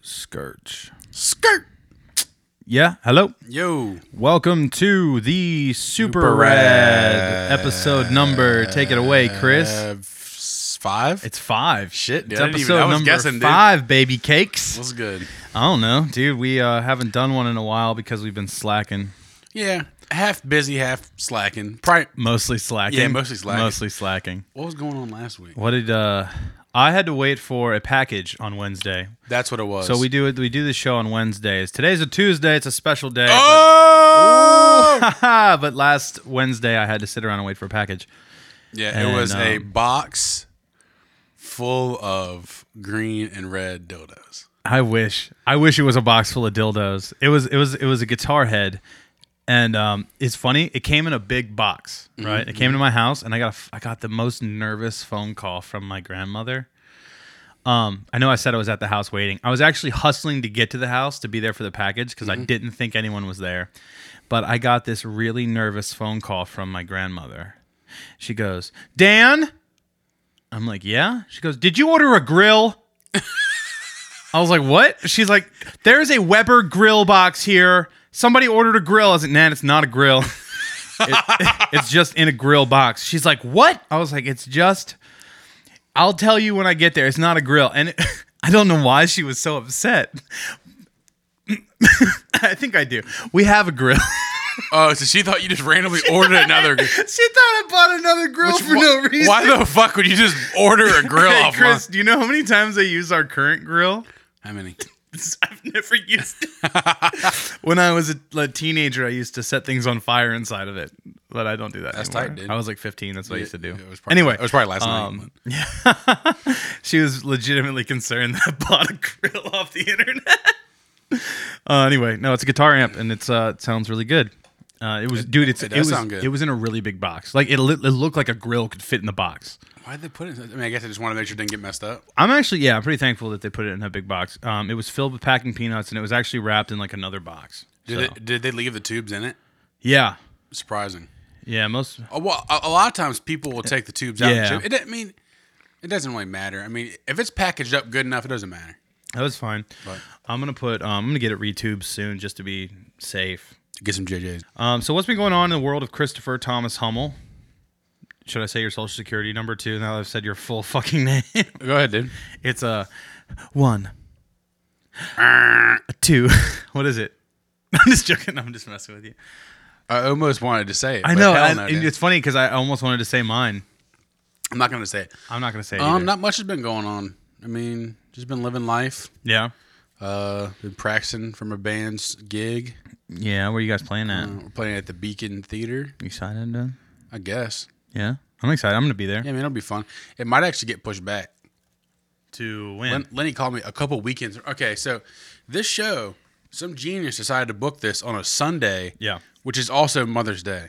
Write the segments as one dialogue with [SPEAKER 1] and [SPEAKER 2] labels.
[SPEAKER 1] Scourge.
[SPEAKER 2] Skirt.
[SPEAKER 1] Yeah, hello.
[SPEAKER 2] Yo.
[SPEAKER 1] Welcome to the Super,
[SPEAKER 2] Super
[SPEAKER 1] Red
[SPEAKER 2] Red.
[SPEAKER 1] episode number. Take it away, Chris.
[SPEAKER 2] Uh, f- five.
[SPEAKER 1] It's five.
[SPEAKER 2] Shit, dude,
[SPEAKER 1] it's
[SPEAKER 2] I didn't
[SPEAKER 1] episode
[SPEAKER 2] even- I was
[SPEAKER 1] number
[SPEAKER 2] guessing, dude.
[SPEAKER 1] five, baby cakes.
[SPEAKER 2] What's good?
[SPEAKER 1] I don't know, dude. We uh, haven't done one in a while because we've been slacking.
[SPEAKER 2] Yeah. Half busy, half slacking. Pri-
[SPEAKER 1] Mostly slacking.
[SPEAKER 2] Yeah, mostly slacking.
[SPEAKER 1] Mostly slacking.
[SPEAKER 2] what was going on last week?
[SPEAKER 1] What did uh? I had to wait for a package on Wednesday.
[SPEAKER 2] That's what it was.
[SPEAKER 1] So we do it. We do the show on Wednesdays. Today's a Tuesday. It's a special day. but-
[SPEAKER 2] Oh.
[SPEAKER 1] but last Wednesday I had to sit around and wait for a package.
[SPEAKER 2] Yeah,
[SPEAKER 1] And,
[SPEAKER 2] it was a
[SPEAKER 1] um,
[SPEAKER 2] box full of green and red dildos.
[SPEAKER 1] I wish. I wish it was a box full of dildos. It was it was it was a guitar head. And um, it's funny, it came in a big box, right? It came to my house and I got a f- I got the most nervous phone call from my grandmother. Um, I know I said I was at the house waiting. I was actually hustling to get to the house to be there for the package because I didn't think anyone was there. But I got this really nervous phone call from my grandmother. She goes, Dan? I'm like, yeah. She goes, Did you order a grill? I was like, what? She's like, there is a Weber grill box here. Somebody ordered a grill. I was like, nah, it's not a grill. It- it's just in a grill box. She's like, what? I was like, it's just, I'll tell you when I get there. It's not a grill. And it- I don't know why she was so upset. I think I do. We have a grill.
[SPEAKER 2] Oh, so she thought you just randomly ordered another. gr-
[SPEAKER 1] she thought I bought another grill for
[SPEAKER 2] Wha-
[SPEAKER 1] no reason.
[SPEAKER 2] Why the fuck would you just order a grill
[SPEAKER 1] Hey,
[SPEAKER 2] off
[SPEAKER 1] Chris, do you know how many times I use our current grill?
[SPEAKER 2] How many?
[SPEAKER 1] I've never used it. when I was a, a teenager, I used to set things on fire inside of it, but I don't do that
[SPEAKER 2] That's
[SPEAKER 1] anymore.
[SPEAKER 2] tight, dude.
[SPEAKER 1] I was like 15. That's what I used to do.
[SPEAKER 2] It was probably,
[SPEAKER 1] anyway,
[SPEAKER 2] it was probably last night.
[SPEAKER 1] um, yeah. she was legitimately concerned that I bought a grill off the internet. uh, anyway, no, it's a guitar amp, and it's uh, it sounds really good. Uh, it was, dude. It's,
[SPEAKER 2] it
[SPEAKER 1] it,
[SPEAKER 2] does
[SPEAKER 1] was,
[SPEAKER 2] sound good.
[SPEAKER 1] it was in a really big box. Like it, li- it looked like a grill could fit in the box.
[SPEAKER 2] Why would they put it? I mean, I guess I just want to make sure it didn't get messed up.
[SPEAKER 1] I'm actually, yeah, I'm pretty thankful that they put it in a big box. Um, it was filled with packing peanuts, and it was actually wrapped in like another box.
[SPEAKER 2] Did,
[SPEAKER 1] So-
[SPEAKER 2] it, did they leave the tubes in it?
[SPEAKER 1] Yeah.
[SPEAKER 2] Surprising.
[SPEAKER 1] Yeah, most
[SPEAKER 2] Uh, Well, a, a lot of times people will take the tubes out.
[SPEAKER 1] Yeah.
[SPEAKER 2] Yeah. It, doesn't- I mean, it doesn't really matter. I mean, if it's packaged up good enough, it doesn't matter.
[SPEAKER 1] that was fine.
[SPEAKER 2] But
[SPEAKER 1] I'm gonna put um, I'm gonna get it retubed soon just to be safe.
[SPEAKER 2] get some JJ's.
[SPEAKER 1] Um, so what's been going on in the world of Christopher Thomas Hummel? Should I say your social security number too? Now that I've said your full fucking name,
[SPEAKER 2] Go ahead, dude.
[SPEAKER 1] it's a one, a two. What is it? I'm just joking. I'm just messing with you.
[SPEAKER 2] I almost wanted to say it.
[SPEAKER 1] I
[SPEAKER 2] but
[SPEAKER 1] know.
[SPEAKER 2] hell
[SPEAKER 1] and-
[SPEAKER 2] no,
[SPEAKER 1] and
[SPEAKER 2] dude.
[SPEAKER 1] it's funny because I almost wanted to say mine.
[SPEAKER 2] I'm not going to say it.
[SPEAKER 1] I'm not gonna say. It either.
[SPEAKER 2] Um, not much has been going on. I mean, just been living life.
[SPEAKER 1] yeah.
[SPEAKER 2] Uh, been practicing from a band's gig.
[SPEAKER 1] Yeah. Where you guys playing at?
[SPEAKER 2] Uh, we're playing at the Beacon Theater,
[SPEAKER 1] You excited? Dan?
[SPEAKER 2] I guess.
[SPEAKER 1] Yeah. I'm excited. I'm gonna be there.
[SPEAKER 2] Yeah, I mean, it'll be fun. It might actually get pushed back.
[SPEAKER 1] To win.
[SPEAKER 2] Len- Lenny called me a couple weekends. Okay, so this show, some genius decided to book this on a Sunday,
[SPEAKER 1] Yeah.
[SPEAKER 2] which is also Mother's Day.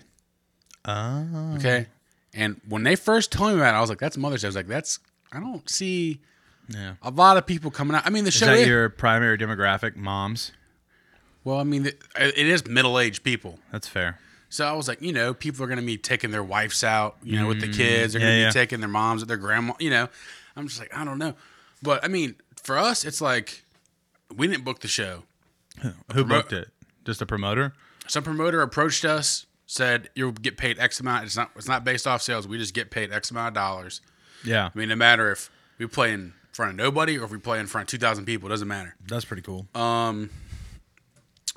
[SPEAKER 1] Oh.
[SPEAKER 2] Okay, and when they first told me about it, I was like, "That's Mother's Day." I was like, "That's I don't see
[SPEAKER 1] Yeah.
[SPEAKER 2] a lot of people coming out." I mean, the
[SPEAKER 1] Is
[SPEAKER 2] show
[SPEAKER 1] that
[SPEAKER 2] is
[SPEAKER 1] your primary demographic? Moms.
[SPEAKER 2] well. I mean, the, it is middle aged people.
[SPEAKER 1] That's fair.
[SPEAKER 2] So I was like, you know, people are going to be taking their wives out, you know, with the kids. They're going to
[SPEAKER 1] Mm, yeah,
[SPEAKER 2] be
[SPEAKER 1] yeah.
[SPEAKER 2] taking their moms, their grandma, you know. I'm just like, I don't know. But I mean, for us, it's like we didn't book the show.
[SPEAKER 1] Who booked it? Just a promoter?
[SPEAKER 2] some promoter approached us said you'll get paid x amount it's not it's not based off sales we just get paid x amount of dollars
[SPEAKER 1] Yeah.
[SPEAKER 2] i mean no matter if we play in front of nobody or if we play in front of 2000 people it doesn't matter
[SPEAKER 1] That's pretty cool.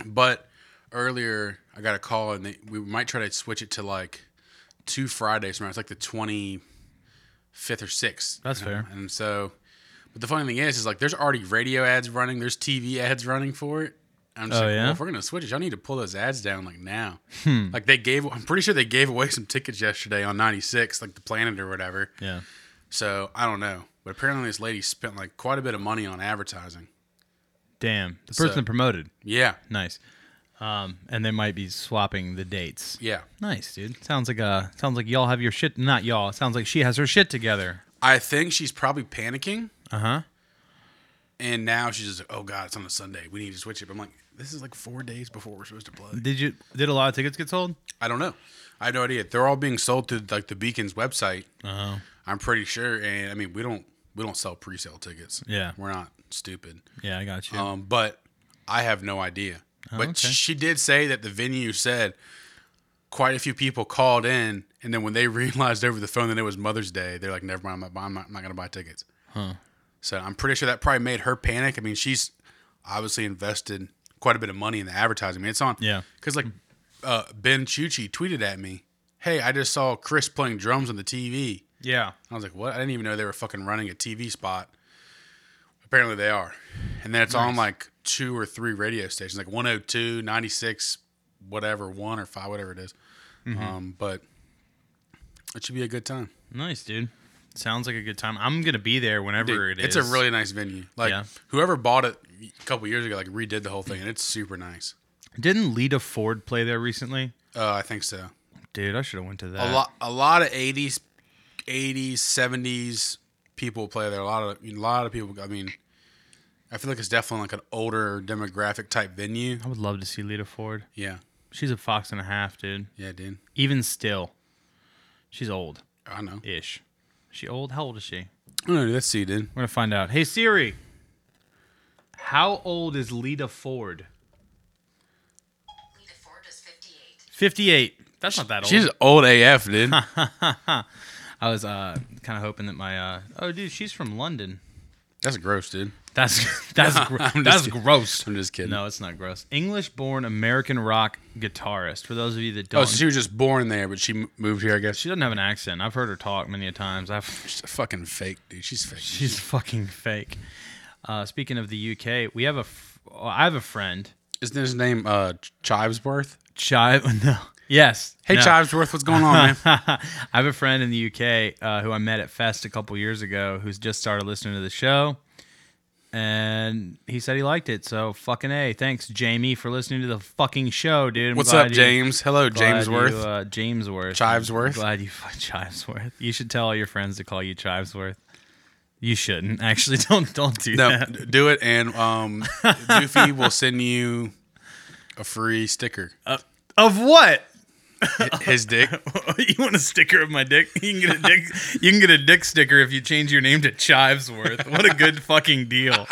[SPEAKER 2] but earlier i got a call and they, we might try to switch it to like two fridays from now. it's like the 25th or 6th
[SPEAKER 1] That's
[SPEAKER 2] you know?
[SPEAKER 1] fair.
[SPEAKER 2] and so but the funny thing is is like there's already radio ads running there's tv ads running for it I'm just
[SPEAKER 1] Oh,
[SPEAKER 2] like,
[SPEAKER 1] yeah? Hmm.
[SPEAKER 2] well, if we're gonna switch it, y'all need to pull those ads down like now. Like they gave, I'm pretty sure they gave away some tickets yesterday on 96, like the Planet or whatever.
[SPEAKER 1] yeah.
[SPEAKER 2] So I don't know, but apparently this lady spent like quite a bit of money on advertising.
[SPEAKER 1] Damn. The person
[SPEAKER 2] So-
[SPEAKER 1] that promoted.
[SPEAKER 2] Yeah,
[SPEAKER 1] Nice. Um, and they might be swapping the dates.
[SPEAKER 2] yeah.
[SPEAKER 1] Nice, dude. Sounds like uh sounds like y'all have your shit not y'all. Sounds like she has her shit together.
[SPEAKER 2] I think she's probably panicking.
[SPEAKER 1] Uh-huh.
[SPEAKER 2] And now she's just like, oh God, it's on a Sunday. We need to switch it. But I'm like, this is like four days before we're supposed to play.
[SPEAKER 1] Did you did a lot of tickets get sold?
[SPEAKER 2] I don't know.
[SPEAKER 1] Uh-huh.
[SPEAKER 2] I have no idea. They're all being sold through like the Beacon's website. I'm pretty sure. And I mean, we don't we don't sell pre-sale tickets.
[SPEAKER 1] Yeah.
[SPEAKER 2] We're not stupid.
[SPEAKER 1] Yeah, I got you.
[SPEAKER 2] Um, but I have no idea. but
[SPEAKER 1] Oh, okay.
[SPEAKER 2] she did say that the venue said quite a few people called in, and then when they realized over the phone that it was Mother's Day, they're like, "Never mind, I'm not, buying- I'm not, I'm not going to buy tickets." So I'm pretty sure that probably made her panic. I mean, she's obviously invested quite a bit of money in the advertising. I mean, it's on.
[SPEAKER 1] Yeah.
[SPEAKER 2] Because like uh, Ben Chuchi tweeted at me, "Hey, I just saw Chris playing drums on the TV."
[SPEAKER 1] yeah.
[SPEAKER 2] I was like, what? I didn't even know they were fucking running a TV spot. Apparently they are. And then it's on like two or three radio stations, like 102, 96, whatever, one or five, whatever it is.
[SPEAKER 1] Mm-hmm.
[SPEAKER 2] Um, but it should be a good time.
[SPEAKER 1] Nice, dude. Sounds like a good time. I'm gonna be there whenever
[SPEAKER 2] Dude,
[SPEAKER 1] it is.
[SPEAKER 2] it's a really nice venue. Like
[SPEAKER 1] Yeah.
[SPEAKER 2] whoever bought it a couple years ago, like redid the whole thing, and it's super nice.
[SPEAKER 1] Didn't Lita Ford play there recently?
[SPEAKER 2] Uh, I think so.
[SPEAKER 1] Dude, I should have went to that.
[SPEAKER 2] A lot, a lot of 80s, 80s, 70s people play there. A lot of, I mean, a lot of people. I mean, I feel like it's definitely like an older demographic type venue.
[SPEAKER 1] I would love to see Lita Ford.
[SPEAKER 2] Yeah,
[SPEAKER 1] She's a fox and a half, dude.
[SPEAKER 2] yeah, dude.
[SPEAKER 1] Even still, she's old
[SPEAKER 2] I know.
[SPEAKER 1] ish. She old? How old is she?
[SPEAKER 2] I don't know. Let's see, dude.
[SPEAKER 1] We're gonna find out. Hey Siri, how old is Lita Ford?
[SPEAKER 3] Lita Ford is 58.
[SPEAKER 1] Fifty-eight. That's not that old.
[SPEAKER 2] She's old AF, dude.
[SPEAKER 1] I was uh, kind of hoping that my uh, oh dude, she's from London.
[SPEAKER 2] That's gross, dude.
[SPEAKER 1] That's that's gr-
[SPEAKER 2] I'm just
[SPEAKER 1] that's
[SPEAKER 2] kidding.
[SPEAKER 1] gross.
[SPEAKER 2] I'm just kidding.
[SPEAKER 1] No, it's not gross. English-born American rock guitarist. For those of you that don't,
[SPEAKER 2] Oh, so she was just born there, but she m- moved here, I guess.
[SPEAKER 1] she
[SPEAKER 2] She's
[SPEAKER 1] doesn't have an accent. I've heard her talk many a times. I've,
[SPEAKER 2] a fucking fake, dude. She's fake.
[SPEAKER 1] she's fucking fake. Uh, speaking of the UK, we have a f- oh, I have a friend.
[SPEAKER 2] Isn't his name uh, Chivesworth?
[SPEAKER 1] Chive. No. Yes.
[SPEAKER 2] Hey,
[SPEAKER 1] no.
[SPEAKER 2] Chivesworth, what's going on, man?
[SPEAKER 1] I have a friend in the UK uh, who I met at Fest a couple years ago who's just started listening to the show. And he said he liked it. So fucking A. Thanks, Jamie, for listening to the fucking show, dude. I'm
[SPEAKER 2] What's
[SPEAKER 1] glad
[SPEAKER 2] up,
[SPEAKER 1] you-
[SPEAKER 2] James? Hello,
[SPEAKER 1] glad
[SPEAKER 2] Jamesworth.
[SPEAKER 1] You, uh, Jamesworth.
[SPEAKER 2] Chivesworth?
[SPEAKER 1] I'm glad you Chivesworth. You should tell all your friends to call you Chivesworth. You shouldn't. Actually, don't don't do
[SPEAKER 2] No,
[SPEAKER 1] that.
[SPEAKER 2] d- do it, and um, Doofy will send you a free sticker.
[SPEAKER 1] Of what?
[SPEAKER 2] His dick.
[SPEAKER 1] you want a sticker of my dick? You can get a dick. you can get a dick sticker if you change your name to Chivesworth. What a good fucking deal,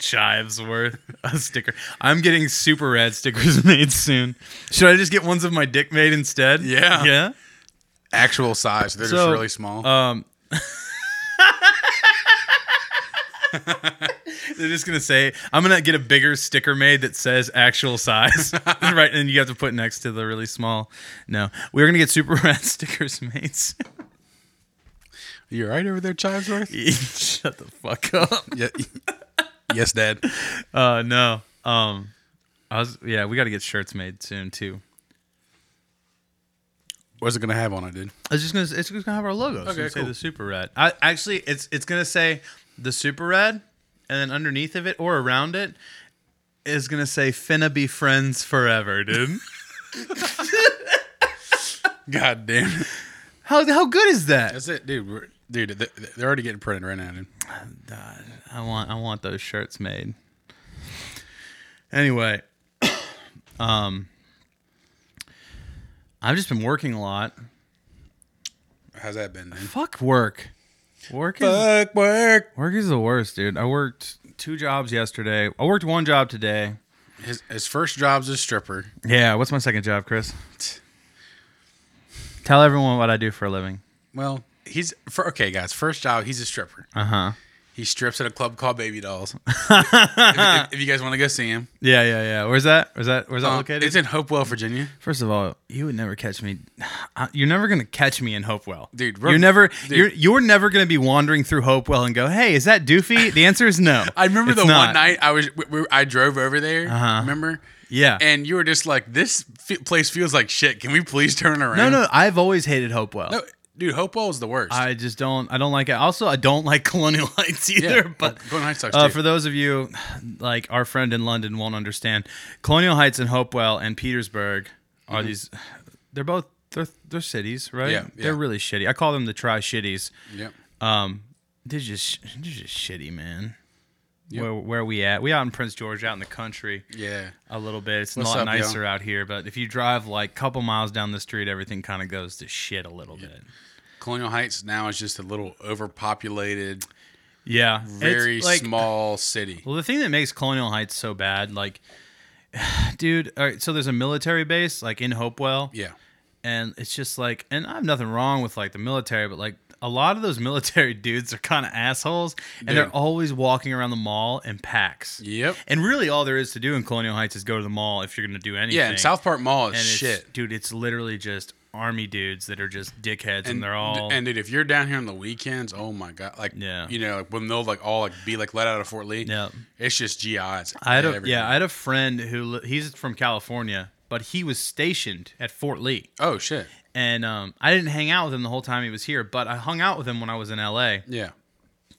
[SPEAKER 1] Chivesworth. A sticker. I'm getting super rad stickers made soon. Should I just get ones of my dick made instead?
[SPEAKER 2] Yeah.
[SPEAKER 1] Yeah.
[SPEAKER 2] Actual size. They're just
[SPEAKER 1] So,
[SPEAKER 2] really small.
[SPEAKER 1] Um. They're just gonna say, "I'm gonna get a bigger sticker made that says actual size," right? And you have to put next to the really small. No, we're gonna get super rad stickers made. soon.
[SPEAKER 2] you all right over there, Chivesworth?
[SPEAKER 1] Shut the fuck up.
[SPEAKER 2] yeah. yes, Dad.
[SPEAKER 1] Uh, no. Um, I was yeah. We got to get shirts made soon too.
[SPEAKER 2] What's it gonna have on it, dude?
[SPEAKER 1] It's just gonna it's just gonna have our logo. It's
[SPEAKER 2] Okay,
[SPEAKER 1] gonna say
[SPEAKER 2] cool.
[SPEAKER 1] the super red. I actually it's it's gonna say the super red, and then underneath of it or around it is gonna say "Finna be friends forever," dude.
[SPEAKER 2] God damn. It.
[SPEAKER 1] how how good is that?
[SPEAKER 2] That's it, dude. We're, dude, th- th- they're already getting printed right now, dude.
[SPEAKER 1] I want I want those shirts made. Anyway, um, I've just been working a lot.
[SPEAKER 2] How's that been, dude?
[SPEAKER 1] Fuck work. Work is
[SPEAKER 2] Fuck work.
[SPEAKER 1] Work is the worst, dude. I worked two jobs yesterday. I worked one job today.
[SPEAKER 2] His, his first job's a stripper.
[SPEAKER 1] Yeah, what's my second job, Chris? Tell everyone what I do for a living.
[SPEAKER 2] Well, he's for, okay, guys. First job, he's a stripper.
[SPEAKER 1] Uh huh.
[SPEAKER 2] He strips at a club called Baby Dolls. if, if- if you guys want to go see him,
[SPEAKER 1] Yeah, yeah, yeah. Where's that? Where's that? Where's that
[SPEAKER 2] Um,
[SPEAKER 1] located?
[SPEAKER 2] it's in Hopewell, Virginia.
[SPEAKER 1] Uh, First of all, you would never catch me. I- You're never gonna catch me in Hopewell,
[SPEAKER 2] Dude, we're-
[SPEAKER 1] You're never.
[SPEAKER 2] dude.
[SPEAKER 1] You're you're never gonna be wandering through Hopewell and go, "Hey, is that Doofy?" The answer is no.
[SPEAKER 2] I remember
[SPEAKER 1] It's
[SPEAKER 2] the
[SPEAKER 1] not. Uh-huh.
[SPEAKER 2] one night I was we, we- I drove over there. Remember?
[SPEAKER 1] Yeah.
[SPEAKER 2] And you were just like, "This fe- place feels like shit. Can we please turn around?"
[SPEAKER 1] no, no. I've always hated Hopewell.
[SPEAKER 2] no, dude. Hopewell is the worst.
[SPEAKER 1] I just don't. I don't like it. Also, I don't like Colonial Heights either. But
[SPEAKER 2] Golden Heights sucks
[SPEAKER 1] uh,
[SPEAKER 2] too.
[SPEAKER 1] for those of you, like our friend in London, won't understand. Colonial Heights and Hopewell and Petersburg are these. They're both they're they're cities, right?
[SPEAKER 2] Mm-hmm. Yeah,
[SPEAKER 1] They're
[SPEAKER 2] yeah.
[SPEAKER 1] really shitty. I call them the tri shitties.
[SPEAKER 2] yep.
[SPEAKER 1] Um, they're just they're just shitty, man. Where where we at? We out in Prince George, out in the country
[SPEAKER 2] Yeah.
[SPEAKER 1] a little bit. It's
[SPEAKER 2] What's
[SPEAKER 1] not
[SPEAKER 2] up, yo?
[SPEAKER 1] nicer out here, but if you drive like a couple miles down the street, everything kind of goes to shit a little bit.
[SPEAKER 2] Colonial Heights now is just a little overpopulated
[SPEAKER 1] Yeah, it's
[SPEAKER 2] very
[SPEAKER 1] like-
[SPEAKER 2] small city.
[SPEAKER 1] Well, the thing that makes Colonial Heights so bad, like, dude, all right, so there's a military base like in Hopewell,
[SPEAKER 2] Yeah.
[SPEAKER 1] and it's just like, and I have nothing wrong with like the military, but like a lot of those military dudes are kind of assholes, and
[SPEAKER 2] Dude.
[SPEAKER 1] they're always walking around the mall in packs.
[SPEAKER 2] Yep.
[SPEAKER 1] And really, all there is to do in Colonial Heights is go to the mall if you're gonna do anything.
[SPEAKER 2] Yeah, and South Park Mall is
[SPEAKER 1] and it's-
[SPEAKER 2] shit.
[SPEAKER 1] dude. It's literally just army dudes that are just dickheads, and,
[SPEAKER 2] And
[SPEAKER 1] they're all
[SPEAKER 2] and dude, if you're down here on the weekends, oh my god, like
[SPEAKER 1] Yeah.
[SPEAKER 2] you know, like when they'll like all like be like let out of Fort Lee,
[SPEAKER 1] Yeah.
[SPEAKER 2] it's just GIs.
[SPEAKER 1] I had a,
[SPEAKER 2] everywhere.
[SPEAKER 1] yeah, I had a friend who li- he's from California, but he was stationed at Fort Lee,
[SPEAKER 2] oh shit,
[SPEAKER 1] and um, I didn't hang out with him the whole time he was here, but I hung out with him when I was in L.A.
[SPEAKER 2] yeah,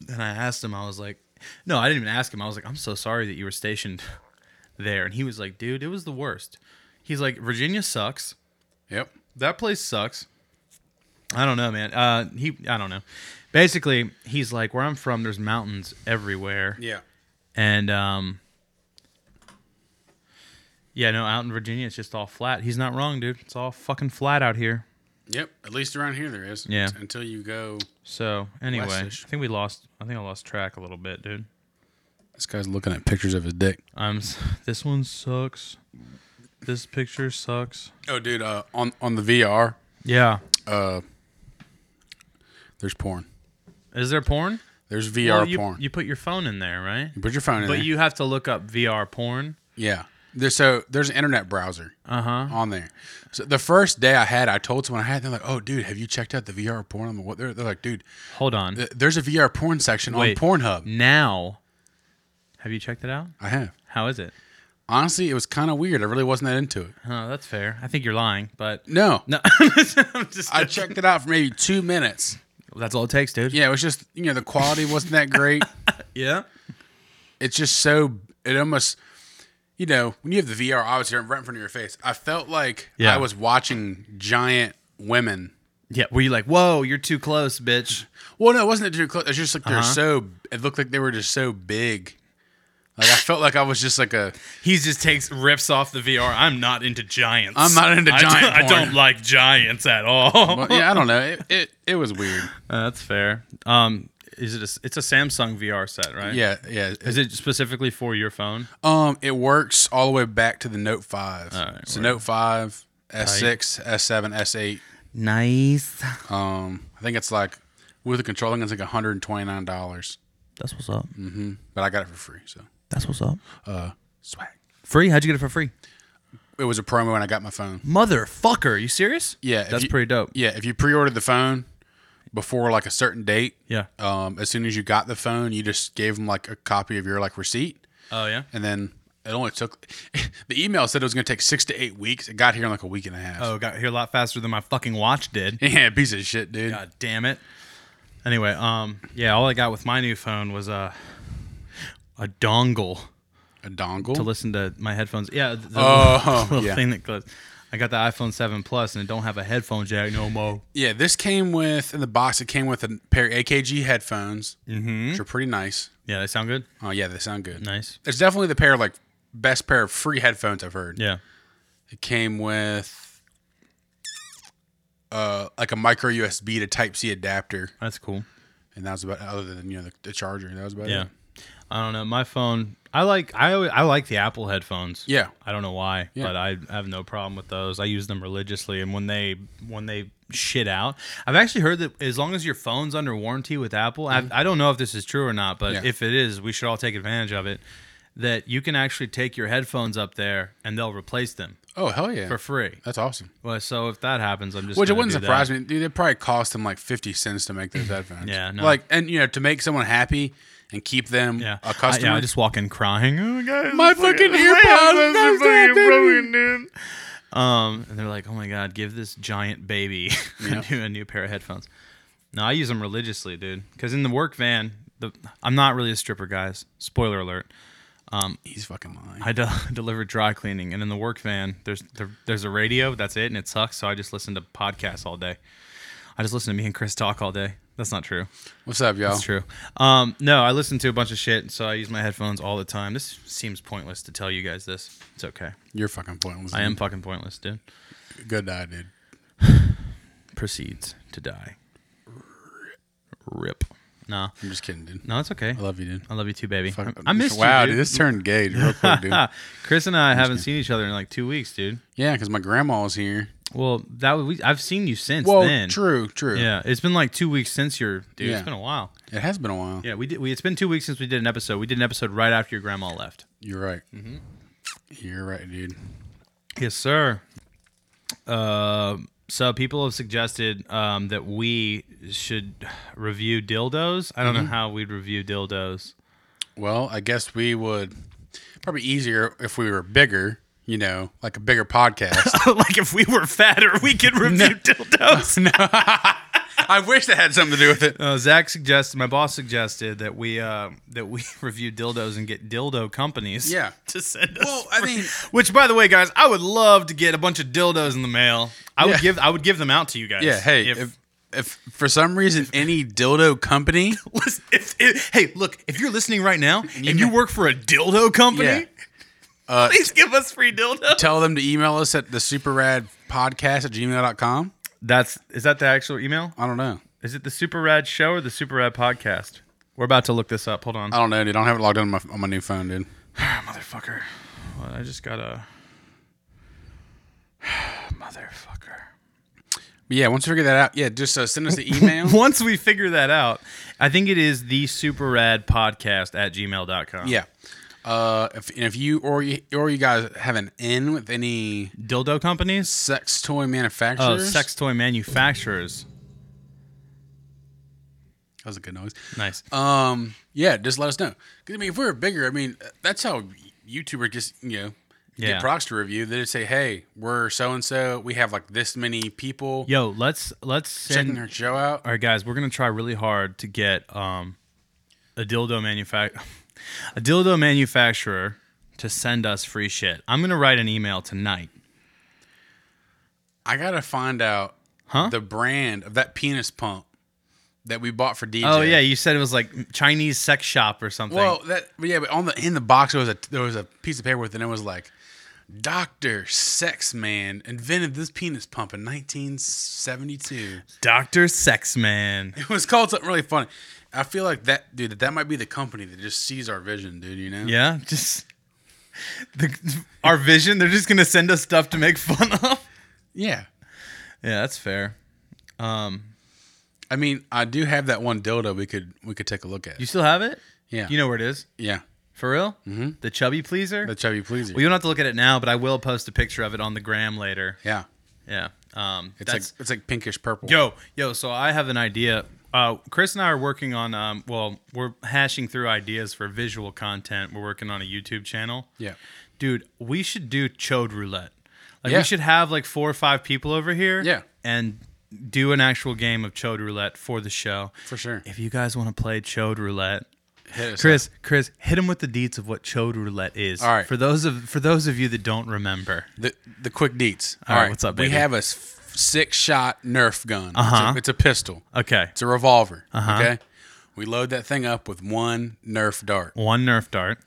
[SPEAKER 1] And I asked him, I was like, no, I didn't even ask him. I was like, I'm so sorry that you were stationed there, and he was like, dude, it was the worst. He's like, Virginia sucks.
[SPEAKER 2] yep,
[SPEAKER 1] that place sucks. I don't know, man. Uh, he, I don't know. Basically, he's like, where I'm from, there's mountains everywhere,
[SPEAKER 2] yeah,
[SPEAKER 1] and um, yeah, no, out in Virginia, it's just all flat. He's not wrong, dude. It's all fucking flat out here.
[SPEAKER 2] yep. At least around here there is.
[SPEAKER 1] Yeah.
[SPEAKER 2] until you go,
[SPEAKER 1] So anyway,
[SPEAKER 2] West-ish.
[SPEAKER 1] I think we lost. I think I lost track a little bit, dude.
[SPEAKER 2] this guy's looking at pictures of his dick.
[SPEAKER 1] I'm. s- This one sucks. This picture sucks.
[SPEAKER 2] Oh, dude, uh, on on the VR,
[SPEAKER 1] Yeah.
[SPEAKER 2] uh, there's porn.
[SPEAKER 1] Is there porn?
[SPEAKER 2] There's VR
[SPEAKER 1] you,
[SPEAKER 2] porn.
[SPEAKER 1] you put your phone in there, right?
[SPEAKER 2] You put your phone in
[SPEAKER 1] But
[SPEAKER 2] there.
[SPEAKER 1] you have to look up VR porn.
[SPEAKER 2] yeah. There's so there's an internet browser
[SPEAKER 1] Uh huh.
[SPEAKER 2] on there. So the first day I had, I told someone I had. They're like, "Oh, dude, have you checked out the VR porn?" I'm like, what? They're, they're like, "Dude,
[SPEAKER 1] Hold on.
[SPEAKER 2] th- there's a VR porn section
[SPEAKER 1] Wait.
[SPEAKER 2] on Pornhub."
[SPEAKER 1] now have you checked it out
[SPEAKER 2] I have.
[SPEAKER 1] how is it
[SPEAKER 2] Honestly, it was kind of weird. I really wasn't that into it.
[SPEAKER 1] oh that's fair i think you're lying but
[SPEAKER 2] No,
[SPEAKER 1] no i'm just
[SPEAKER 2] I checked it out for maybe two minutes.
[SPEAKER 1] that's all it takes dude
[SPEAKER 2] Yeah, it was just you know the quality wasn't that great.
[SPEAKER 1] yeah
[SPEAKER 2] it's just so it almost you know when you have the VR obviously right in front of your face. I felt like
[SPEAKER 1] Yeah.
[SPEAKER 2] I was watching giant women.
[SPEAKER 1] yeah were you like whoa you're too close bitch
[SPEAKER 2] Well, no, it wasn't too close. It's just like
[SPEAKER 1] Uh-huh.
[SPEAKER 2] they're so. It looked like they were just so big. Like I felt like I was just like a.
[SPEAKER 1] he just takes rips off the vr i'm not into giants
[SPEAKER 2] I'm not into
[SPEAKER 1] I
[SPEAKER 2] giant
[SPEAKER 1] don't, i
[SPEAKER 2] porn.
[SPEAKER 1] don't like giants at all
[SPEAKER 2] Well, yeah, I don't know. It, it it was weird.
[SPEAKER 1] Uh, that's fair um is it a, it's a samsung vr set right
[SPEAKER 2] Yeah, yeah. It-
[SPEAKER 1] is it specifically for your phone
[SPEAKER 2] um, it works all the way back to the Note Five.
[SPEAKER 1] right,
[SPEAKER 2] so Note Five, S six, S seven, S eight.
[SPEAKER 1] nice
[SPEAKER 2] Um, I think it's like with the controller, I think it's like 129 dollars,
[SPEAKER 1] that's what's up
[SPEAKER 2] but I got it for free. So
[SPEAKER 1] that's what's up
[SPEAKER 2] uh, swag.
[SPEAKER 1] free how'd you get it for free
[SPEAKER 2] It was a promo when I got my phone.
[SPEAKER 1] motherfucker you serious
[SPEAKER 2] Yeah, if
[SPEAKER 1] that's
[SPEAKER 2] you-
[SPEAKER 1] pretty dope
[SPEAKER 2] Yeah, if you pre-ordered the phone before like a certain date,
[SPEAKER 1] Yeah.
[SPEAKER 2] um, as soon as you got the phone, you just gave them like a copy of your like receipt,
[SPEAKER 1] Oh yeah.
[SPEAKER 2] and then it only took. the email said it was going to take six to eight weeks. It got here in like a week and a half.
[SPEAKER 1] Oh, got here a lot faster than my fucking watch did.
[SPEAKER 2] Yeah, piece of shit, dude.
[SPEAKER 1] God damn it. Anyway, um, yeah, all I got with my new phone was a a dongle
[SPEAKER 2] A dongle.
[SPEAKER 1] to listen to my headphones. Yeah, the
[SPEAKER 2] Oh,
[SPEAKER 1] little
[SPEAKER 2] yeah.
[SPEAKER 1] thing that goes. I got the iPhone 7 Plus and it don't have a headphone jack no more.
[SPEAKER 2] yeah, this came with in the box. It came with a pair of AKG headphones, mm-hmm. which are pretty nice.
[SPEAKER 1] Yeah, they sound good.
[SPEAKER 2] Oh yeah, they sound good.
[SPEAKER 1] Nice.
[SPEAKER 2] It's definitely the pair of like best pair of free headphones I've heard.
[SPEAKER 1] Yeah.
[SPEAKER 2] It came with uh like a micro USB to Type C adapter,
[SPEAKER 1] That's cool.
[SPEAKER 2] and that was about other than you know the, the charger. That was about
[SPEAKER 1] Yeah.
[SPEAKER 2] it.
[SPEAKER 1] I don't know. My phone I like I always, I like the Apple headphones.
[SPEAKER 2] Yeah,
[SPEAKER 1] I don't know why,
[SPEAKER 2] Yeah.
[SPEAKER 1] but I have no problem with those. I use them religiously, and when they when they shit out, I've actually heard that as long as your phone's under warranty with Apple, I, I don't know if this is true or not, but
[SPEAKER 2] Mm-hmm. Yeah.
[SPEAKER 1] if it is, we should all take advantage of it. That you can actually take your headphones up there, and they'll replace them
[SPEAKER 2] Oh hell yeah,
[SPEAKER 1] for free.
[SPEAKER 2] that's awesome.
[SPEAKER 1] Well, so if that happens, I'm just
[SPEAKER 2] Which it
[SPEAKER 1] gonna
[SPEAKER 2] wouldn't
[SPEAKER 1] do
[SPEAKER 2] surprise
[SPEAKER 1] that.
[SPEAKER 2] me, dude. It probably cost them like fifty cents to make those headphones.
[SPEAKER 1] Yeah, no.
[SPEAKER 2] like and you know to make someone happy and keep them
[SPEAKER 1] Yeah,
[SPEAKER 2] a
[SPEAKER 1] I,
[SPEAKER 2] customer.
[SPEAKER 1] yeah, I just walk in crying. Oh, guys,
[SPEAKER 2] My
[SPEAKER 1] it's
[SPEAKER 2] fucking
[SPEAKER 1] it's
[SPEAKER 2] earpods
[SPEAKER 1] broken,
[SPEAKER 2] are
[SPEAKER 1] it's
[SPEAKER 2] fucking broken,
[SPEAKER 1] dude. Um, and they're like, "Oh my god, give this giant baby a, new, a new pair of headphones." No, I use them religiously, dude. Because in the work van, the I'm not really a stripper, guys. Spoiler alert.
[SPEAKER 2] He's fucking lying.
[SPEAKER 1] I de- deliver dry cleaning, and in the work van, there's there, there's a radio. That's it, and it sucks. So I just listen to podcasts all day. I just listen to me and Chris talk all day. That's not true.
[SPEAKER 2] What's up, y'all?
[SPEAKER 1] That's true. Um, no, I listen to a bunch of shit, so I use my headphones all the time. This seems pointless to tell you guys this. It's okay.
[SPEAKER 2] You're fucking pointless.
[SPEAKER 1] I am fucking pointless, dude.
[SPEAKER 2] good eye, dude.
[SPEAKER 1] Proceeds to die. Rip. No,
[SPEAKER 2] I'm just kidding, dude.
[SPEAKER 1] no, it's okay.
[SPEAKER 2] I love you, dude.
[SPEAKER 1] I love you too, baby.
[SPEAKER 2] Fuck-
[SPEAKER 1] I missed you,
[SPEAKER 2] Wow,
[SPEAKER 1] dude. Uh,
[SPEAKER 2] dude, this turned gay real quick, dude.
[SPEAKER 1] Chris and I haven't seen each other in like two weeks, dude.
[SPEAKER 2] yeah, because my grandma was here.
[SPEAKER 1] Well, that was, we, I've seen you since
[SPEAKER 2] Well,
[SPEAKER 1] then.
[SPEAKER 2] true, true.
[SPEAKER 1] Yeah, it's been like two weeks since your dude.
[SPEAKER 2] Yeah.
[SPEAKER 1] It's been a while.
[SPEAKER 2] It has been a while.
[SPEAKER 1] Yeah, we did. We, it's been two weeks since we did an episode. We did an episode right after your grandma left.
[SPEAKER 2] You're right. You're right, dude.
[SPEAKER 1] Yes, sir. Uh, so people have suggested um, that we should review dildos. I don't know how we'd review dildos.
[SPEAKER 2] Well, I guess we would probably easier if we were bigger, you know, like a bigger podcast.
[SPEAKER 1] like if we were fatter, we could review dildos.
[SPEAKER 2] I wish that had something to do with it.
[SPEAKER 1] Uh, Zach suggested, my boss suggested that we uh, that we review dildos and get dildo companies.
[SPEAKER 2] Yeah.
[SPEAKER 1] to send us.
[SPEAKER 2] Well, I mean,
[SPEAKER 1] Which, by the way, guys, I would love to get a bunch of dildos in the mail. I
[SPEAKER 2] Yeah.
[SPEAKER 1] would give I would give them out to you guys.
[SPEAKER 2] yeah, hey, if, if, for some reason any dildo company,
[SPEAKER 1] Listen, if, if, hey, look, if you're listening right now and you,
[SPEAKER 2] may-
[SPEAKER 1] work for a dildo company,
[SPEAKER 2] Yeah.
[SPEAKER 1] please give us free dildos.
[SPEAKER 2] tell them to email us at the superrad podcast at gmail.com.
[SPEAKER 1] That's is that the actual email?
[SPEAKER 2] I don't know.
[SPEAKER 1] Is it the Super Rad Show or the Super Rad Podcast? We're about to look this up. Hold on,
[SPEAKER 2] I don't know, dude. I don't have it logged on my, on my new phone, dude.
[SPEAKER 1] motherfucker. Well, I just got a motherfucker.
[SPEAKER 2] But yeah, once you figure that out, yeah, just uh, send us the email.
[SPEAKER 1] Once we figure that out, I think it is the Super Rad Podcast at gmail.com.
[SPEAKER 2] yeah. Uh, if, and if you or you or you guys have an in with any
[SPEAKER 1] dildo companies.
[SPEAKER 2] sex toy
[SPEAKER 1] Oh,
[SPEAKER 2] manufacturers,
[SPEAKER 1] sex toy manufacturers.
[SPEAKER 2] That was a good noise.
[SPEAKER 1] Nice.
[SPEAKER 2] Um, yeah, just let us know. 'Cause, I mean, if we were bigger, I mean, that's how YouTuber just you know
[SPEAKER 1] Yeah.
[SPEAKER 2] get products to review. They'd say, "Hey, we're so and so. We have like this many people
[SPEAKER 1] Yo, let's let's
[SPEAKER 2] checking
[SPEAKER 1] send.
[SPEAKER 2] our show out."
[SPEAKER 1] All right, guys, we're gonna try really hard to get um, a dildo manufact a dildo manufacturer to send us free shit. I'm gonna write an email tonight.
[SPEAKER 2] I gotta find out
[SPEAKER 1] Huh?
[SPEAKER 2] the brand of that penis pump that we bought for DJ.
[SPEAKER 1] Oh yeah, you said it was like Chinese sex shop or something.
[SPEAKER 2] Well, that but yeah, but on the in the box there was a there was a piece of paper with it, and it was like. Doctor Sex Man invented this penis pump in 1972.
[SPEAKER 1] Doctor Sex Man.
[SPEAKER 2] It was called something really funny. I feel like that, dude. That might be the company that just sees our vision, dude. You know?
[SPEAKER 1] Yeah, just the, our vision. They're just gonna send us stuff to make fun of.
[SPEAKER 2] Yeah.
[SPEAKER 1] Yeah, that's fair. Um,
[SPEAKER 2] I mean, I do have that one dildo we could we could take a look at.
[SPEAKER 1] you still have it?
[SPEAKER 2] yeah.
[SPEAKER 1] You know where it is?
[SPEAKER 2] Yeah.
[SPEAKER 1] For real? Mm-hmm. The chubby pleaser.
[SPEAKER 2] The chubby pleaser.
[SPEAKER 1] Well, you don't have to look at it now, but I will post a picture of it on the gram later.
[SPEAKER 2] yeah.
[SPEAKER 1] Yeah. Um,
[SPEAKER 2] It's
[SPEAKER 1] that's
[SPEAKER 2] like it's like pinkish purple.
[SPEAKER 1] yo yo. So I have an idea. Uh, Chris and I are working on. Um, well, we're hashing through ideas for visual content. We're working on a YouTube channel.
[SPEAKER 2] Yeah.
[SPEAKER 1] Dude, we should do chode roulette. Like
[SPEAKER 2] Yeah.
[SPEAKER 1] we should have like four or five people over here.
[SPEAKER 2] Yeah.
[SPEAKER 1] And do an actual game of chode roulette for the show.
[SPEAKER 2] For sure.
[SPEAKER 1] If you guys want to play chode roulette,
[SPEAKER 2] Hit us
[SPEAKER 1] Chris, Chris, hit him with the deets of what chode roulette is.
[SPEAKER 2] All right.
[SPEAKER 1] For those of for those of you that don't remember,
[SPEAKER 2] up. The the quick deets.
[SPEAKER 1] All right, what's up,
[SPEAKER 2] We
[SPEAKER 1] baby?
[SPEAKER 2] have a s- six shot Nerf gun.
[SPEAKER 1] Uh-huh.
[SPEAKER 2] It's a, it's a pistol.
[SPEAKER 1] okay,
[SPEAKER 2] It's a revolver. Okay. We load that thing up with one Nerf dart.
[SPEAKER 1] one Nerf dart.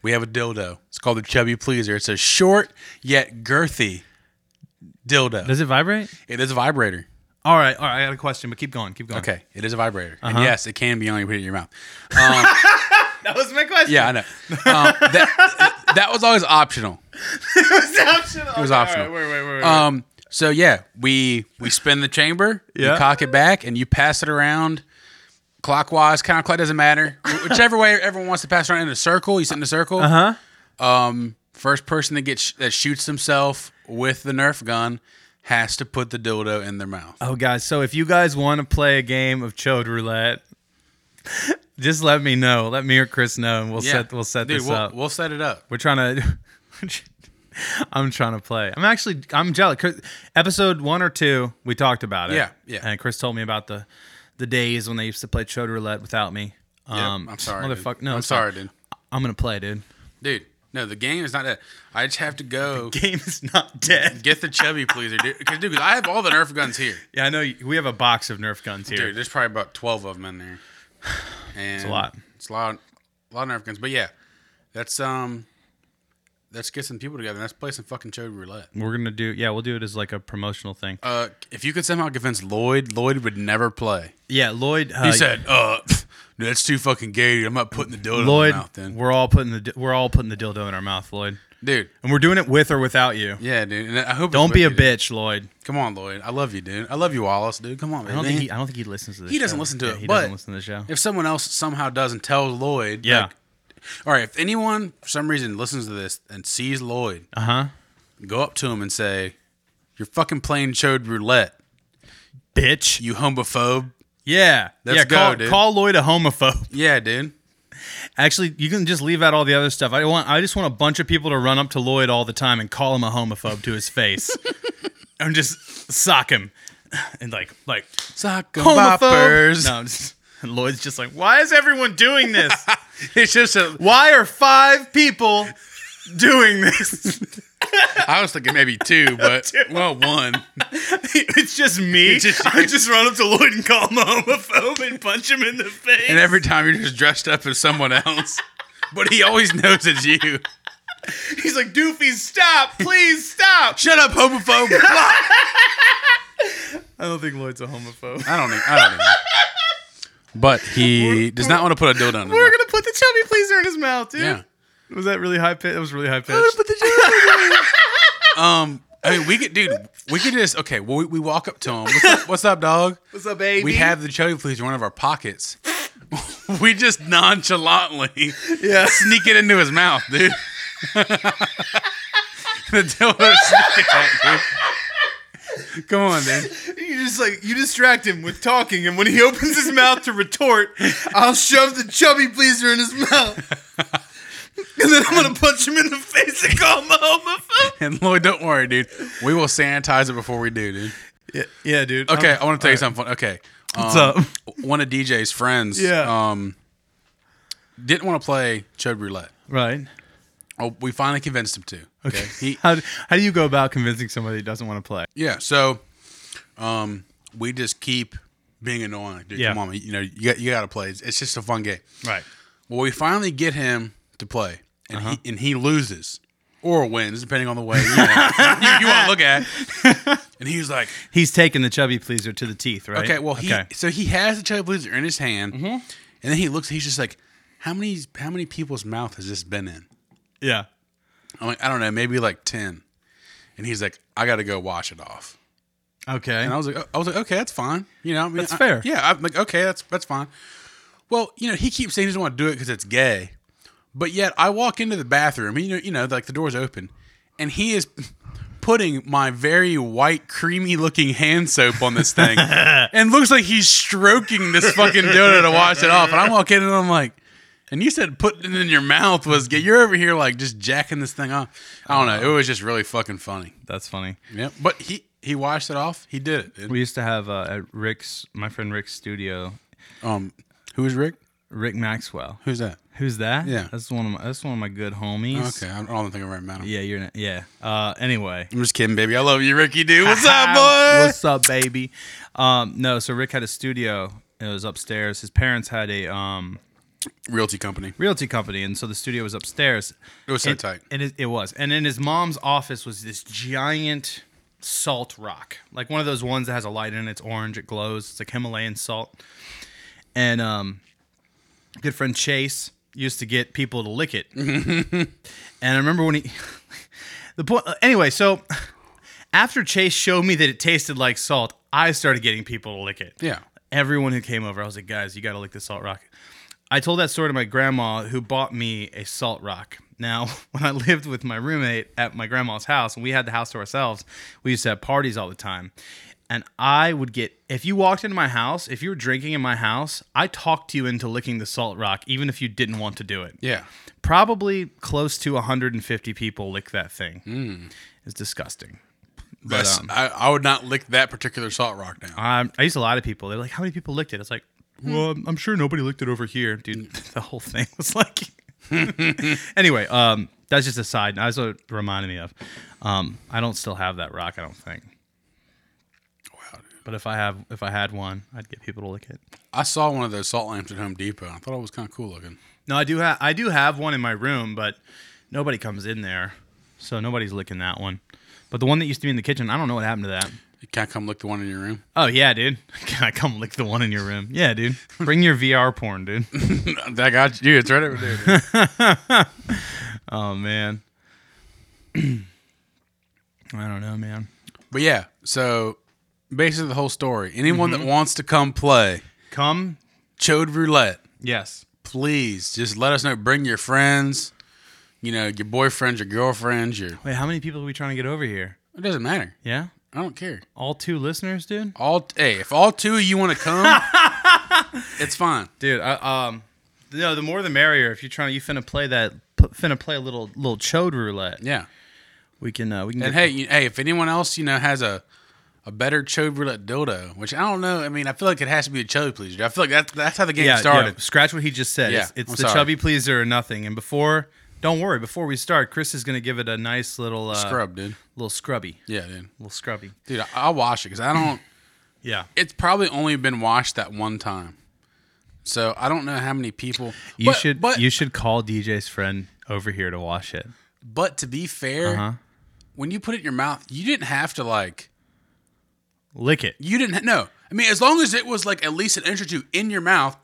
[SPEAKER 2] We have a dildo. It's called the Chubby Pleaser. It's a short yet girthy dildo.
[SPEAKER 1] Does it vibrate?
[SPEAKER 2] It is a vibrator.
[SPEAKER 1] All right, all right. I got a question, but keep going, keep going.
[SPEAKER 2] Okay, it is a vibrator, and yes, it can be only put it in your mouth. Um,
[SPEAKER 1] that was my question.
[SPEAKER 2] yeah, I know. Um, that, that was always optional.
[SPEAKER 1] it was optional. It
[SPEAKER 2] was optional.
[SPEAKER 1] wait, wait, wait. wait.
[SPEAKER 2] Um, so yeah, we we spin the chamber,
[SPEAKER 1] Yeah.
[SPEAKER 2] you cock it back, and you pass it around clockwise, counterclockwise, doesn't matter, Wh- whichever way everyone wants to pass it around in a circle. You sit in a circle. Uh
[SPEAKER 1] Uh-huh.
[SPEAKER 2] huh. Um, first person that gets that shoots himself with the Nerf gun has to put the dildo in their mouth.
[SPEAKER 1] oh, guys. So if you guys want to play a game of chode roulette, just let me know. Let me or Chris know, and we'll set we'll set
[SPEAKER 2] Dude,
[SPEAKER 1] this
[SPEAKER 2] we'll,
[SPEAKER 1] up.
[SPEAKER 2] We'll set it up.
[SPEAKER 1] We're trying to. I'm trying to play. I'm actually. I'm jealous. Chris, episode one or two, we talked about it.
[SPEAKER 2] Yeah, yeah.
[SPEAKER 1] And Chris told me about the the days when they used to play chode roulette without me.
[SPEAKER 2] Yeah,
[SPEAKER 1] Um,
[SPEAKER 2] I'm sorry, dude.
[SPEAKER 1] motherfucker. No,
[SPEAKER 2] I'm
[SPEAKER 1] it's fine.
[SPEAKER 2] sorry, dude.
[SPEAKER 1] I'm gonna play, dude.
[SPEAKER 2] Dude, no, the game is not that. I just have to go
[SPEAKER 1] Game is not dead.
[SPEAKER 2] get the chubby pleaser, dude. Because dude, 'cause I have all the Nerf guns here,
[SPEAKER 1] Yeah, I know. you- We have a box of Nerf guns here.
[SPEAKER 2] dude. There's probably about twelve of them in there. And it's
[SPEAKER 1] a lot.
[SPEAKER 2] It's a lot, a lot of Nerf guns. But yeah, that's um, let's get some people together. and Let's play some fucking chubby roulette.
[SPEAKER 1] We're gonna do. Yeah, we'll do it as like a promotional thing.
[SPEAKER 2] Uh, if you could somehow convince Lloyd, Lloyd would never play.
[SPEAKER 1] Yeah, Lloyd. Uh,
[SPEAKER 2] He said, "Uh, Dude, that's too fucking gay. Dude. I'm not putting the dildo
[SPEAKER 1] Lloyd,
[SPEAKER 2] in my mouth then.
[SPEAKER 1] we're all putting the di- we're all putting the dildo in our mouth, Lloyd,
[SPEAKER 2] Dude,
[SPEAKER 1] and we're doing it with or without you.
[SPEAKER 2] yeah, dude. And I hope it's
[SPEAKER 1] Don't
[SPEAKER 2] with
[SPEAKER 1] be a
[SPEAKER 2] you, dude.
[SPEAKER 1] bitch, Lloyd.
[SPEAKER 2] Come on, Lloyd. I love you, dude. I love you, Wallace, dude. Come on,
[SPEAKER 1] I
[SPEAKER 2] man.
[SPEAKER 1] don't think he, I don't think he listens to this.
[SPEAKER 2] He doesn't
[SPEAKER 1] show.
[SPEAKER 2] listen to
[SPEAKER 1] Yeah,
[SPEAKER 2] it,
[SPEAKER 1] He
[SPEAKER 2] but-
[SPEAKER 1] doesn't listen to the show.
[SPEAKER 2] if someone else somehow doesn't tell Lloyd,
[SPEAKER 1] Yeah.
[SPEAKER 2] like, all right, if anyone for some reason listens to this and sees Lloyd,
[SPEAKER 1] Uh huh.
[SPEAKER 2] go up to him and say, "You're fucking playing chode roulette,
[SPEAKER 1] Bitch.
[SPEAKER 2] you homophobe."
[SPEAKER 1] Yeah.
[SPEAKER 2] Let's
[SPEAKER 1] yeah.
[SPEAKER 2] go,
[SPEAKER 1] call,
[SPEAKER 2] dude.
[SPEAKER 1] call Lloyd a homophobe.
[SPEAKER 2] Yeah, dude.
[SPEAKER 1] Actually, you can just leave out all the other stuff. I want. I just want a bunch of people to run up to Lloyd all the time and call him a homophobe to his face, and just sock him, and like like
[SPEAKER 2] Sock 'em
[SPEAKER 1] homophobe.
[SPEAKER 2] boppers.
[SPEAKER 1] No, I'm just, and Lloyd's just like, why is everyone doing this?
[SPEAKER 2] It's just a.
[SPEAKER 1] why are five people doing this?
[SPEAKER 2] I was thinking maybe two, but well, one.
[SPEAKER 1] it's just me.
[SPEAKER 2] It's just
[SPEAKER 1] I just run up to Lloyd and call him a homophobe and punch him in the face.
[SPEAKER 2] And every time you're just dressed up as someone else, but he always knows it's you.
[SPEAKER 1] He's like, Doofy, stop! Please stop!
[SPEAKER 2] Shut up, homophobe.
[SPEAKER 1] I don't think Lloyd's a homophobe.
[SPEAKER 2] I don't. Even, I don't. Even. But he does not want to put a dildo in. his
[SPEAKER 1] We're
[SPEAKER 2] mouth.
[SPEAKER 1] gonna put the chubby pleaser in his mouth, dude.
[SPEAKER 2] Yeah.
[SPEAKER 1] Was that really high pitch? That was really high pitch.
[SPEAKER 2] Um, I mean, we could, dude, we could just okay. Well, we, we walk up to him. What's up, what's up, dog?
[SPEAKER 1] What's up, baby?
[SPEAKER 2] We have the chubby please in one of our pockets. we just nonchalantly
[SPEAKER 1] yeah.
[SPEAKER 2] sneak it into his mouth, dude. the dildo sneak it out, dude. Come on, dude.
[SPEAKER 1] You just like you distract him with talking, and when he opens his mouth to retort, I'll shove the chubby pleaser in his mouth, and then I'm gonna punch him in the face and call him a homophobe.
[SPEAKER 2] And Lloyd, don't worry, dude. We will sanitize it before we do, dude.
[SPEAKER 1] Yeah, yeah dude.
[SPEAKER 2] Okay, I want to tell you something fun. Okay. Um,
[SPEAKER 1] What's up?
[SPEAKER 2] One of DJ's friends
[SPEAKER 1] Yeah.
[SPEAKER 2] um, didn't want to play Chud Roulette.
[SPEAKER 1] Right.
[SPEAKER 2] Oh, we finally convinced him to. Okay. He,
[SPEAKER 1] How, how do you go about convincing somebody who doesn't want to play?
[SPEAKER 2] yeah. So, um, we just keep being annoying. Like, Dude,
[SPEAKER 1] Yeah.
[SPEAKER 2] come on, you know, you got you got to play. It's, it's just a fun game.
[SPEAKER 1] Right.
[SPEAKER 2] Well, we finally get him to play, and he and he loses or wins, depending on the way you want, you, want to look at. And he was like,
[SPEAKER 1] He's taking the chubby pleaser to the teeth, right?
[SPEAKER 2] okay, well, he so he has the chubby loser in his hand, and then he looks. He's just like, how many how many people's mouth has this been in?
[SPEAKER 1] yeah.
[SPEAKER 2] I'm like, I don't know, maybe like ten. And he's like, I got to go wash it off.
[SPEAKER 1] Okay.
[SPEAKER 2] And I was like, "Oh," I was like, okay, that's fine. You know, I mean,
[SPEAKER 1] That's
[SPEAKER 2] I-
[SPEAKER 1] fair.
[SPEAKER 2] Yeah, I'm like, okay, that's that's fine. Well, you know, he keeps saying he doesn't want to do it because it's gay, but yet I walk into the bathroom, you know, you know, like the door's open, and he is putting my very white, creamy-looking hand soap on this thing, and looks like he's stroking this fucking dildo to wash it off. And I walk in and I'm like. And you said putting it in your mouth was gay. You're over here like just jacking this thing off. I don't know. It was just really fucking funny.
[SPEAKER 1] That's funny.
[SPEAKER 2] Yeah. But he he washed it off. He did it. dude.
[SPEAKER 1] We used to have uh, at Rick's, my friend Rick's studio,
[SPEAKER 2] Um, who's Rick?
[SPEAKER 1] Rick Maxwell.
[SPEAKER 2] Who's that?
[SPEAKER 1] Who's that?
[SPEAKER 2] Yeah.
[SPEAKER 1] That's one of my, that's one of my good homies.
[SPEAKER 2] Okay, I don't- I don't think I remember.
[SPEAKER 1] Yeah, you're not, yeah. Uh, anyway.
[SPEAKER 2] I'm just kidding, baby. I love you, Ricky. Dude, what's up,
[SPEAKER 1] Hi,
[SPEAKER 2] boy?
[SPEAKER 1] What's up, baby? Um, no, so Rick had a studio. It was upstairs. His parents had a um,
[SPEAKER 2] Realty company.
[SPEAKER 1] realty company, and so the studio was upstairs.
[SPEAKER 2] It was so
[SPEAKER 1] and,
[SPEAKER 2] tight.
[SPEAKER 1] And it, it was. And in his mom's office was this giant salt rock, like one of those ones that has a light in it. It's orange. It glows. It's like Himalayan salt. And um, good friend Chase used to get people to lick it. and I remember when he, the point. Anyway, so after Chase showed me that it tasted like salt, I started getting people to lick it
[SPEAKER 2] Yeah.
[SPEAKER 1] everyone who came over, I was like, guys, you got to lick this salt rock. I told that story to my grandma who bought me a salt rock. Now, when I lived with my roommate at my grandma's house and we had the house to ourselves, we used to have parties all the time. And I would get, if you walked into my house, if you were drinking in my house, I talked you into licking the salt rock, even if you didn't want to do it.
[SPEAKER 2] Yeah.
[SPEAKER 1] Probably close to 150 people lick that thing. It's disgusting. But,
[SPEAKER 2] That's-
[SPEAKER 1] um,
[SPEAKER 2] I, I would not lick that particular salt rock down.
[SPEAKER 1] um, I used a lot of people. They're like, "How many people licked it?" It's like,
[SPEAKER 2] Hmm.
[SPEAKER 1] "Well, I'm- I'm sure nobody licked it over here, dude." the whole thing was like. anyway, um, that's just a side. That's what it reminded me of. Um, I don't still have that rock. I don't think.
[SPEAKER 2] Wow, dude.
[SPEAKER 1] But if I have, if I had one, I'd get people to lick it.
[SPEAKER 2] I saw one of those salt lamps at Home Depot. I thought it was kind of cool looking.
[SPEAKER 1] No, I do have. I do have one in my room, but nobody comes in there, so nobody's licking that one. But the one that used to be in the kitchen, I don't know what happened to that.
[SPEAKER 2] Can I come look the one in your room?
[SPEAKER 1] Oh yeah, dude. Can I come lick the one in your room? Yeah, dude. Bring your VR porn, dude.
[SPEAKER 2] that got you. It's right over there. dude.
[SPEAKER 1] Oh man. I don't know, man.
[SPEAKER 2] but yeah, so basically the whole story. Anyone that wants to come play
[SPEAKER 1] Come.
[SPEAKER 2] Chode Roulette,
[SPEAKER 1] Yes.
[SPEAKER 2] please just let us know. Bring your friends, you know, your boyfriends, your girlfriends, your.
[SPEAKER 1] Wait, how many people are we trying to get over here?
[SPEAKER 2] It doesn't matter.
[SPEAKER 1] Yeah.
[SPEAKER 2] I don't care.
[SPEAKER 1] All two listeners, dude.
[SPEAKER 2] All hey, if all two of you want to come, it's fine.
[SPEAKER 1] Dude, I, um, no, the more the merrier. If you're trying, to, you finna play that, p- finna play a little little chode roulette.
[SPEAKER 2] Yeah.
[SPEAKER 1] We can, uh, we can.
[SPEAKER 2] And hey, you, hey, if anyone else you know has a a better chode roulette dildo, which I don't know. I mean, I feel like it has to be a chode pleaser. I feel like that's that's how the game
[SPEAKER 1] yeah,
[SPEAKER 2] started.
[SPEAKER 1] yo, scratch what he just said.
[SPEAKER 2] Yeah,
[SPEAKER 1] it's it's
[SPEAKER 2] I'm
[SPEAKER 1] the
[SPEAKER 2] sorry.
[SPEAKER 1] chubby pleaser or nothing. And before, don't worry. Before we start, Chris is gonna give it a nice little uh,
[SPEAKER 2] Scrub, dude.
[SPEAKER 1] little scrubby,
[SPEAKER 2] Yeah, dude.
[SPEAKER 1] little scrubby.
[SPEAKER 2] Dude, I, I'll wash it because I don't.
[SPEAKER 1] Yeah.
[SPEAKER 2] It's probably only been washed that one time, so I don't know how many people.
[SPEAKER 1] You
[SPEAKER 2] but,
[SPEAKER 1] should
[SPEAKER 2] But
[SPEAKER 1] you should call DJ's friend over here to wash it.
[SPEAKER 2] but to be fair,
[SPEAKER 1] Uh-huh.
[SPEAKER 2] when you put it in your mouth, you didn't have to like.
[SPEAKER 1] Lick it.
[SPEAKER 2] You didn't no. I mean, as long as it was like at least an inch or two in your mouth,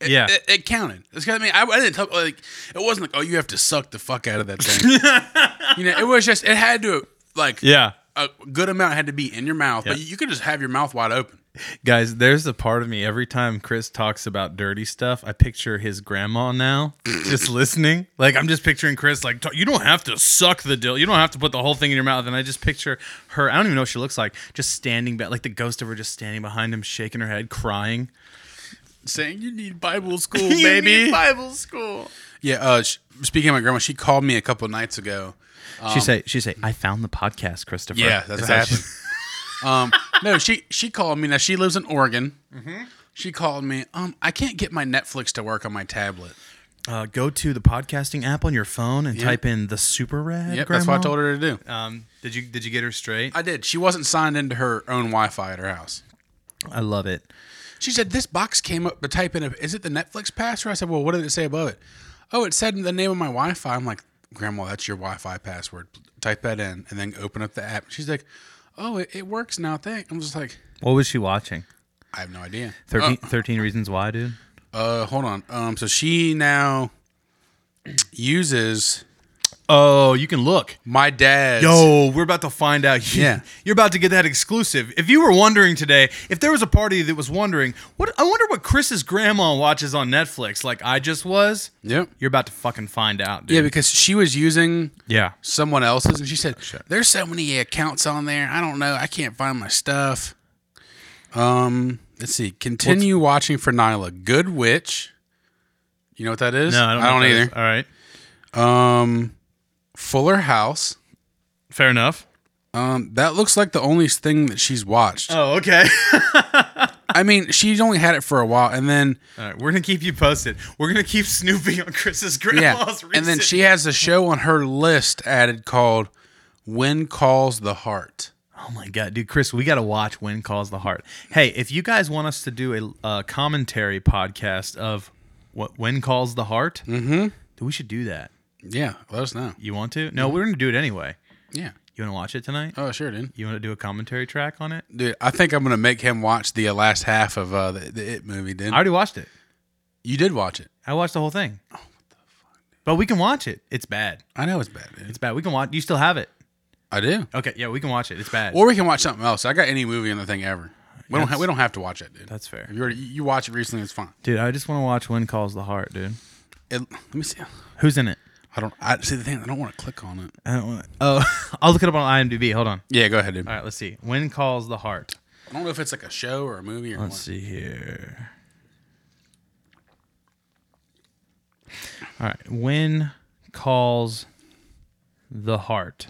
[SPEAKER 2] it,
[SPEAKER 1] yeah.
[SPEAKER 2] it, it counted. It's 'cause, I mean, I, I didn't tell like it wasn't like oh you have to suck the fuck out of that thing. you know, it was just it had to like
[SPEAKER 1] yeah.
[SPEAKER 2] a good amount had to be in your mouth, but
[SPEAKER 1] Yeah.
[SPEAKER 2] you could just have your mouth wide open.
[SPEAKER 1] Guys, there's a part of me every time Chris talks about dirty stuff, I picture his grandma now just listening. Like I'm just picturing Chris like "T- you don't have to suck the dill. You don't have to put the whole thing in your mouth and I just picture her, I don't even know what she looks like, just standing back like the ghost of her just standing behind him shaking her head crying.
[SPEAKER 2] Saying you need Bible school,
[SPEAKER 1] You need
[SPEAKER 2] baby.
[SPEAKER 1] Bible school.
[SPEAKER 2] yeah. Uh, sh- speaking of my grandma, she called me a couple nights ago.
[SPEAKER 1] she say she say I found the podcast, Christopher.
[SPEAKER 2] Um, Yeah, that's
[SPEAKER 1] Is
[SPEAKER 2] what
[SPEAKER 1] that she-
[SPEAKER 2] happened. um, no, she she called me. Now she lives in Oregon. She called me. Um, I can't get my Netflix to work on my tablet.
[SPEAKER 1] Uh, go to the podcasting app on your phone and type in the super rad.
[SPEAKER 2] Yep,
[SPEAKER 1] grandma.
[SPEAKER 2] that's what I told her to do.
[SPEAKER 1] Um, did you did you get her straight?
[SPEAKER 2] I did. She wasn't signed into her own Wi-Fi at her house.
[SPEAKER 1] I love it.
[SPEAKER 2] She said this box came up, but type in, a, is it the Netflix password? I said, well, what did it say above it? Oh, it said the name of my Wi-Fi. I'm like, Grandma, that's your Wi-Fi password. Type that in, and then open up the app. She's like, oh, it, it works now. Thank. I'm just like,
[SPEAKER 1] What was she watching?
[SPEAKER 2] I have no idea.
[SPEAKER 1] 13, 13 reasons why, dude.
[SPEAKER 2] Uh, uh, hold on. Um, so she now uses
[SPEAKER 1] Oh, you can look.
[SPEAKER 2] my dad's.
[SPEAKER 1] Yo, we're about to find out.
[SPEAKER 2] Yeah.
[SPEAKER 1] you're about to get that exclusive. If you were wondering today, if there was a party that was wondering, what I wonder what Chris's grandma watches on Netflix, like I just was.
[SPEAKER 2] Yep.
[SPEAKER 1] You're about to fucking find out,
[SPEAKER 2] Yeah,
[SPEAKER 1] dude.
[SPEAKER 2] because she was using
[SPEAKER 1] Yeah.
[SPEAKER 2] someone else's, and she said, "There's so many accounts on there. I don't know. I can't find my stuff." Um, let's see. Continue watching for Nyla. Good Witch. You know what that is?
[SPEAKER 1] No, I don't. know if that
[SPEAKER 2] either.
[SPEAKER 1] is- All right.
[SPEAKER 2] Um, Fuller House.
[SPEAKER 1] Fair enough.
[SPEAKER 2] Um, that looks like the only thing that she's watched.
[SPEAKER 1] Oh, okay.
[SPEAKER 2] I mean, she's only had it for a while, and then
[SPEAKER 1] All right, we're gonna keep you posted. We're gonna keep snooping on Chris's
[SPEAKER 2] yeah,
[SPEAKER 1] grandma's.
[SPEAKER 2] and then
[SPEAKER 1] recent-
[SPEAKER 2] she has a show on her list added called "When Calls the Heart."
[SPEAKER 1] Oh my god, dude, Chris, we gotta watch "When Calls the Heart." Hey, if you guys want us to do a uh, commentary podcast of what "When Calls the Heart," mm-hmm. we should do that.
[SPEAKER 2] Yeah, let us know.
[SPEAKER 1] You want to? No, we're gonna do it anyway.
[SPEAKER 2] Yeah.
[SPEAKER 1] You wanna watch it tonight?
[SPEAKER 2] Oh, sure, dude.
[SPEAKER 1] You wanna do a commentary track on it?
[SPEAKER 2] Dude, I think I'm gonna make him watch the uh, last half of uh, the, the It movie.
[SPEAKER 1] I
[SPEAKER 2] Then
[SPEAKER 1] already watched it.
[SPEAKER 2] you did watch it.
[SPEAKER 1] I watched the whole thing. Oh, what the fuck! But we can watch it. It's bad.
[SPEAKER 2] I know it's bad. Dude.
[SPEAKER 1] It's bad. We can watch. You still have it?
[SPEAKER 2] I do.
[SPEAKER 1] Okay, yeah, we can watch it. It's bad.
[SPEAKER 2] Or we can watch something else. I got any movie on the thing ever. We don't. Ha- we don't have to watch it, dude.
[SPEAKER 1] That's fair,
[SPEAKER 2] If you already, you watch it recently, it's fine.
[SPEAKER 1] dude. I just want to watch "When Calls the Heart," dude.
[SPEAKER 2] It, let me see.
[SPEAKER 1] Who's in it?
[SPEAKER 2] I don't. I see the thing. I don't want to click on it.
[SPEAKER 1] I don't want. Oh, I'll look it up on IMDb. Hold on.
[SPEAKER 2] Yeah, go ahead, dude.
[SPEAKER 1] All right, let's see. When calls the heart?
[SPEAKER 2] I don't know if it's like a show or a movie or
[SPEAKER 1] Let's
[SPEAKER 2] what.
[SPEAKER 1] see here. All right. When calls the heart?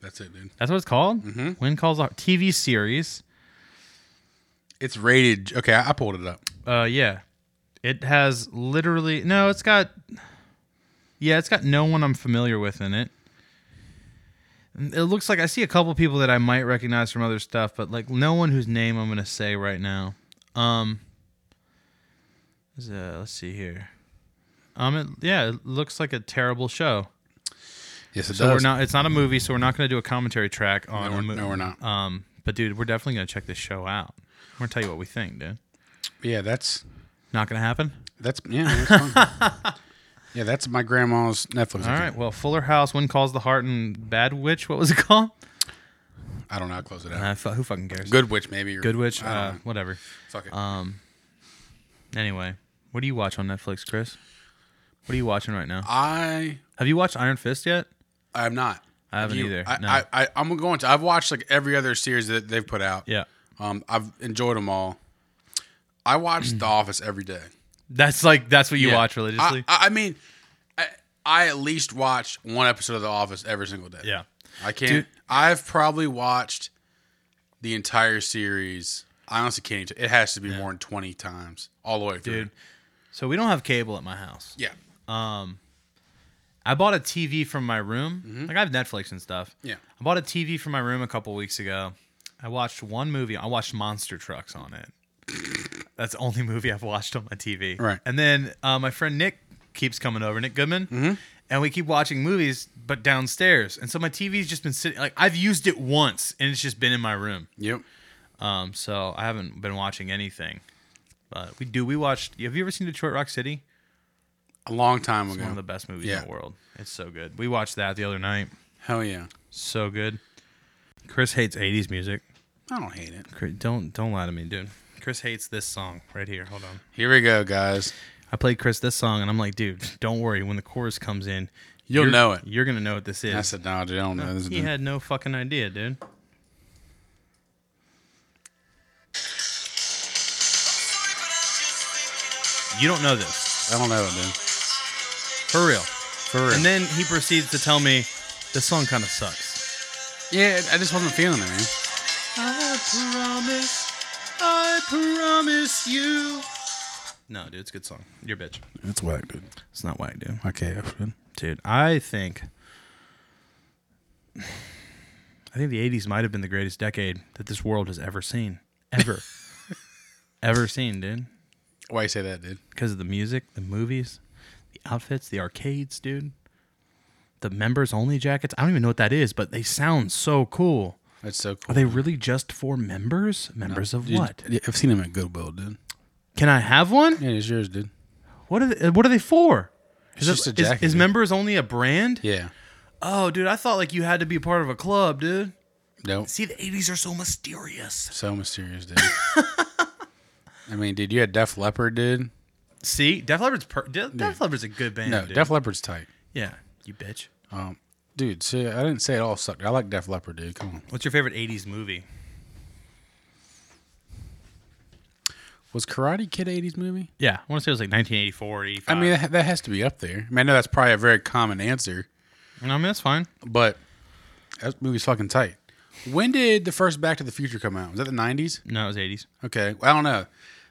[SPEAKER 2] That's it, dude.
[SPEAKER 1] That's what it's called. Mm-hmm. When calls the heart? TV series.
[SPEAKER 2] It's rated. Okay, I, I pulled it up.
[SPEAKER 1] Uh, yeah. It has literally no. It's got. Yeah, it's got no one I'm familiar with in it. It looks like I see a couple people that I might recognize from other stuff, but like no one whose name I'm gonna say right now. Um. is, uh, let's see here. Um. It, yeah, it looks like a terrible show.
[SPEAKER 2] Yes, it
[SPEAKER 1] So
[SPEAKER 2] does.
[SPEAKER 1] we're not. It's not a movie, so we're not gonna do a commentary track on.
[SPEAKER 2] No, we're-
[SPEAKER 1] a mo-
[SPEAKER 2] no, we're not.
[SPEAKER 1] Um. But dude, we're definitely gonna check this show out. We're gonna tell you what we think, dude.
[SPEAKER 2] Yeah, that's
[SPEAKER 1] Not gonna happen.
[SPEAKER 2] that's yeah, that's fun. yeah, that's my grandma's Netflix.
[SPEAKER 1] All right. Well, Fuller House, When Calls the Heart, and Bad Witch. What was it called?
[SPEAKER 2] I don't know. I'll close it out.
[SPEAKER 1] Uh, fu- who fucking cares?
[SPEAKER 2] Good Witch, maybe. Or,
[SPEAKER 1] Good Witch.
[SPEAKER 2] I
[SPEAKER 1] Uh,
[SPEAKER 2] don't know.
[SPEAKER 1] whatever.
[SPEAKER 2] Fuck it.
[SPEAKER 1] Anyway, what do you watch on Netflix, Chris? What are you watching right now?
[SPEAKER 2] I
[SPEAKER 1] Have you watched Iron Fist yet?
[SPEAKER 2] I'm not.
[SPEAKER 1] I haven't
[SPEAKER 2] You-
[SPEAKER 1] either.
[SPEAKER 2] I,
[SPEAKER 1] no.
[SPEAKER 2] I, I I'm going to. I've watched like every other series that they've put out.
[SPEAKER 1] yeah.
[SPEAKER 2] Um, I've enjoyed them all. I watch The Office every day.
[SPEAKER 1] That's like that's what Mm. you
[SPEAKER 2] Yeah.
[SPEAKER 1] watch religiously.
[SPEAKER 2] I, I, I mean, I, I at least watch one episode of The Office every single day.
[SPEAKER 1] yeah.
[SPEAKER 2] I can't.
[SPEAKER 1] Dude.
[SPEAKER 2] I've probably watched the entire series. I honestly can't. It has to be more than twenty times all the way through.
[SPEAKER 1] Dude. So we don't have cable at my house.
[SPEAKER 2] Yeah.
[SPEAKER 1] I bought a TV from my room. Like I have Netflix and stuff.
[SPEAKER 2] Yeah.
[SPEAKER 1] I bought a TV from my room a couple weeks ago. I watched one movie. I watched Monster Trucks on it. That's the only movie I've watched on my TV.
[SPEAKER 2] Right.
[SPEAKER 1] And then uh, my friend Nick keeps coming over, Nick Goodman,
[SPEAKER 2] Mm-hmm.
[SPEAKER 1] and we keep watching movies, but downstairs. And so my TV's just been sitting. Like I've used it once, and it's just been in my room.
[SPEAKER 2] Yep.
[SPEAKER 1] Um. So I haven't been watching anything. But we do. We watched. Have you ever seen Detroit Rock City?
[SPEAKER 2] A long time
[SPEAKER 1] One of
[SPEAKER 2] ago.
[SPEAKER 1] the best movies
[SPEAKER 2] Yeah.
[SPEAKER 1] in the world. It's so good. We watched that the other night.
[SPEAKER 2] Hell yeah.
[SPEAKER 1] So good. Chris hates 80s music.
[SPEAKER 2] I don't hate it.
[SPEAKER 1] Chris, don't don't lie to me, dude. Chris hates this song right here. Hold on.
[SPEAKER 2] Here we go, guys.
[SPEAKER 1] I played Chris this song and I'm like, dude, don't worry. When the chorus comes in,
[SPEAKER 2] You'll
[SPEAKER 1] you're-
[SPEAKER 2] know it.
[SPEAKER 1] You're gonna know what this
[SPEAKER 2] I
[SPEAKER 1] is.
[SPEAKER 2] said, no, dude, I don't know. This is
[SPEAKER 1] He had no fucking idea, dude. You don't know this.
[SPEAKER 2] I don't know, dude.
[SPEAKER 1] For real.
[SPEAKER 2] For real.
[SPEAKER 1] And then he proceeds to tell me this song kind of sucks.
[SPEAKER 2] yeah, I just wasn't feeling it, man.
[SPEAKER 1] I promise, I promise you. No, dude, it's a good song. You're a bitch.
[SPEAKER 2] It's whack, dude.
[SPEAKER 1] It's not whack, dude.
[SPEAKER 2] Okay, dude.
[SPEAKER 1] Dude, I think, I think the '80s might have been the greatest decade that this world has ever seen, ever, ever seen, dude.
[SPEAKER 2] Why you say that, dude?
[SPEAKER 1] Because of the music, the movies, the outfits, the arcades, dude. The members only jackets. I don't even know what that is, but they sound so cool.
[SPEAKER 2] That's so cool.
[SPEAKER 1] Are they really just for members? Members of
[SPEAKER 2] Dude,
[SPEAKER 1] what?
[SPEAKER 2] yeah, I've seen him at Goodwill, dude.
[SPEAKER 1] Can I have one?
[SPEAKER 2] Yeah, it's yours, dude.
[SPEAKER 1] What are they, what are they for? Is,
[SPEAKER 2] It's just a
[SPEAKER 1] it- is-
[SPEAKER 2] jacket,
[SPEAKER 1] is
[SPEAKER 2] dude.
[SPEAKER 1] members only a brand?
[SPEAKER 2] Yeah.
[SPEAKER 1] Oh, dude, I thought like you had to be part of a club, dude.
[SPEAKER 2] Nope.
[SPEAKER 1] See, the '80s are so mysterious.
[SPEAKER 2] So mysterious, dude. I mean, dude, you had Def Leppard, dude.
[SPEAKER 1] See, Def Leppard's per- De- Def Leppard's a good band.
[SPEAKER 2] No,
[SPEAKER 1] dude.
[SPEAKER 2] Def Leppard's tight.
[SPEAKER 1] yeah, you bitch.
[SPEAKER 2] Um, dude, see, I didn't say it all sucked. I like Def Leppard, dude. Come on.
[SPEAKER 1] What's your favorite '80s movie?
[SPEAKER 2] Was Karate Kid '80s movie?
[SPEAKER 1] Yeah, I want to say it was like 1984 or
[SPEAKER 2] I
[SPEAKER 1] 85.
[SPEAKER 2] mean, that, that has to be up there. I mean, I know that's probably a very common answer,
[SPEAKER 1] I mean that's fine.
[SPEAKER 2] but that movie's fucking tight. When did the first Back to the Future come out? Was that the '90s?
[SPEAKER 1] No, it was '80s.
[SPEAKER 2] Okay, well, I don't know.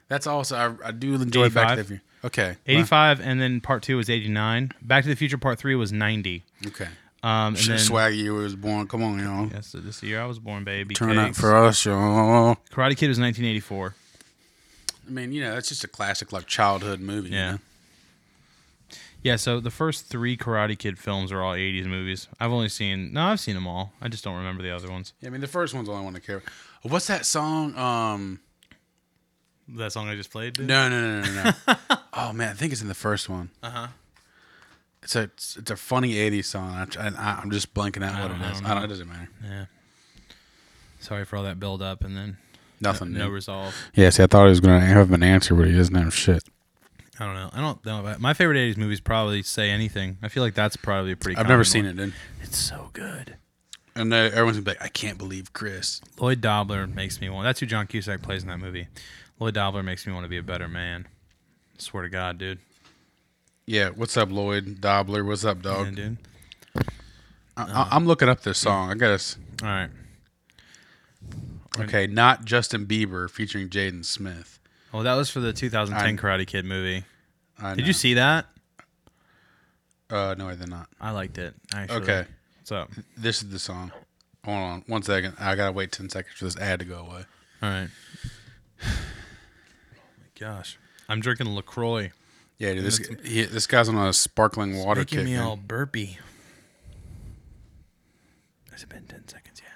[SPEAKER 2] That's also I, I do enjoy Back to
[SPEAKER 1] 85?
[SPEAKER 2] the Future. Okay,
[SPEAKER 1] 85, and then Part Two was '89. Back to the Future Part Three was '90.
[SPEAKER 2] Wow. Okay,
[SPEAKER 1] Um, and then
[SPEAKER 2] swag you was born. Come on, y'all.
[SPEAKER 1] yes, so this year I was born, baby.
[SPEAKER 2] Turn up
[SPEAKER 1] cakes.
[SPEAKER 2] for us, y'all.
[SPEAKER 1] Karate Kid was 1984.
[SPEAKER 2] I mean, you know, that's just a classic like childhood movie. you
[SPEAKER 1] Yeah.
[SPEAKER 2] know?
[SPEAKER 1] Yeah, so the first three Karate Kid films are all 80s movies. I've only seen, no, I've seen them all. I just don't remember the other ones.
[SPEAKER 2] Yeah, I mean, the first one's the only one I care. about. What's that song? Um,
[SPEAKER 1] That song I just played? dude?
[SPEAKER 2] no, no, no, no, no. oh man, I think it's in the first one. Uh
[SPEAKER 1] Uh-huh.
[SPEAKER 2] huh. It's a it's, it's a funny '80s song. I'm, tr- and I, I'm just blanking out what
[SPEAKER 1] don't- I
[SPEAKER 2] it is.
[SPEAKER 1] don't
[SPEAKER 2] I don't. It doesn't matter.
[SPEAKER 1] Yeah. Sorry for all that build up and then
[SPEAKER 2] Nothing.
[SPEAKER 1] no
[SPEAKER 2] dude.
[SPEAKER 1] resolve.
[SPEAKER 2] yeah, see, I thought he was gonna have an answer, but he doesn't have shit.
[SPEAKER 1] I don't know. I don't know. about- My favorite 80s movies probably Say Anything. I feel like that's probably a pretty
[SPEAKER 2] I've never seen it, dude.
[SPEAKER 1] It's so good.
[SPEAKER 2] And uh, everyone's gonna be like, "I can't believe Chris."
[SPEAKER 1] Lloyd Dobler makes me want. That's who John Cusack plays in that movie. Lloyd Dobler makes me want to be a better man. Swear to God, dude.
[SPEAKER 2] Yeah, what's up, Lloyd Dobler? What's up,
[SPEAKER 1] Yeah,
[SPEAKER 2] dog?
[SPEAKER 1] dude. Uh-huh.
[SPEAKER 2] I, I, I'm looking up this song. I got us.
[SPEAKER 1] All right.
[SPEAKER 2] Okay, not Justin Bieber featuring Jaden Smith.
[SPEAKER 1] Well, that was for the 2010
[SPEAKER 2] I-
[SPEAKER 1] Karate Kid movie.
[SPEAKER 2] I
[SPEAKER 1] Did
[SPEAKER 2] know.
[SPEAKER 1] you see that?
[SPEAKER 2] Uh, no, I did not.
[SPEAKER 1] I liked it. Actually.
[SPEAKER 2] Okay.
[SPEAKER 1] So,
[SPEAKER 2] This is the song. Hold on one second. I gotta wait ten seconds for this ad to go away.
[SPEAKER 1] all right. Oh my gosh, I'm drinking Lacroix.
[SPEAKER 2] Yeah, dude, this he, this guy's on a sparkling water
[SPEAKER 1] Making
[SPEAKER 2] kick.
[SPEAKER 1] me
[SPEAKER 2] man.
[SPEAKER 1] all burpy. Has it been ten seconds yet?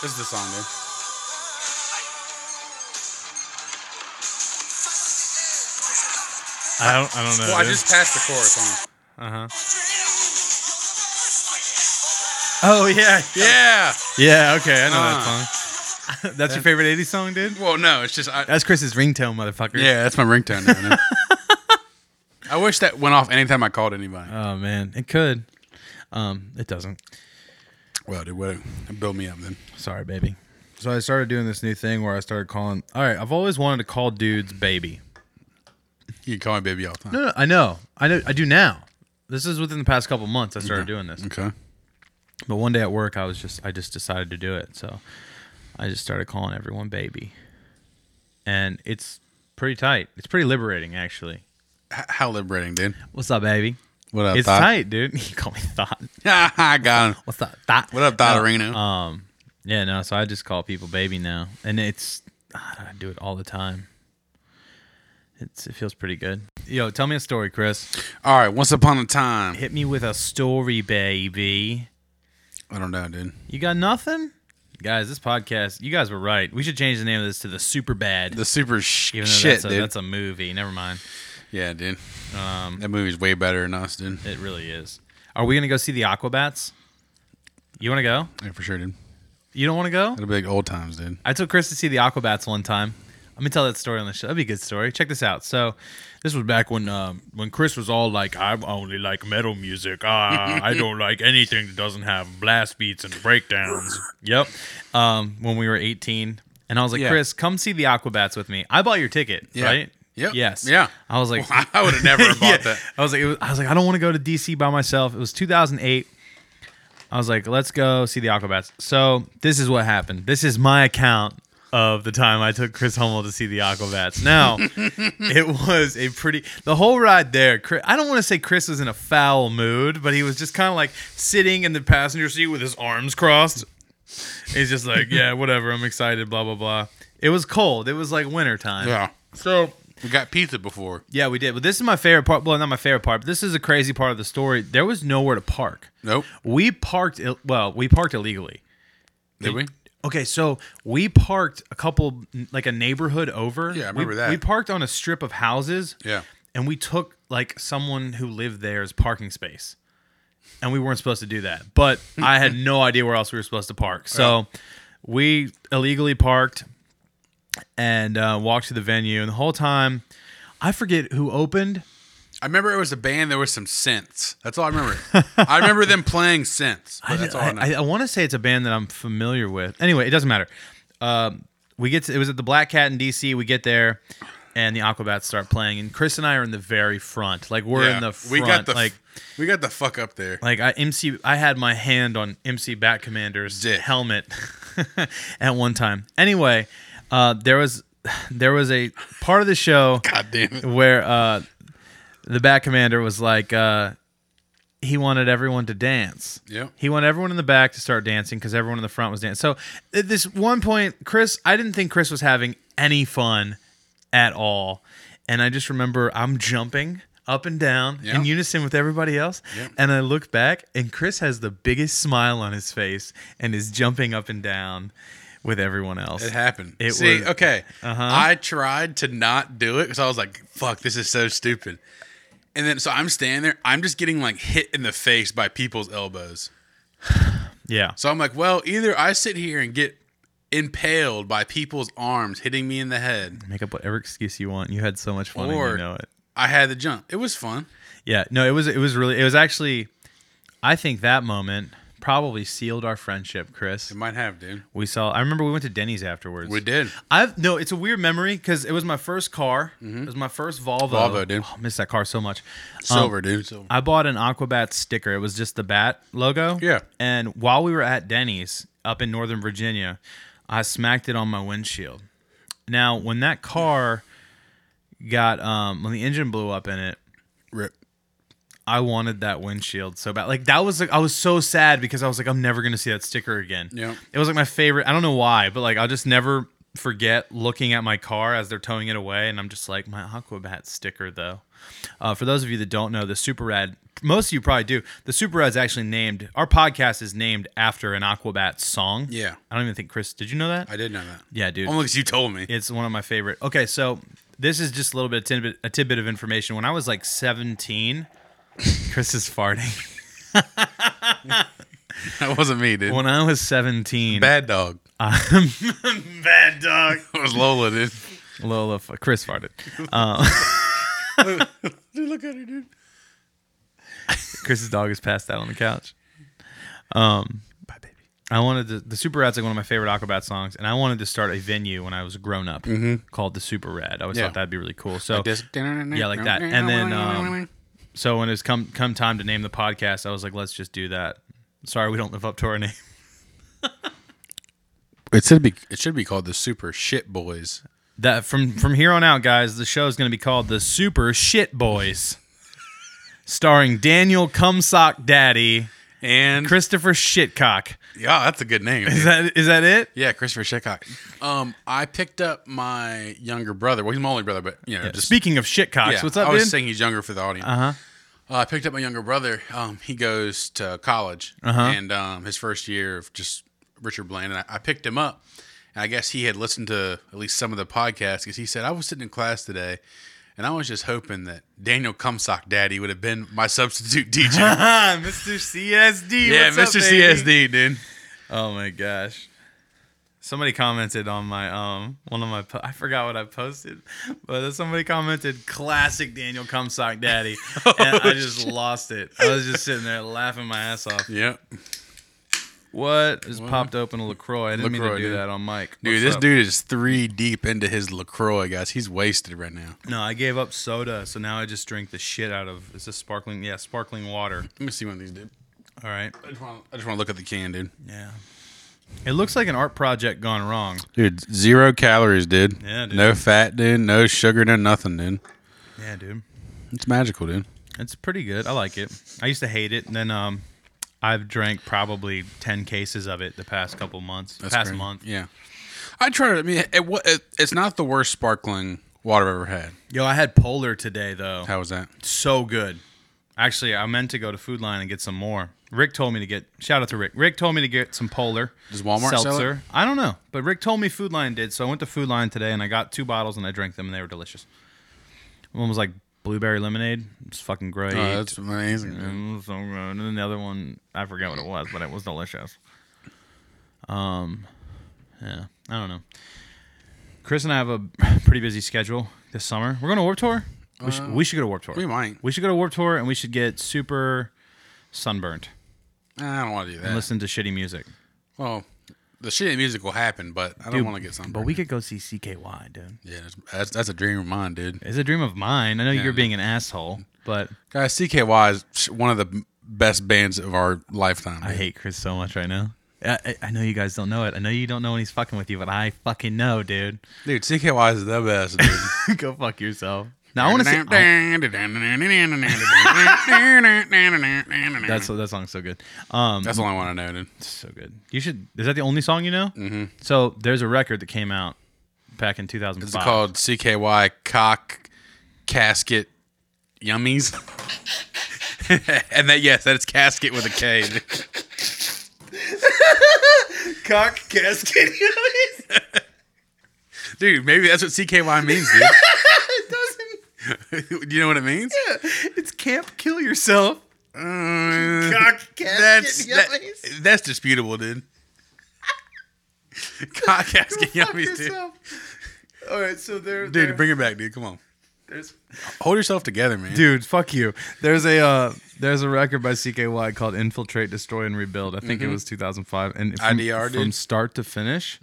[SPEAKER 2] This is the song, dude.
[SPEAKER 1] I don't. I don't know.
[SPEAKER 2] Well, I
[SPEAKER 1] dude.
[SPEAKER 2] just passed the chorus on.
[SPEAKER 1] oh yeah.
[SPEAKER 2] Yeah.
[SPEAKER 1] Yeah. Okay. I know
[SPEAKER 2] Uh.
[SPEAKER 1] that song. That's your favorite '80s song, dude.
[SPEAKER 2] Well, no, it's just I,
[SPEAKER 1] That's Chris's ringtone, motherfucker.
[SPEAKER 2] yeah, that's my ringtone. Now, man. I wish that went off anytime I called anybody.
[SPEAKER 1] Oh man, it could. Um, it doesn't.
[SPEAKER 2] Well, dude, what? Build me up then.
[SPEAKER 1] Sorry, baby. So I started doing this new thing where I started calling. All right, I've always wanted to call dudes baby.
[SPEAKER 2] You can call me baby all the time.
[SPEAKER 1] No, no, I know. I know. I do now. This is within the past couple months I started doing this.
[SPEAKER 2] Okay.
[SPEAKER 1] But one day at work, I was just I just decided to do it. So I just started calling everyone baby, and it's pretty tight. It's pretty liberating, actually.
[SPEAKER 2] H- how liberating, dude.
[SPEAKER 1] What's up, baby?
[SPEAKER 2] What up,
[SPEAKER 1] it's
[SPEAKER 2] Thot?
[SPEAKER 1] tight, dude. You call me thought.
[SPEAKER 2] I got him.
[SPEAKER 1] What's up, thought?
[SPEAKER 2] What up, Dotterino?
[SPEAKER 1] Um, yeah, no. So I just call people baby now, and it's God, I do it all the time. It's it feels pretty good. Yo, tell me a story, Chris.
[SPEAKER 2] all right. Once upon a time.
[SPEAKER 1] Hit me with a story, baby.
[SPEAKER 2] I don't know, dude.
[SPEAKER 1] You got nothing, guys. This podcast, you guys were right. We should change the name of this to the Super Bad.
[SPEAKER 2] The super sh-
[SPEAKER 1] even though
[SPEAKER 2] shit,
[SPEAKER 1] that's, a,
[SPEAKER 2] dude.
[SPEAKER 1] that's Um, a movie. Never mind.
[SPEAKER 2] yeah, dude. that movie's way better than us, dude.
[SPEAKER 1] It really is. Are we gonna go see the Aquabats? You want to go?
[SPEAKER 2] Yeah, for sure, dude.
[SPEAKER 1] You don't want to go?
[SPEAKER 2] It'll be like old times, dude.
[SPEAKER 1] I took Chris to see the Aquabats one time. Let me tell that story on the show. That'd be a good story. Check this out. So, this was back when um, when Chris was all like, "I only like metal music. Ah, I don't like anything that doesn't have blast beats and breakdowns." yep. Um, when we were 18, and I was like,
[SPEAKER 2] Yeah.
[SPEAKER 1] "Chris, come see the Aquabats with me. I bought your ticket,
[SPEAKER 2] Yeah.
[SPEAKER 1] right?"
[SPEAKER 2] Yep.
[SPEAKER 1] Yes.
[SPEAKER 2] Yeah.
[SPEAKER 1] I was like,
[SPEAKER 2] I would have never bought
[SPEAKER 1] Yeah.
[SPEAKER 2] that.
[SPEAKER 1] I was like, it was, I was like, I don't want to go to DC by myself. It was 2008. I was like, let's go see the Aquabats. So this is what happened. This is my account of the time I took Chris Hummel to see the Aquabats. Now, it was a pretty the whole ride there. Chris, I don't want to say Chris was in a foul mood, but he was just kind of like sitting in the passenger seat with his arms crossed. He's just like, yeah, whatever. I'm excited. Blah blah blah. It was cold. It was like winter time.
[SPEAKER 2] Yeah.
[SPEAKER 1] So
[SPEAKER 2] We got pizza before.
[SPEAKER 1] yeah, we did. But this is my favorite part. Well, not my favorite part, but this is a crazy part of the story. There was nowhere to park.
[SPEAKER 2] Nope.
[SPEAKER 1] We parked. Ill- well, we parked illegally.
[SPEAKER 2] Did we?
[SPEAKER 1] Okay, so we parked a couple, like a neighborhood over.
[SPEAKER 2] Yeah, I
[SPEAKER 1] We-
[SPEAKER 2] remember that.
[SPEAKER 1] We parked on a strip of houses.
[SPEAKER 2] Yeah.
[SPEAKER 1] And we took like someone who lived there's parking space, and we weren't supposed to do that. But I had no idea where else we were supposed to park, so we illegally parked and uh, walked to the venue. And the whole time, I forget who opened.
[SPEAKER 2] I remember it was a band. There was some synths. That's all I remember. I remember them playing synths. But that's all I know.
[SPEAKER 1] I, want to say it's a band that I'm familiar with. Anyway, it doesn't matter. Um, we get to, it was at the Black Cat in DC. We get there, and the Aquabats start playing, and Chris and I are in the very front. Like we're
[SPEAKER 2] Yeah.
[SPEAKER 1] in the front.
[SPEAKER 2] We got the f-
[SPEAKER 1] like
[SPEAKER 2] we got the fuck up there.
[SPEAKER 1] like I MC. I had my hand on MC Bat Commander's
[SPEAKER 2] Dick.
[SPEAKER 1] helmet at one time. Anyway, uh, there was there was a part of the show
[SPEAKER 2] God damn it.
[SPEAKER 1] where uh, the back commander was like, uh, he wanted everyone to dance.
[SPEAKER 2] Yeah.
[SPEAKER 1] He wanted everyone in the back to start dancing because everyone in the front was dancing. So at this one point, Chris, I didn't think Chris was having any fun at all. And I just remember I'm jumping up and down
[SPEAKER 2] Yeah.
[SPEAKER 1] in unison with everybody else.
[SPEAKER 2] Yeah.
[SPEAKER 1] And I look back, and Chris has the biggest smile on his face and is jumping up and down with everyone else.
[SPEAKER 2] It happened.
[SPEAKER 1] It
[SPEAKER 2] See,
[SPEAKER 1] was- uh-huh.
[SPEAKER 2] okay. I tried to not do it because I was like, "Fuck, this is so stupid." And then, so I'm standing there. I'm just getting like hit in the face by people's elbows.
[SPEAKER 1] yeah.
[SPEAKER 2] So I'm like, "Well, either I sit here and get impaled by people's arms hitting me in the head,
[SPEAKER 1] Make up whatever excuse you want. You had so much fun and
[SPEAKER 2] Or-
[SPEAKER 1] you know it.
[SPEAKER 2] I had to jump." It was fun.
[SPEAKER 1] Yeah, no, it was it was really it was actually I think that moment probably sealed our friendship, Chris.
[SPEAKER 2] It might have, dude.
[SPEAKER 1] We saw I remember we went to Denny's afterwards.
[SPEAKER 2] We did.
[SPEAKER 1] I've no, it's a weird memory cuz it was my first car. It was my first Volvo.
[SPEAKER 2] Mm-hmm. Volvo, dude.
[SPEAKER 1] Oh, I miss that car so much.
[SPEAKER 2] Silver, dude. Silver.
[SPEAKER 1] I bought an Aquabat sticker. It was just the bat logo.
[SPEAKER 2] Yeah.
[SPEAKER 1] And while we were at Denny's up in Northern Virginia, I smacked it on my windshield. Now, when that car got um when the engine blew up in it,
[SPEAKER 2] Rip.
[SPEAKER 1] I wanted that windshield so bad. Like that was like I was so sad because I was like I'm never gonna see that sticker again.
[SPEAKER 2] Yeah.
[SPEAKER 1] It was like my favorite. I don't know why, but like I'll just never forget looking at my car as they're towing it away, and I'm just like, my Aquabat sticker though. Uh, for those of you that don't know, the Super Rad, most of you probably do. The Super Rad's actually named. Our podcast is named after an Aquabat song.
[SPEAKER 2] Yeah.
[SPEAKER 1] I don't even think Chris. Did you know that?
[SPEAKER 2] I Oh did know that.
[SPEAKER 1] yeah, dude.
[SPEAKER 2] Only because you told me.
[SPEAKER 1] It's one of my favorite. Okay, so this is just a little bit of tidbit, a tidbit of information. When I was like 17, Chris is farting.
[SPEAKER 2] That wasn't me, dude.
[SPEAKER 1] When I was 17,
[SPEAKER 2] Bad dog.
[SPEAKER 1] bad dog.
[SPEAKER 2] That was Lola, dude.
[SPEAKER 1] Lola, f- Chris farted.
[SPEAKER 2] dude, look at her, dude.
[SPEAKER 1] Chris's dog is passed out on the couch. Um,
[SPEAKER 2] Bye, baby.
[SPEAKER 1] I wanted to, the Super Rad's like one of my favorite Aquabat songs, and I wanted to start a venue when I was grown up called the Super Rad. I always
[SPEAKER 2] Mm-hmm. Yeah.
[SPEAKER 1] thought that'd be really cool. So
[SPEAKER 2] Just-
[SPEAKER 1] Yeah, like that. And then, um, so when it's come come time to name the podcast, I was like, let's just do that. Sorry, we don't live up to our name.
[SPEAKER 2] it should be it should be called the Super Shit Boys.
[SPEAKER 1] That from from here on out, guys, the show is going to be called the Super Shit Boys, starring Daniel Cumsock Daddy,
[SPEAKER 2] And
[SPEAKER 1] Christopher Shitcock.
[SPEAKER 2] yeah, that's a good name. dude.
[SPEAKER 1] Is that is that it?
[SPEAKER 2] Yeah, Christopher Shitcock. Um, I picked up my younger brother. Well, he's my only brother, but you know, just
[SPEAKER 1] Speaking of shitcocks,
[SPEAKER 2] yeah,
[SPEAKER 1] what's up,
[SPEAKER 2] I was
[SPEAKER 1] dude?
[SPEAKER 2] saying he's younger for the audience.
[SPEAKER 1] Uh-huh.
[SPEAKER 2] Uh, I picked up my younger brother. Um, he goes to college,
[SPEAKER 1] Uh-huh.
[SPEAKER 2] and um, his first year of just Richard Bland. And I, I picked him up, and I guess he had listened to at least some of the podcasts because he said I was sitting in class today, and I was just hoping that Daniel Cumsock Daddy would have been my substitute teacher.
[SPEAKER 1] Mr. CSD.
[SPEAKER 2] yeah,
[SPEAKER 1] what's
[SPEAKER 2] Mr.
[SPEAKER 1] up, baby?
[SPEAKER 2] CSD, dude.
[SPEAKER 1] Oh my gosh. Somebody commented on my um one of my po- I forgot what I posted, but somebody commented classic Daniel Cumsock Daddy, and I just lost it. I was just sitting there laughing my ass off.
[SPEAKER 2] Yep.
[SPEAKER 1] What just popped open a Lacroix? I didn't mean
[SPEAKER 2] LaCroix,
[SPEAKER 1] to do
[SPEAKER 2] dude.
[SPEAKER 1] that on mic.
[SPEAKER 2] Dude,
[SPEAKER 1] What's
[SPEAKER 2] this
[SPEAKER 1] up?
[SPEAKER 2] dude is three deep into his LaCroix, guys. He's wasted right now.
[SPEAKER 1] No, I gave up soda, so now I just drink the shit out of. Is this sparkling? Yeah, sparkling water.
[SPEAKER 2] Let me see one of these, dude.
[SPEAKER 1] All right.
[SPEAKER 2] I just want to look at the can, dude.
[SPEAKER 1] Yeah. It looks like an art project gone wrong.
[SPEAKER 2] Dude, zero calories, dude.
[SPEAKER 1] Yeah, dude.
[SPEAKER 2] No fat, dude. No sugar, no nothing, dude.
[SPEAKER 1] Yeah, dude.
[SPEAKER 2] It's magical, dude.
[SPEAKER 1] It's pretty good. I like it. I used to hate it, and then um, I've drank probably ten cases of it the past couple months. past
[SPEAKER 2] great.
[SPEAKER 1] month.
[SPEAKER 2] Yeah. I tried it. I mean, it, wa- it, it's not the worst sparkling water I've ever had.
[SPEAKER 1] Yo, I had Polar today though.
[SPEAKER 2] How was that?
[SPEAKER 1] So good. Actually, I meant to go to Food Line and get some more. Rick told me to get. Shout out to Rick. Rick told me to get some Polar.
[SPEAKER 2] Does Walmart sell
[SPEAKER 1] seltzer? I don't know, but Rick told me Food Lion did, so I went to Food Lion today and I got two bottles and I drank them and they were delicious. One was like blueberry lemonade. It's fucking great.
[SPEAKER 2] Oh, that's amazing, dude.
[SPEAKER 1] It was so good. And then the other one, I forget what it was, but it was delicious. Um, yeah, I don't know. Chris and I have a pretty busy schedule this summer. We're going to Warp Tour. We, sh- we should go to Warp Tour.
[SPEAKER 2] We might.
[SPEAKER 1] Uh, We should go to Warp Tour and we should get super sunburned
[SPEAKER 2] I don't want to do that.
[SPEAKER 1] and listen to shitty music.
[SPEAKER 2] well, the shitty music will happen, but I don't want to get something.
[SPEAKER 1] But we could go see CKY, dude.
[SPEAKER 2] yeah, that's, that's a dream of mine, dude.
[SPEAKER 1] It's a dream of mine. I know you're being an asshole, but
[SPEAKER 2] Guys, CKY is one of the best bands of our lifetime.
[SPEAKER 1] I
[SPEAKER 2] dude.
[SPEAKER 1] hate Chris so much right now. I, I- I know you guys don't know it. I know you don't know when he's fucking with you, but I fucking know, dude.
[SPEAKER 2] Dude, CKY is the best, dude.
[SPEAKER 1] Go fuck yourself. Now I want to see. That's that song's so good. Um,
[SPEAKER 2] That's the only one I know, dude.
[SPEAKER 1] so good. You should. Is that the only song you know? Mm-hmm. So there's a record that came out back in 2005.
[SPEAKER 2] It's called CKY Cock Casket Yummies. and that yes, that is casket with a K.
[SPEAKER 1] Cock Casket.
[SPEAKER 2] Dude, maybe that's what CKY means, dude. Do you know what it means?
[SPEAKER 1] it's Camp Kill Yourself.
[SPEAKER 2] Mm,
[SPEAKER 1] Cock
[SPEAKER 2] that's that- that's disputable, dude. Cock casket yummies, dude.
[SPEAKER 1] All right, so there,
[SPEAKER 2] Dude, bring it back, dude. Come on.
[SPEAKER 1] there's
[SPEAKER 2] Hold yourself together, man.
[SPEAKER 1] dude fuck you there's a uh, there's a record by cky called infiltrate destroy and rebuild i think it was 2005 and from,
[SPEAKER 2] IDR,
[SPEAKER 1] from
[SPEAKER 2] dude.
[SPEAKER 1] start to finish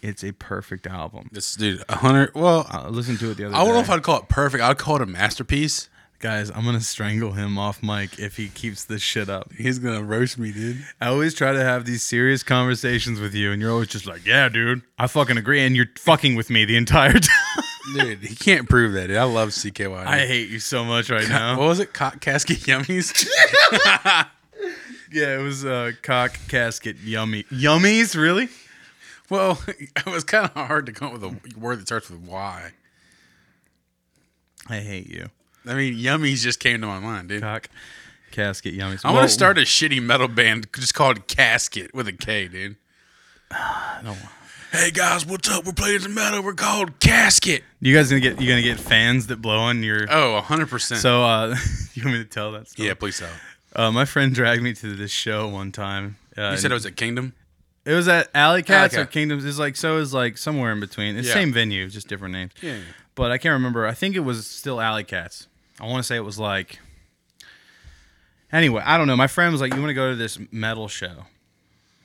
[SPEAKER 1] it's a perfect album
[SPEAKER 2] This dude, a hundred. Well, I
[SPEAKER 1] I listened to it the other
[SPEAKER 2] don't know
[SPEAKER 1] day.
[SPEAKER 2] if I'd call it perfect. I'd call it a masterpiece.
[SPEAKER 1] Guys, I'm gonna strangle him off mic if he keeps this shit up.
[SPEAKER 2] He's gonna roast me, dude.
[SPEAKER 1] I always try to have these serious conversations with you, and you're always just like, "Yeah, dude, I fucking agree," and you're fucking with me the entire time.
[SPEAKER 2] Dude, he can't prove that. Dude. I love CKY.
[SPEAKER 1] I
[SPEAKER 2] dude.
[SPEAKER 1] hate you so much right now.
[SPEAKER 2] What was it? Cock casket yummies.
[SPEAKER 1] Yeah, it was uh, cock casket yummy yummies. Really?
[SPEAKER 2] Well, it was kind of hard to come up with a word that starts with Y.
[SPEAKER 1] I hate you.
[SPEAKER 2] I mean, yummies just came to my mind, dude.
[SPEAKER 1] Cock, casket, yummy.
[SPEAKER 2] I want to start a shitty metal band just called Casket with a K, dude. Hey guys, what's up? We're playing some metal. We're called Casket.
[SPEAKER 1] You guys gonna get you gonna get fans that blow on your.
[SPEAKER 2] Oh, 100%.
[SPEAKER 1] So uh, you want me to tell that story?
[SPEAKER 2] yeah, please tell.
[SPEAKER 1] Uh, my friend dragged me to this show one time. Uh,
[SPEAKER 2] You said it was at Kingdom?
[SPEAKER 1] It was at Alley Cats
[SPEAKER 2] Alley
[SPEAKER 1] or
[SPEAKER 2] Cat.
[SPEAKER 1] Kingdoms. It's like so is like somewhere in between. It's
[SPEAKER 2] Yeah.
[SPEAKER 1] same venue, just different names.
[SPEAKER 2] Yeah.
[SPEAKER 1] But I can't remember. I think it was still Alley Cats. I want to say it was like. Anyway, I don't know. My friend was like, "You want to go to this metal show?"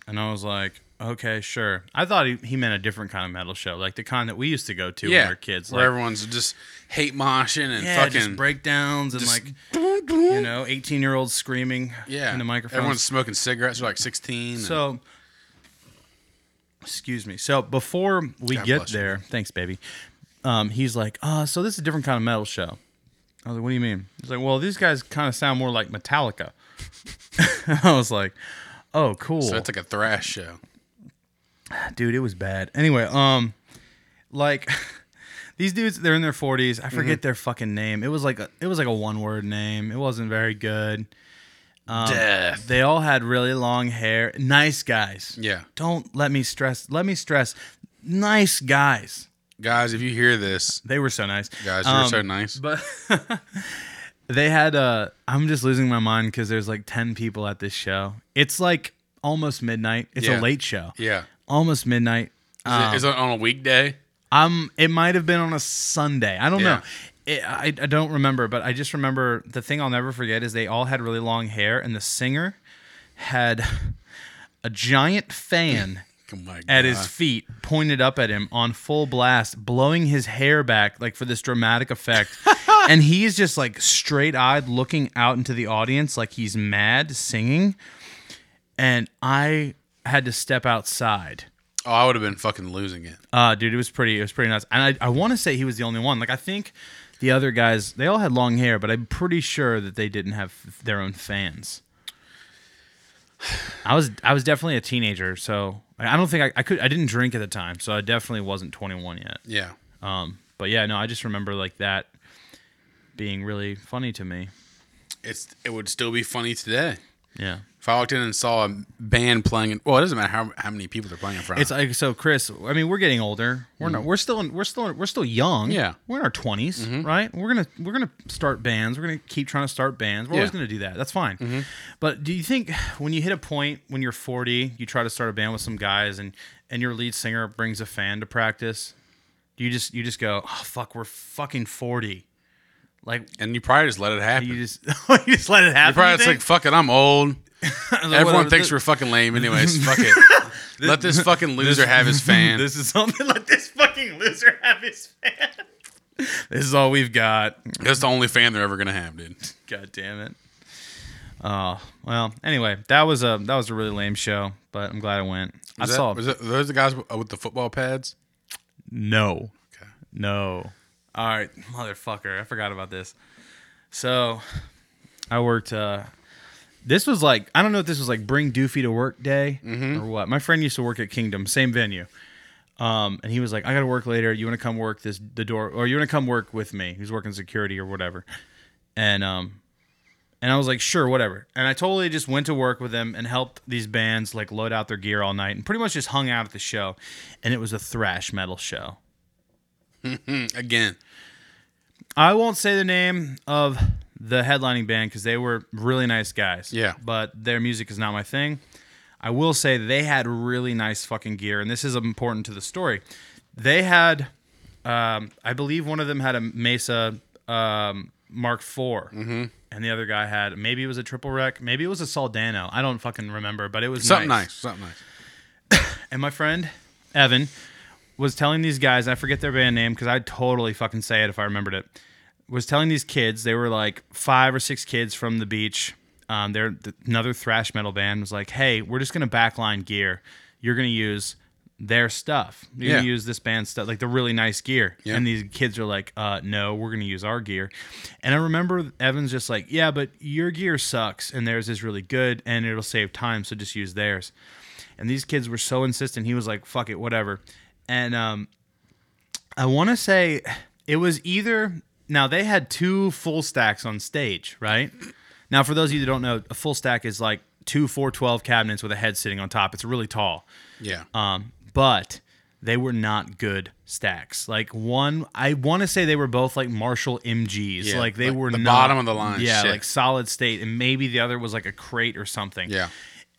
[SPEAKER 1] And I was like, "Okay, sure." I thought he, he meant a different kind of metal show, like the kind that we used to go to when we
[SPEAKER 2] Yeah.
[SPEAKER 1] were kids,
[SPEAKER 2] where
[SPEAKER 1] like
[SPEAKER 2] everyone's just hate moshing and
[SPEAKER 1] yeah, just
[SPEAKER 2] fucking.
[SPEAKER 1] breakdowns and like you know, eighteen year olds screaming
[SPEAKER 2] yeah.
[SPEAKER 1] in the microphone.
[SPEAKER 2] Everyone's smoking cigarettes. They're like 16. and-
[SPEAKER 1] So, excuse me. So before we
[SPEAKER 2] God
[SPEAKER 1] get
[SPEAKER 2] bless you.
[SPEAKER 1] there, thanks, baby. Um, he's like, uh, so this is a different kind of metal show. I was like, what do you mean? He's like, well, these guys kind of sound more like Metallica. I was like, oh, cool,
[SPEAKER 2] so it's like a thrash show.
[SPEAKER 1] dude. It was bad. Anyway, um, like. These dudes, they're in their forties. I
[SPEAKER 2] Mm-hmm.
[SPEAKER 1] forget their fucking name. It was like a, it was like a one word name. It wasn't very good. Um,
[SPEAKER 2] Death.
[SPEAKER 1] They all had really long hair. Nice guys.
[SPEAKER 2] Yeah.
[SPEAKER 1] Don't let me stress. Let me stress. Nice guys.
[SPEAKER 2] Guys, if you hear this,
[SPEAKER 1] They were so nice.
[SPEAKER 2] guys, you're
[SPEAKER 1] Um,
[SPEAKER 2] so nice.
[SPEAKER 1] But they had. Uh, I'm just losing my mind because there's like ten people at this show. It's like almost midnight. It's a
[SPEAKER 2] Yeah.
[SPEAKER 1] late show.
[SPEAKER 2] Yeah.
[SPEAKER 1] Almost midnight.
[SPEAKER 2] Is, it, is it on a weekday?
[SPEAKER 1] Um, it might have been on a Sunday. I don't
[SPEAKER 2] Yeah.
[SPEAKER 1] know. It, I, I don't remember, but I just remember the thing I'll never forget is they all had really long hair, and the singer had a giant fan
[SPEAKER 2] Oh my God.
[SPEAKER 1] at his feet, pointed up at him on full blast, blowing his hair back like for this dramatic effect. and he is just like straight eyed looking out into the audience like he's mad singing. And I had to step outside.
[SPEAKER 2] Oh, I would have been fucking losing it.
[SPEAKER 1] Uh, dude, it was pretty. It was pretty nice, and I, I want to say he was the only one. Like I think the other guys, they all had long hair, but I'm pretty sure that they didn't have their own fans. I was I was definitely a teenager, so I I don't think I, I could I didn't drink at the time, so I definitely wasn't 21 yet.
[SPEAKER 2] Yeah.
[SPEAKER 1] Um, but yeah, no, I just remember like that being really funny to me.
[SPEAKER 2] It's it would still be funny today.
[SPEAKER 1] Yeah.
[SPEAKER 2] If I walked in and saw a band playing, in, well, it doesn't matter how, how many people they're playing in front
[SPEAKER 1] It's
[SPEAKER 2] of.
[SPEAKER 1] like so, Chris. I mean, we're getting older. We're not. We're still. In, we're still. We're still young.
[SPEAKER 2] Mm. Yeah. Mm-hmm.
[SPEAKER 1] We're in our 20s right? We're gonna. We're gonna start bands. We're gonna keep trying to start bands. We're always
[SPEAKER 2] Yeah. Mm-hmm.
[SPEAKER 1] gonna do that. That's fine. But do you think when you hit a point when you're 40, you try to start a band with some guys, and and your lead singer brings a fan to practice? Do you just you just go, oh fuck, we're fucking 40. Like
[SPEAKER 2] And you probably just let it happen.
[SPEAKER 1] you
[SPEAKER 2] You
[SPEAKER 1] just you just let it happen.
[SPEAKER 2] probably just
[SPEAKER 1] you
[SPEAKER 2] like, fuck it, I'm old.
[SPEAKER 1] think? Like,
[SPEAKER 2] Everyone
[SPEAKER 1] whatever,
[SPEAKER 2] thinks
[SPEAKER 1] thi-
[SPEAKER 2] we're fucking lame, anyways. fuck it. Let this fucking loser have his fan.
[SPEAKER 1] This is something like this fucking loser have his fan. This is all we've got.
[SPEAKER 2] That's the only fan they're ever gonna have, dude.
[SPEAKER 1] God damn it. Oh well. Anyway, that was a that was a really lame show, but I'm glad I went. I
[SPEAKER 2] Was that,
[SPEAKER 1] saw
[SPEAKER 2] Was that, those the guys with the football pads?
[SPEAKER 1] no,
[SPEAKER 2] Okay.
[SPEAKER 1] no. All right, motherfucker. I forgot about this. So, I worked. uh This was like I don't know if this was like bring Doofy to work day or what. My friend used to work at Kingdom, same venue. Um, and he was like, "I got to work later. You want to come work this the door, or you want to come work with me? He's working security or whatever." And um, and I was like, "Sure, whatever." And I totally just went to work with him and helped these bands like load out their gear all night and pretty much just hung out at the show. And it was a thrash metal show.
[SPEAKER 2] Mm, Again,
[SPEAKER 1] I won't say the name of the headlining band because they were really nice guys.
[SPEAKER 2] Yeah.
[SPEAKER 1] But their music is not my thing. I will say they had really nice fucking gear, and this is important to the story. They had, um, I believe one of them had a Mesa um, Mark IV,
[SPEAKER 2] Mm-hmm.
[SPEAKER 1] and the other guy had maybe it was a triple rec, maybe it was a Soldano. I don't fucking remember, but it was
[SPEAKER 2] something nice. Something nice.
[SPEAKER 1] and my friend Evan was telling these guys, I forget their band name because I'd totally fucking say it if I remembered it. Was telling these kids, they were like five or six kids from the beach. Um, they're th- another thrash metal band was like, hey, we're just gonna backline gear. You're gonna use their stuff. You're gonna
[SPEAKER 2] Yeah.
[SPEAKER 1] use this band stuff, like the really nice gear.
[SPEAKER 2] Yeah.
[SPEAKER 1] And these kids are like, uh, no, we're gonna use our gear. And I remember Evan's just like, yeah, but your gear sucks and theirs is really good and it'll save time, so just use theirs. And these kids were so insistent. He was like, fuck it, whatever. And um, I want to say it was either now they had two full stacks on stage, right? Now for those of you that don't know, a full stack is like two 412 cabinets with a head sitting on top. It's really tall.
[SPEAKER 2] Yeah.
[SPEAKER 1] Um, but they were not good stacks. Like one, I want to say they were both like Marshall MGs.
[SPEAKER 2] Yeah,
[SPEAKER 1] like they
[SPEAKER 2] like
[SPEAKER 1] were
[SPEAKER 2] the
[SPEAKER 1] not
[SPEAKER 2] bottom of the line
[SPEAKER 1] Yeah,
[SPEAKER 2] shit.
[SPEAKER 1] like solid state, and maybe the other was like a crate or something.
[SPEAKER 2] Yeah.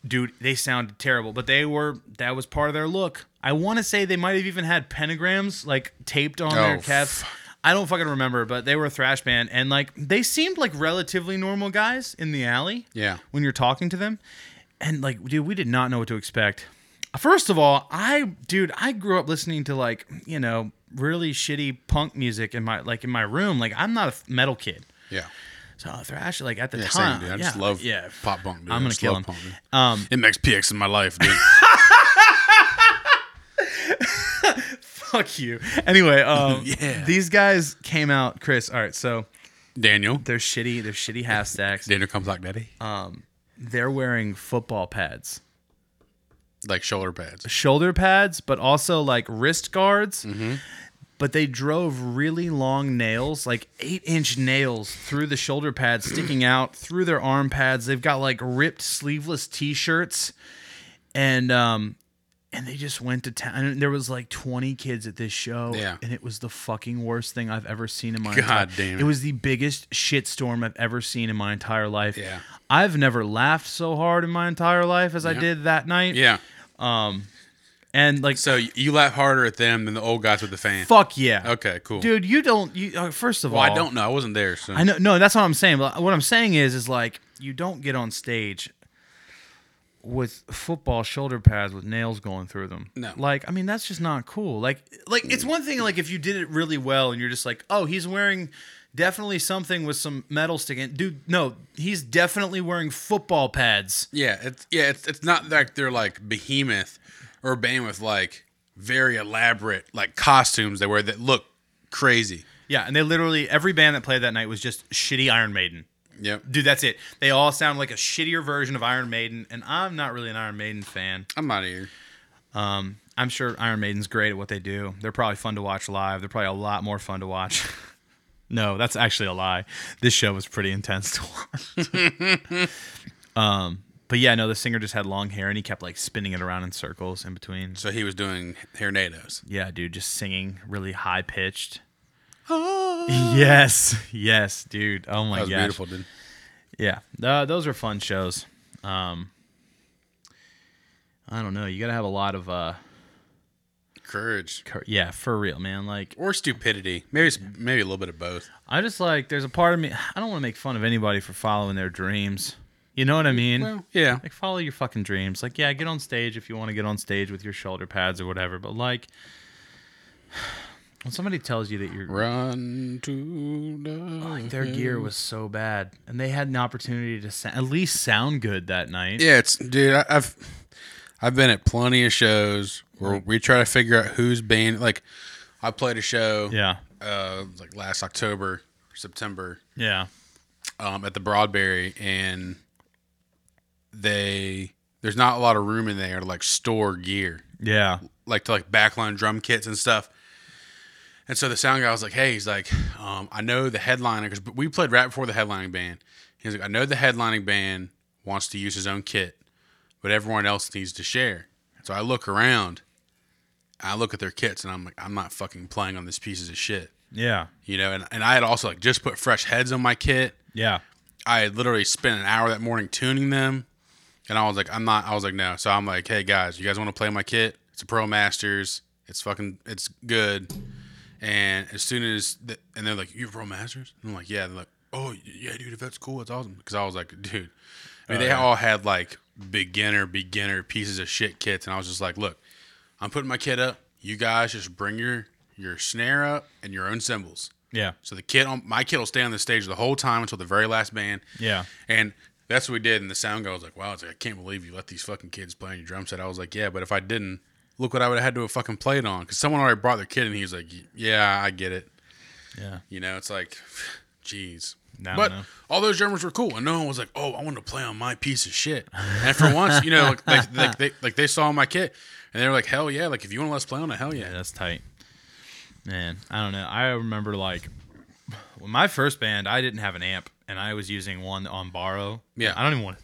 [SPEAKER 1] dude, they sounded terrible, but they were that was part of their look. I want to say they might have even had pentagrams like taped on their
[SPEAKER 2] Oh,
[SPEAKER 1] calves. I don't fucking remember, but they were a thrash band, and like they seemed like relatively normal guys in the alley
[SPEAKER 2] Yeah.
[SPEAKER 1] when you're talking to them. And like, dude, we did not know what to expect. First of all, I dude, I grew up listening to like, you know, really shitty punk music in my like in my room. Like I'm not a metal kid.
[SPEAKER 2] Yeah.
[SPEAKER 1] So thrash like at the
[SPEAKER 2] Yeah,
[SPEAKER 1] time.
[SPEAKER 2] same, dude. I
[SPEAKER 1] yeah,
[SPEAKER 2] just love
[SPEAKER 1] yeah.
[SPEAKER 2] pop punk, dude.
[SPEAKER 1] I'm
[SPEAKER 2] I
[SPEAKER 1] gonna
[SPEAKER 2] just
[SPEAKER 1] kill
[SPEAKER 2] love
[SPEAKER 1] him.
[SPEAKER 2] punk, dude.
[SPEAKER 1] Um
[SPEAKER 2] It makes PX in my life, dude.
[SPEAKER 1] Fuck you. Anyway, um,
[SPEAKER 2] Yeah.
[SPEAKER 1] these guys came out, Chris. All right, so
[SPEAKER 2] Daniel.
[SPEAKER 1] they're shitty. They're shitty half stacks.
[SPEAKER 2] Daniel comes like daddy.
[SPEAKER 1] Uh, They're wearing football pads,
[SPEAKER 2] like shoulder pads.
[SPEAKER 1] shoulder pads, but also like wrist guards.
[SPEAKER 2] Mm-hmm.
[SPEAKER 1] But they drove really long nails, like eight inch nails, through the shoulder pads, sticking out through their arm pads. They've got like ripped sleeveless t shirts, and um, and they just went to town. And there was like twenty kids at this show,
[SPEAKER 2] Yeah.
[SPEAKER 1] and it was the fucking worst thing I've ever seen in my
[SPEAKER 2] God
[SPEAKER 1] entire-
[SPEAKER 2] damn it.
[SPEAKER 1] It was the biggest shitstorm I've ever seen in my entire life.
[SPEAKER 2] Yeah.
[SPEAKER 1] I've never laughed so hard in my entire life as I did that night.
[SPEAKER 2] Yeah.
[SPEAKER 1] and like
[SPEAKER 2] So y- you laugh harder at them than the old guys with the fan.
[SPEAKER 1] Fuck yeah.
[SPEAKER 2] Okay, cool.
[SPEAKER 1] Dude, you don't. You, uh, first of
[SPEAKER 2] well,
[SPEAKER 1] all,
[SPEAKER 2] I don't know. I wasn't there. So
[SPEAKER 1] I know. No, that's what I'm saying. But what I'm saying is, is like you don't get on stage with football shoulder pads with nails going through them.
[SPEAKER 2] No.
[SPEAKER 1] Like, I mean, that's just not cool. Like, like it's one thing like if you did it really well and you're just like, oh, he's wearing definitely something with some metal sticking. Dude, no, he's definitely wearing football pads.
[SPEAKER 2] Yeah, it's yeah, it's it's not like they're like behemoth or a band with like very elaborate like costumes they wear that look crazy.
[SPEAKER 1] Yeah, and they literally every band that played that night was just shitty Iron Maiden.
[SPEAKER 2] Yep.
[SPEAKER 1] Dude, that's it. They all sound like a shittier version of Iron Maiden, and I'm not really an Iron Maiden fan.
[SPEAKER 2] I'm out of here.
[SPEAKER 1] Um, I'm sure Iron Maiden's great at what they do. They're probably fun to watch live. They're probably a lot more fun to watch. no, that's actually a lie. This show was pretty intense to watch. um, but yeah, no, the singer just had long hair and he kept like spinning it around in circles in between.
[SPEAKER 2] So he was doing tornadoes.
[SPEAKER 1] Yeah, dude, just singing really high pitched. Yes, Ah. yes, dude. Oh my
[SPEAKER 2] That was
[SPEAKER 1] gosh.
[SPEAKER 2] beautiful, dude.
[SPEAKER 1] Yeah, uh, those are fun shows. Um, I don't know. You got to have a lot of, uh,
[SPEAKER 2] Courage
[SPEAKER 1] cur- yeah, for real, man. Like,
[SPEAKER 2] or stupidity. Maybe it's maybe a little bit of both.
[SPEAKER 1] I just like, there's a part of me, I don't want to make fun of anybody for following their dreams. You know what I mean?
[SPEAKER 2] Well, yeah.
[SPEAKER 1] like, follow your fucking dreams. Like, yeah, get on stage if you want to get on stage with your shoulder pads or whatever. But, like, when somebody tells you that you're
[SPEAKER 2] Run to the
[SPEAKER 1] like, their gear was so bad and they had an opportunity to sa- at least sound good that night.
[SPEAKER 2] Yeah, it's dude. I, I've I've been at plenty of shows where we try to figure out who's band. Like, I played a show.
[SPEAKER 1] Yeah.
[SPEAKER 2] Uh, it was like last October, September,
[SPEAKER 1] Yeah.
[SPEAKER 2] um, at the Broadberry, and they there's not a lot of room in there to like store gear,
[SPEAKER 1] Yeah.
[SPEAKER 2] like to like backline drum kits and stuff. And so the sound guy was like, "Hey, he's like, um, I know the headliner because we played right before the headlining band. He's like, I know the headlining band wants to use his own kit, but everyone else needs to share. So I look around, I look at their kits, and I'm like, I'm not fucking playing on this pieces of shit,
[SPEAKER 1] Yeah.
[SPEAKER 2] you know. And and I had also like just put fresh heads on my kit.
[SPEAKER 1] Yeah.
[SPEAKER 2] I had literally spent an hour that morning tuning them, and I was like, I'm not. I was like, no. So I'm like, hey guys, you guys want to play my kit? It's a Pro Masters. It's fucking. It's good. And as soon as th- and they're like, you Pro Masters? And I'm like, yeah. They're like, oh y- yeah, dude, if that's cool, that's awesome. Because I was like, dude, I mean, they all had like beginner, beginner pieces of shit kits, and I was just like, look, I'm putting my kit up. You guys just bring your your snare up and your own cymbals.
[SPEAKER 1] Yeah.
[SPEAKER 2] So the kid on my kid will stay on the stage the whole time until the very last band.
[SPEAKER 1] Yeah.
[SPEAKER 2] And that's what we did. And the sound guy was like, "Wow, it's like, I can't believe you let these fucking kids play on your drum set." I was like, "Yeah, but if I didn't, look what I would have had to have fucking played on. Because someone already brought their kid, and he was like, yeah, I get it.
[SPEAKER 1] Yeah.
[SPEAKER 2] You know, it's like, jeez.
[SPEAKER 1] Now I
[SPEAKER 2] But
[SPEAKER 1] know.
[SPEAKER 2] all those drummers were cool, and no one was like, "Oh, I want to play on my piece of shit." And for once, you know, like, like, like they like they saw my kit, and they were like, "Hell yeah!" Like if you want to let's play on it, hell yeah.
[SPEAKER 1] Yeah, that's tight. Man, I don't know. I remember like when my first band, I didn't have an amp, and I was using one on borrow.
[SPEAKER 2] Yeah.
[SPEAKER 1] I don't even want. to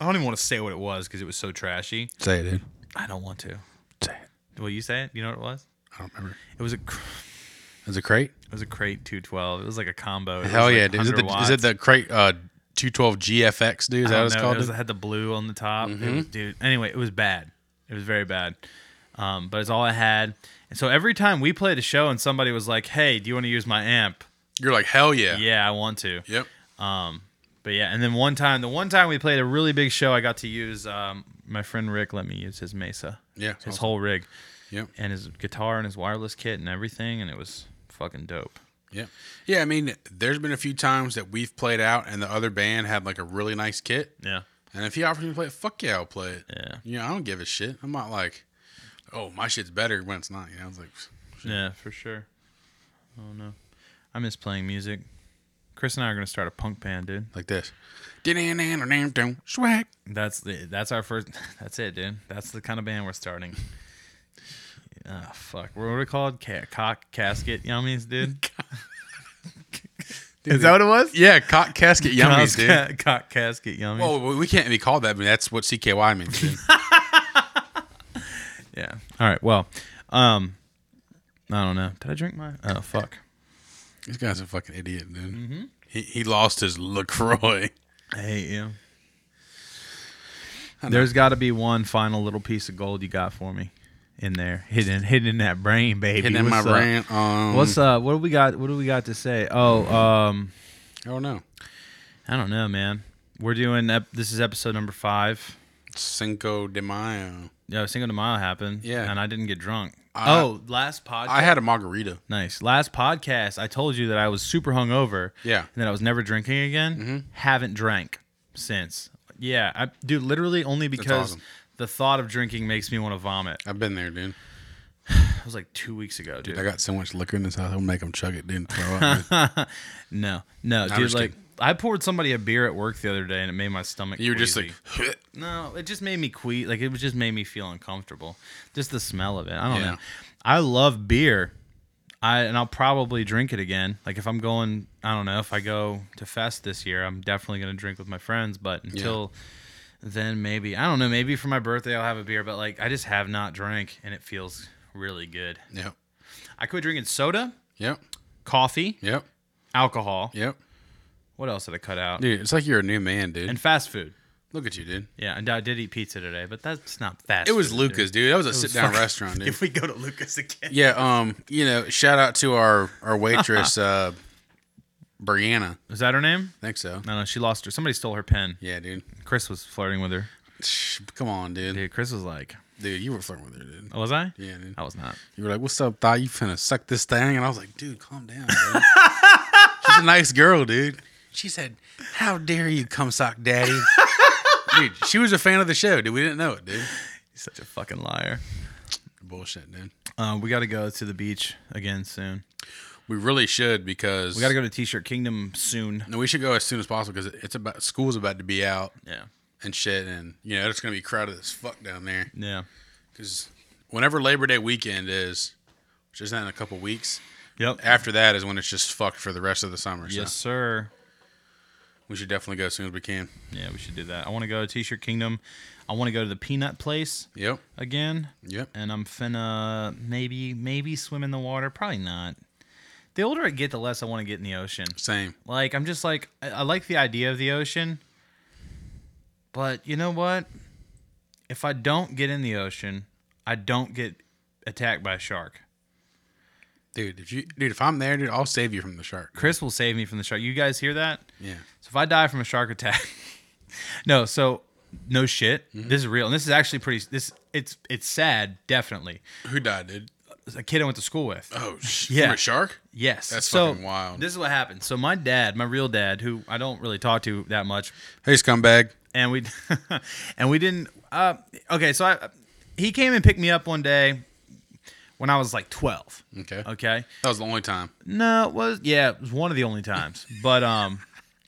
[SPEAKER 1] I don't even want to say what it was because it was so trashy.
[SPEAKER 2] Say it, dude.
[SPEAKER 1] I don't want to.
[SPEAKER 2] Say it.
[SPEAKER 1] Will you say it? You know what it was?
[SPEAKER 2] I don't remember.
[SPEAKER 1] It was a cr-
[SPEAKER 2] Is it crate?
[SPEAKER 1] it was a crate two twelve. It was like a combo. It was,
[SPEAKER 2] Hell
[SPEAKER 1] like,
[SPEAKER 2] yeah, dude. Is it,
[SPEAKER 1] 100
[SPEAKER 2] the, is it
[SPEAKER 1] watts.
[SPEAKER 2] the crate uh, 212 GFX, dude? Is
[SPEAKER 1] I
[SPEAKER 2] that what
[SPEAKER 1] don't
[SPEAKER 2] it's
[SPEAKER 1] know.
[SPEAKER 2] called? Mm-hmm.
[SPEAKER 1] It, was, it had the blue on the top. It was- dude. Anyway, it was bad. It was very bad. Um, but it's all I had. And so every time we played a show and somebody was like, "Hey, do you want to use my amp?"
[SPEAKER 2] You're like, hell yeah.
[SPEAKER 1] Yeah, I want to.
[SPEAKER 2] Yep.
[SPEAKER 1] But yeah, and then one time, the one time we played a really big show, I got to use um, my friend Rick let me use his Mesa,
[SPEAKER 2] Yeah.
[SPEAKER 1] his whole rig,
[SPEAKER 2] Yep.
[SPEAKER 1] and his guitar and his wireless kit and everything, and it was fucking dope.
[SPEAKER 2] Yeah. Yeah. I mean, there's been a few times that we've played out and the other band had like a really nice kit.
[SPEAKER 1] Yeah,
[SPEAKER 2] And if he offers me to play it, fuck yeah, I'll play it.
[SPEAKER 1] Yeah.
[SPEAKER 2] You know, I don't give a shit. I'm not like, oh, my shit's better when it's not. You know, it's like,
[SPEAKER 1] yeah, for sure. Oh no, I miss playing music. Chris and I are gonna start a punk band, dude.
[SPEAKER 2] like this. Swag.
[SPEAKER 1] That's the that's our first. That's it, dude. That's the kind of band we're starting. Ah, fuck. What are we called? Ca- cock casket yummies, dude. Is that what it was?
[SPEAKER 2] Yeah, cock casket yummies,
[SPEAKER 1] Cock,
[SPEAKER 2] dude.
[SPEAKER 1] cock casket yummies.
[SPEAKER 2] Oh, well, we can't be called that. I mean, that's what CKY means. Dude.
[SPEAKER 1] Yeah. All right. Well, um, I don't know. Did I drink my? Oh fuck.
[SPEAKER 2] this guy's a fucking idiot, dude.
[SPEAKER 1] Mm-hmm.
[SPEAKER 2] He, he lost his LaCroix.
[SPEAKER 1] I hate you. There's got to be one final little piece of gold you got for me in there, hidden, hidden in that brain, baby.
[SPEAKER 2] Hitting in my
[SPEAKER 1] What's up?
[SPEAKER 2] brain. Um,
[SPEAKER 1] What's up? What do we got? What do we got to say? Oh, um,
[SPEAKER 2] I don't know.
[SPEAKER 1] I don't know, man. We're doing. Ep- this is episode number five.
[SPEAKER 2] Cinco de Mayo.
[SPEAKER 1] Yeah, Cinco de Mayo happened.
[SPEAKER 2] Yeah.
[SPEAKER 1] and I didn't get drunk.
[SPEAKER 2] I-
[SPEAKER 1] oh, last podcast.
[SPEAKER 2] I had a margarita.
[SPEAKER 1] Nice. Last podcast, I told you that I was super hungover.
[SPEAKER 2] Yeah.
[SPEAKER 1] And that I was never drinking again.
[SPEAKER 2] Mm-hmm.
[SPEAKER 1] Haven't drank since. Yeah, I, dude. Literally, only because
[SPEAKER 2] awesome.
[SPEAKER 1] the thought of drinking makes me want to vomit.
[SPEAKER 2] I've been there, dude.
[SPEAKER 1] That was like two weeks ago, dude.
[SPEAKER 2] I got so much liquor in this house, I'll make them chug it, dude. Throw up, dude.
[SPEAKER 1] no, no, dude.
[SPEAKER 2] just
[SPEAKER 1] Like
[SPEAKER 2] kidding.
[SPEAKER 1] I poured somebody a beer at work the other day, and it made my stomach.
[SPEAKER 2] You were just like,
[SPEAKER 1] queasy. no, it just made me queasy. Like it was just made me feel uncomfortable. Just the smell of it. I don't
[SPEAKER 2] Yeah.
[SPEAKER 1] know. I love beer. I and I'll probably drink it again. Like if I'm going, I don't know, if I go to fest this year, I'm definitely going to drink with my friends, but until then maybe, I don't know, maybe for my birthday I'll have a beer, but like I just have not drank and it feels really good.
[SPEAKER 2] yep,
[SPEAKER 1] I quit drinking soda,
[SPEAKER 2] yep,
[SPEAKER 1] coffee,
[SPEAKER 2] yep,
[SPEAKER 1] alcohol.
[SPEAKER 2] yep.
[SPEAKER 1] What else did I cut out?
[SPEAKER 2] Dude, it's like you're a new man, dude.
[SPEAKER 1] And fast food.
[SPEAKER 2] Look at you, dude.
[SPEAKER 1] Yeah, and I did eat pizza today, but that's not fast.
[SPEAKER 2] It was
[SPEAKER 1] food,
[SPEAKER 2] Lucas, dude. That was a sit down
[SPEAKER 1] fucking-
[SPEAKER 2] restaurant,
[SPEAKER 1] dude.
[SPEAKER 2] dude.
[SPEAKER 1] If we go to Lucas again.
[SPEAKER 2] Yeah, um, you know, shout out to our our waitress, uh, Brianna.
[SPEAKER 1] Is that her name?
[SPEAKER 2] I think so.
[SPEAKER 1] No, no, she lost her. Somebody stole her pen.
[SPEAKER 2] Yeah, dude.
[SPEAKER 1] Chris was flirting with her.
[SPEAKER 2] Shh, Come on, dude.
[SPEAKER 1] Dude, Chris was like,
[SPEAKER 2] Dude, you were flirting with her, dude.
[SPEAKER 1] oh, "Was I?
[SPEAKER 2] Yeah, dude.
[SPEAKER 1] I was not."
[SPEAKER 2] You were like, "What's up, thought you finna suck this thing?" And I was like, "Dude, calm down." Dude. She's a nice girl, dude. She said, "How dare you come sock daddy?" dude, she was a fan of the show, dude. We didn't know it, dude.
[SPEAKER 1] He's such a fucking liar.
[SPEAKER 2] Bullshit, dude.
[SPEAKER 1] Uh, we got to go to the beach again soon.
[SPEAKER 2] We really should because
[SPEAKER 1] We got to go to T-shirt Kingdom soon.
[SPEAKER 2] No, we should go as soon as possible because it's about school's about to be out
[SPEAKER 1] Yeah,
[SPEAKER 2] and shit, and you know it's gonna be crowded as fuck down there.
[SPEAKER 1] yeah,
[SPEAKER 2] Because whenever Labor Day weekend is, which isn't in a couple weeks,
[SPEAKER 1] yep.
[SPEAKER 2] after that is when it's just fucked for the rest of the summer. So
[SPEAKER 1] Yes, sir.
[SPEAKER 2] we should definitely go as soon as we can.
[SPEAKER 1] Yeah, we should do that. I want to go to T-shirt Kingdom. I want to go to the Peanut Place
[SPEAKER 2] Yep.
[SPEAKER 1] again,
[SPEAKER 2] Yep.
[SPEAKER 1] and I'm finna maybe maybe swim in the water. Probably not. The older I get, the less I want to get in the ocean.
[SPEAKER 2] Same.
[SPEAKER 1] Like I'm just like I, I like the idea of the ocean, but you know what? If I don't get in the ocean, I don't get attacked by a shark.
[SPEAKER 2] Dude, if you dude, if I'm there, dude, I'll save you from the shark.
[SPEAKER 1] Chris will save me from the shark. You guys hear that?
[SPEAKER 2] Yeah.
[SPEAKER 1] So if I die from a shark attack, no, so no shit.
[SPEAKER 2] Mm-hmm.
[SPEAKER 1] This is real, and this is actually pretty. This it's it's sad, definitely.
[SPEAKER 2] Who died, dude?
[SPEAKER 1] It's A kid I went to school with.
[SPEAKER 2] Oh, sh-
[SPEAKER 1] Yeah.
[SPEAKER 2] from a shark?
[SPEAKER 1] Yes,
[SPEAKER 2] That's
[SPEAKER 1] so,
[SPEAKER 2] fucking wild.
[SPEAKER 1] This is what happened. So my dad, my real dad, who I don't really talk to that much,
[SPEAKER 2] Hey, scumbag.
[SPEAKER 1] and we and we didn't uh okay so i he came and picked me up one day when I was like 12.
[SPEAKER 2] Okay.
[SPEAKER 1] Okay.
[SPEAKER 2] That was the only time.
[SPEAKER 1] No, it was yeah, it was one of the only times. But um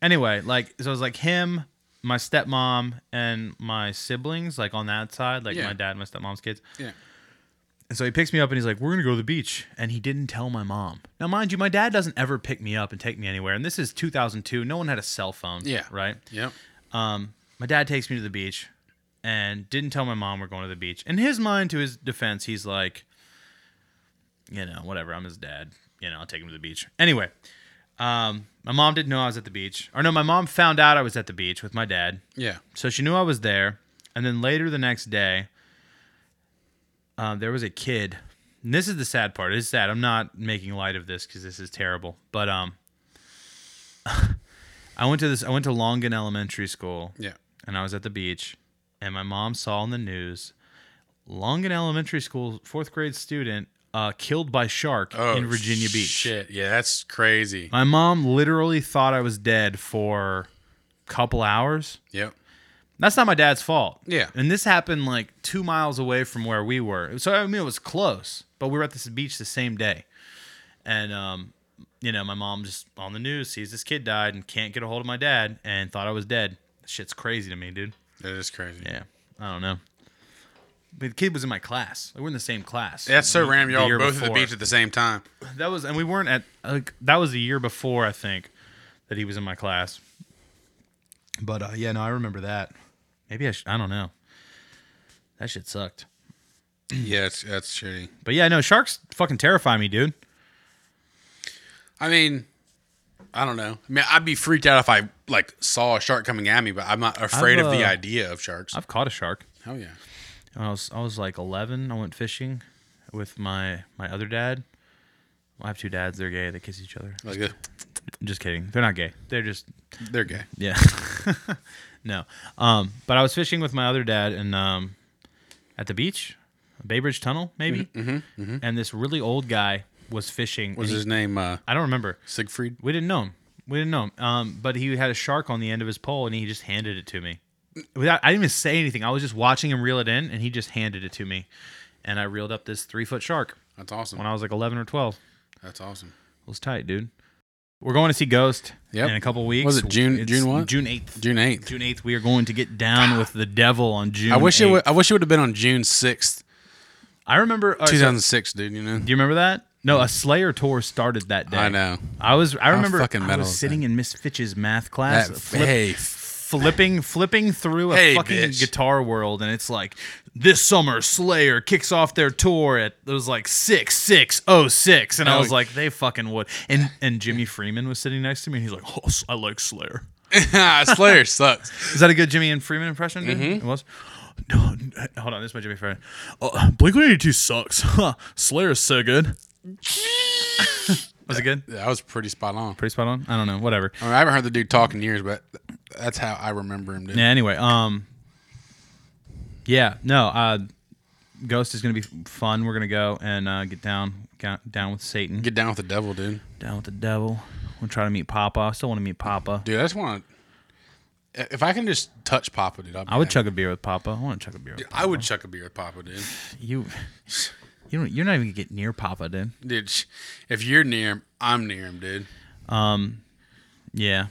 [SPEAKER 1] anyway, like so it was like him, my stepmom, and my siblings, like on that side, like
[SPEAKER 2] Yeah.
[SPEAKER 1] my dad and my stepmom's kids.
[SPEAKER 2] Yeah.
[SPEAKER 1] And so he picks me up and he's like, We're gonna go to the beach. And he didn't tell my mom. Now, mind you, my dad doesn't ever pick me up and take me anywhere. And this is 2002. No one had a cell phone.
[SPEAKER 2] Yeah.
[SPEAKER 1] Right?
[SPEAKER 2] Yep.
[SPEAKER 1] Um, my dad takes me to the beach and didn't tell my mom we're going to the beach. In his mind, to his defense, he's like, you know, whatever, I'm his dad. You know, I'll take him to the beach. Anyway, um, my mom didn't know I was at the beach. Or no, my mom found out I was at the beach with my dad.
[SPEAKER 2] Yeah.
[SPEAKER 1] So she knew I was there. And then later the next day, uh, there was a kid. And this is the sad part. It's sad. I'm not making light of this because this is terrible. But um, I went to this. I went to Longin Elementary School,
[SPEAKER 2] Yeah.
[SPEAKER 1] and I was at the beach, and my mom saw on the news, Longin Elementary School fourth grade student uh, killed by shark in Virginia Beach.
[SPEAKER 2] Oh, Shit. Yeah, that's crazy.
[SPEAKER 1] My mom literally thought I was dead for a couple hours.
[SPEAKER 2] Yep.
[SPEAKER 1] That's not my dad's fault.
[SPEAKER 2] Yeah.
[SPEAKER 1] And this happened like two miles away from where we were. So I mean it was close, but we were at this beach the same day. And um, you know, my mom just on the news sees this kid died and can't get a hold of my dad and thought I was dead. Shit's crazy to me, dude.
[SPEAKER 2] That is crazy.
[SPEAKER 1] Yeah. I don't know. But the kid was in my class. Like, we're in the same class.
[SPEAKER 2] That's so random. Y'all
[SPEAKER 1] year
[SPEAKER 2] were both at the
[SPEAKER 1] before.
[SPEAKER 2] beach at the same time.
[SPEAKER 1] That was and we weren't at like that was the year before, I think, that he was in my class. But uh, yeah, no, I remember that. Maybe I should, I don't know. That shit sucked.
[SPEAKER 2] yeah, it's, that's shitty.
[SPEAKER 1] But yeah, no, sharks fucking terrify me, dude.
[SPEAKER 2] I mean, I don't know. I mean, I'd be freaked out if I like saw a shark coming at me, but I'm not afraid of the
[SPEAKER 1] uh,
[SPEAKER 2] idea of sharks.
[SPEAKER 1] I've caught a shark.
[SPEAKER 2] oh yeah.
[SPEAKER 1] When I was I was like 11, I went fishing with my my other dad. I have two dads, they're gay, they kiss each other.
[SPEAKER 2] Like uh,
[SPEAKER 1] Just kidding. They're not gay. They're just
[SPEAKER 2] they're gay.
[SPEAKER 1] Yeah. no. Um, but I was fishing with my other dad and um, at the beach, Bay Bridge Tunnel, maybe. And this really old guy was fishing.
[SPEAKER 2] Mm-hmm, Was
[SPEAKER 1] and he-
[SPEAKER 2] his name uh,
[SPEAKER 1] I don't remember.
[SPEAKER 2] Siegfried?
[SPEAKER 1] We didn't know him. We didn't know him. Um, but he had a shark on the end of his pole and he just handed it to me. Without, I didn't even say anything. I was just watching him reel it in and he just handed it to me. And I reeled up this three foot shark
[SPEAKER 2] That's awesome.
[SPEAKER 1] when I was like 11 or 12.
[SPEAKER 2] That's awesome.
[SPEAKER 1] It was tight, dude. We're going to see Ghost
[SPEAKER 2] Yep.
[SPEAKER 1] in a couple weeks.
[SPEAKER 2] Was it June-
[SPEAKER 1] It's
[SPEAKER 2] June what?
[SPEAKER 1] June 8th.
[SPEAKER 2] June eighth.
[SPEAKER 1] June eighth, we are going to get down with the devil on June.
[SPEAKER 2] I wish it.
[SPEAKER 1] 8th.
[SPEAKER 2] Would, I wish it would have been on June sixth,
[SPEAKER 1] I remember. all right, so-
[SPEAKER 2] two thousand six, dude. You know.
[SPEAKER 1] do you remember that? No, a Slayer tour started that day.
[SPEAKER 2] I know.
[SPEAKER 1] I was. I remember.
[SPEAKER 2] fucking
[SPEAKER 1] I
[SPEAKER 2] metal
[SPEAKER 1] was
[SPEAKER 2] is
[SPEAKER 1] sitting in Miss Fitch's math class,
[SPEAKER 2] That,
[SPEAKER 1] flip-
[SPEAKER 2] hey, f-
[SPEAKER 1] flipping, flipping through a
[SPEAKER 2] Hey,
[SPEAKER 1] fucking
[SPEAKER 2] bitch.
[SPEAKER 1] guitar world, and it's like this summer Slayer kicks off their tour at it was like six six oh six, and I
[SPEAKER 2] Oh.
[SPEAKER 1] was like, they fucking would. And and Jimmy Freeman was sitting next to me, and he's like, oh, I like Slayer.
[SPEAKER 2] Slayer sucks.
[SPEAKER 1] Is that a good Jimmy and Freeman impression? Dude? It was. No, n- hold on. This is my Jimmy Freeman. Uh, Blink One Eighty Two sucks. Slayer is so good. was it good?
[SPEAKER 2] That was pretty spot on.
[SPEAKER 1] Pretty spot on. I don't know. Whatever.
[SPEAKER 2] I, mean, I haven't heard the dude talk in years, but th- that's how I remember him. Dude.
[SPEAKER 1] Yeah, anyway, um, yeah, no, uh, Ghost is gonna be fun. We're gonna go and uh, get down, get down with Satan,
[SPEAKER 2] Get down with the devil, dude.
[SPEAKER 1] down with the devil. We'll try to meet Papa. I still want to meet Papa.
[SPEAKER 2] Dude, I just want to. If I can just touch Papa, dude, I'll be
[SPEAKER 1] I would
[SPEAKER 2] happy.
[SPEAKER 1] chug a beer with Papa. I want to chug a beer. With
[SPEAKER 2] I would chuck a beer with Papa, dude.
[SPEAKER 1] You, you don't. You're not even gonna get near Papa, dude.
[SPEAKER 2] Dude, sh- if you're near him, I'm near him, dude.
[SPEAKER 1] Yeah.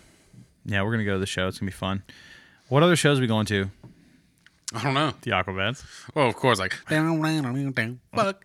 [SPEAKER 1] Yeah, we're going to go to the show. It's going to be fun. What other shows are we going to?
[SPEAKER 2] I don't know.
[SPEAKER 1] The Aquabats.
[SPEAKER 2] Well, of course, like down, down, down, down, fuck.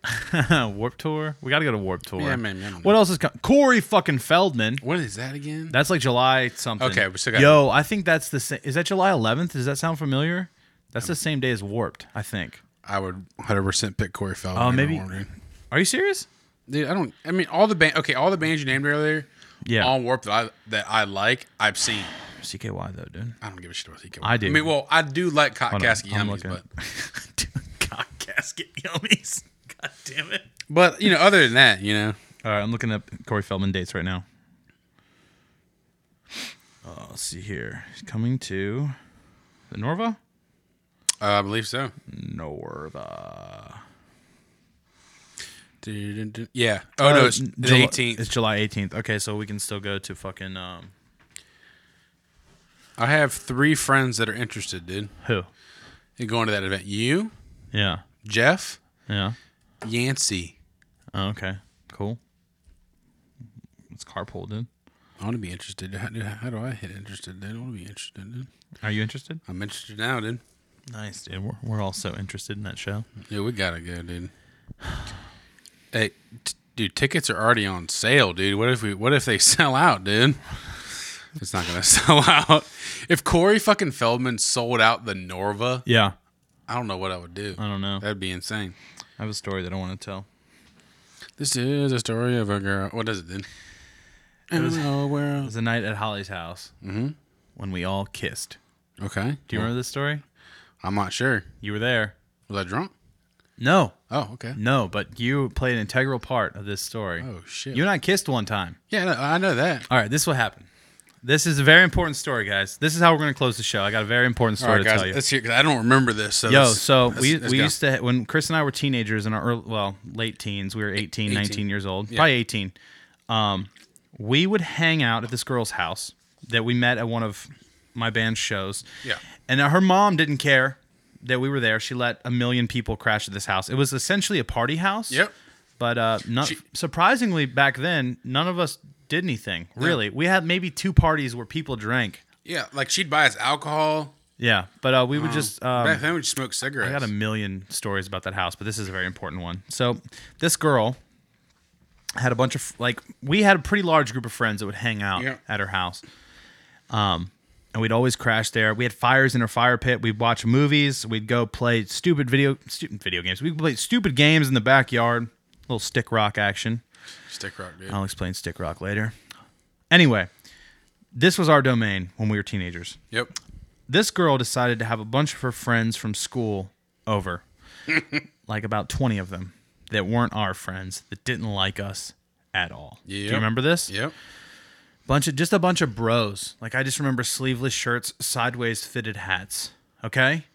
[SPEAKER 1] Warp Tour. We got to go to Warp Tour.
[SPEAKER 2] Yeah, man, man, man.
[SPEAKER 1] What else is coming? Corey fucking Feldman.
[SPEAKER 2] What is that again?
[SPEAKER 1] That's like July something.
[SPEAKER 2] Okay, we still got-
[SPEAKER 1] Yo, I think that's the same. Is that July 11th? Does that sound familiar? That's
[SPEAKER 2] Um,
[SPEAKER 1] the same day as Warped, I think.
[SPEAKER 2] I would 100 percent pick Corey Feldman.
[SPEAKER 1] Oh,
[SPEAKER 2] over
[SPEAKER 1] maybe-
[SPEAKER 2] Warren, dude.
[SPEAKER 1] Are you serious?
[SPEAKER 2] Dude, I don't. I mean, all the band. Okay, all the bands you named earlier.
[SPEAKER 1] Yeah.
[SPEAKER 2] All warp that I that I like. I've seen.
[SPEAKER 1] CKY, though, dude.
[SPEAKER 2] I don't give a shit about TK.
[SPEAKER 1] I do.
[SPEAKER 2] I mean, well, I do like Cock
[SPEAKER 1] Hold on,
[SPEAKER 2] Casket
[SPEAKER 1] I'm
[SPEAKER 2] Yummies,
[SPEAKER 1] looking.
[SPEAKER 2] but
[SPEAKER 1] Dude, God, gasket yummies. God damn it.
[SPEAKER 2] but you know, other than that, you know,
[SPEAKER 1] All right, I'm looking up Corey Feldman dates right now. Oh, let's see here. He's coming to the Norva?
[SPEAKER 2] uh, I believe so.
[SPEAKER 1] Norva.
[SPEAKER 2] Du-du-du. Yeah. Oh no, it's
[SPEAKER 1] Uh,
[SPEAKER 2] the
[SPEAKER 1] Jul-
[SPEAKER 2] 18th.
[SPEAKER 1] It's July 18th. Okay, so we can still go to fucking um
[SPEAKER 2] I have three friends that are interested, dude,
[SPEAKER 1] who?
[SPEAKER 2] in going to that event. You,
[SPEAKER 1] Yeah.
[SPEAKER 2] Jeff
[SPEAKER 1] Yeah.
[SPEAKER 2] Yancey.
[SPEAKER 1] Oh, okay. Cool. It's carpool, dude.
[SPEAKER 2] I want to be interested. How do, how do I hit interested? Dude? I want to be interested. Dude.
[SPEAKER 1] Are you interested?
[SPEAKER 2] I'm interested now, dude.
[SPEAKER 1] Nice, dude. We're, we're all so interested in that show.
[SPEAKER 2] Yeah, we gotta go, dude. Hey, t- dude, tickets are already on sale, dude. What if we? What if they sell out, dude? It's not gonna sell out. If Corey fucking Feldman sold out the Norva,
[SPEAKER 1] Yeah.
[SPEAKER 2] I don't know what I would do.
[SPEAKER 1] I don't know.
[SPEAKER 2] That'd be insane.
[SPEAKER 1] I have a story that I want to tell.
[SPEAKER 2] This is a story of a girl. What is it then? oh, where
[SPEAKER 1] It was a night at Holly's house when we all kissed.
[SPEAKER 2] Okay.
[SPEAKER 1] Do you remember this story?
[SPEAKER 2] I'm not sure.
[SPEAKER 1] You were there.
[SPEAKER 2] Was I drunk?
[SPEAKER 1] No,
[SPEAKER 2] Oh, okay.
[SPEAKER 1] no, but you played an integral part of this story.
[SPEAKER 2] Oh shit.
[SPEAKER 1] You and I kissed one time.
[SPEAKER 2] yeah, no, I know that.
[SPEAKER 1] All right, this is what happened. This is a very important story, guys. This is how we're going to close the show. I got a very important
[SPEAKER 2] All
[SPEAKER 1] story
[SPEAKER 2] right,
[SPEAKER 1] to tell
[SPEAKER 2] guys.
[SPEAKER 1] you.
[SPEAKER 2] Let's hear because I don't remember this. So
[SPEAKER 1] Yo,
[SPEAKER 2] let's-
[SPEAKER 1] so
[SPEAKER 2] let's-
[SPEAKER 1] we,
[SPEAKER 2] let's
[SPEAKER 1] we
[SPEAKER 2] go.
[SPEAKER 1] used to, when Chris and I were teenagers in our early, well, late teens, we were 18, 19 years old, probably 18. Um, we would hang out at this girl's house that we met at one of my band's shows.
[SPEAKER 2] Yeah.
[SPEAKER 1] And her mom didn't care that we were there. She let a million people crash at this house. It was essentially a party house.
[SPEAKER 2] Yep.
[SPEAKER 1] But uh, not,
[SPEAKER 2] She-
[SPEAKER 1] surprisingly, back then, none of us did anything, really. We had maybe two parties where people drank.
[SPEAKER 2] Yeah, like she'd buy us alcohol.
[SPEAKER 1] Yeah. But uh, we would just. Um,
[SPEAKER 2] Back then, we'd smoke cigarettes.
[SPEAKER 1] I got a million stories about that house, but this is a very important one. So, this girl had a bunch of like we had a pretty large group of friends that would hang out
[SPEAKER 2] Yeah.
[SPEAKER 1] at her house. Um, and we'd always crash there. We had fires in her fire pit. We'd watch movies. We'd go play stupid video stupid video games. We'd play stupid games in the backyard, little stick rock action.
[SPEAKER 2] Stick rock, dude.
[SPEAKER 1] I'll explain stick rock later. Anyway, this was our domain when we were teenagers
[SPEAKER 2] Yep.
[SPEAKER 1] this girl decided to have a bunch of her friends from school over, like about 20 of them that weren't our friends, that didn't like us at all. Do
[SPEAKER 2] Yep.
[SPEAKER 1] you remember this?
[SPEAKER 2] Yep.
[SPEAKER 1] Bunch of just a bunch of bros. Like I just remember sleeveless shirts, sideways fitted hats. Okay,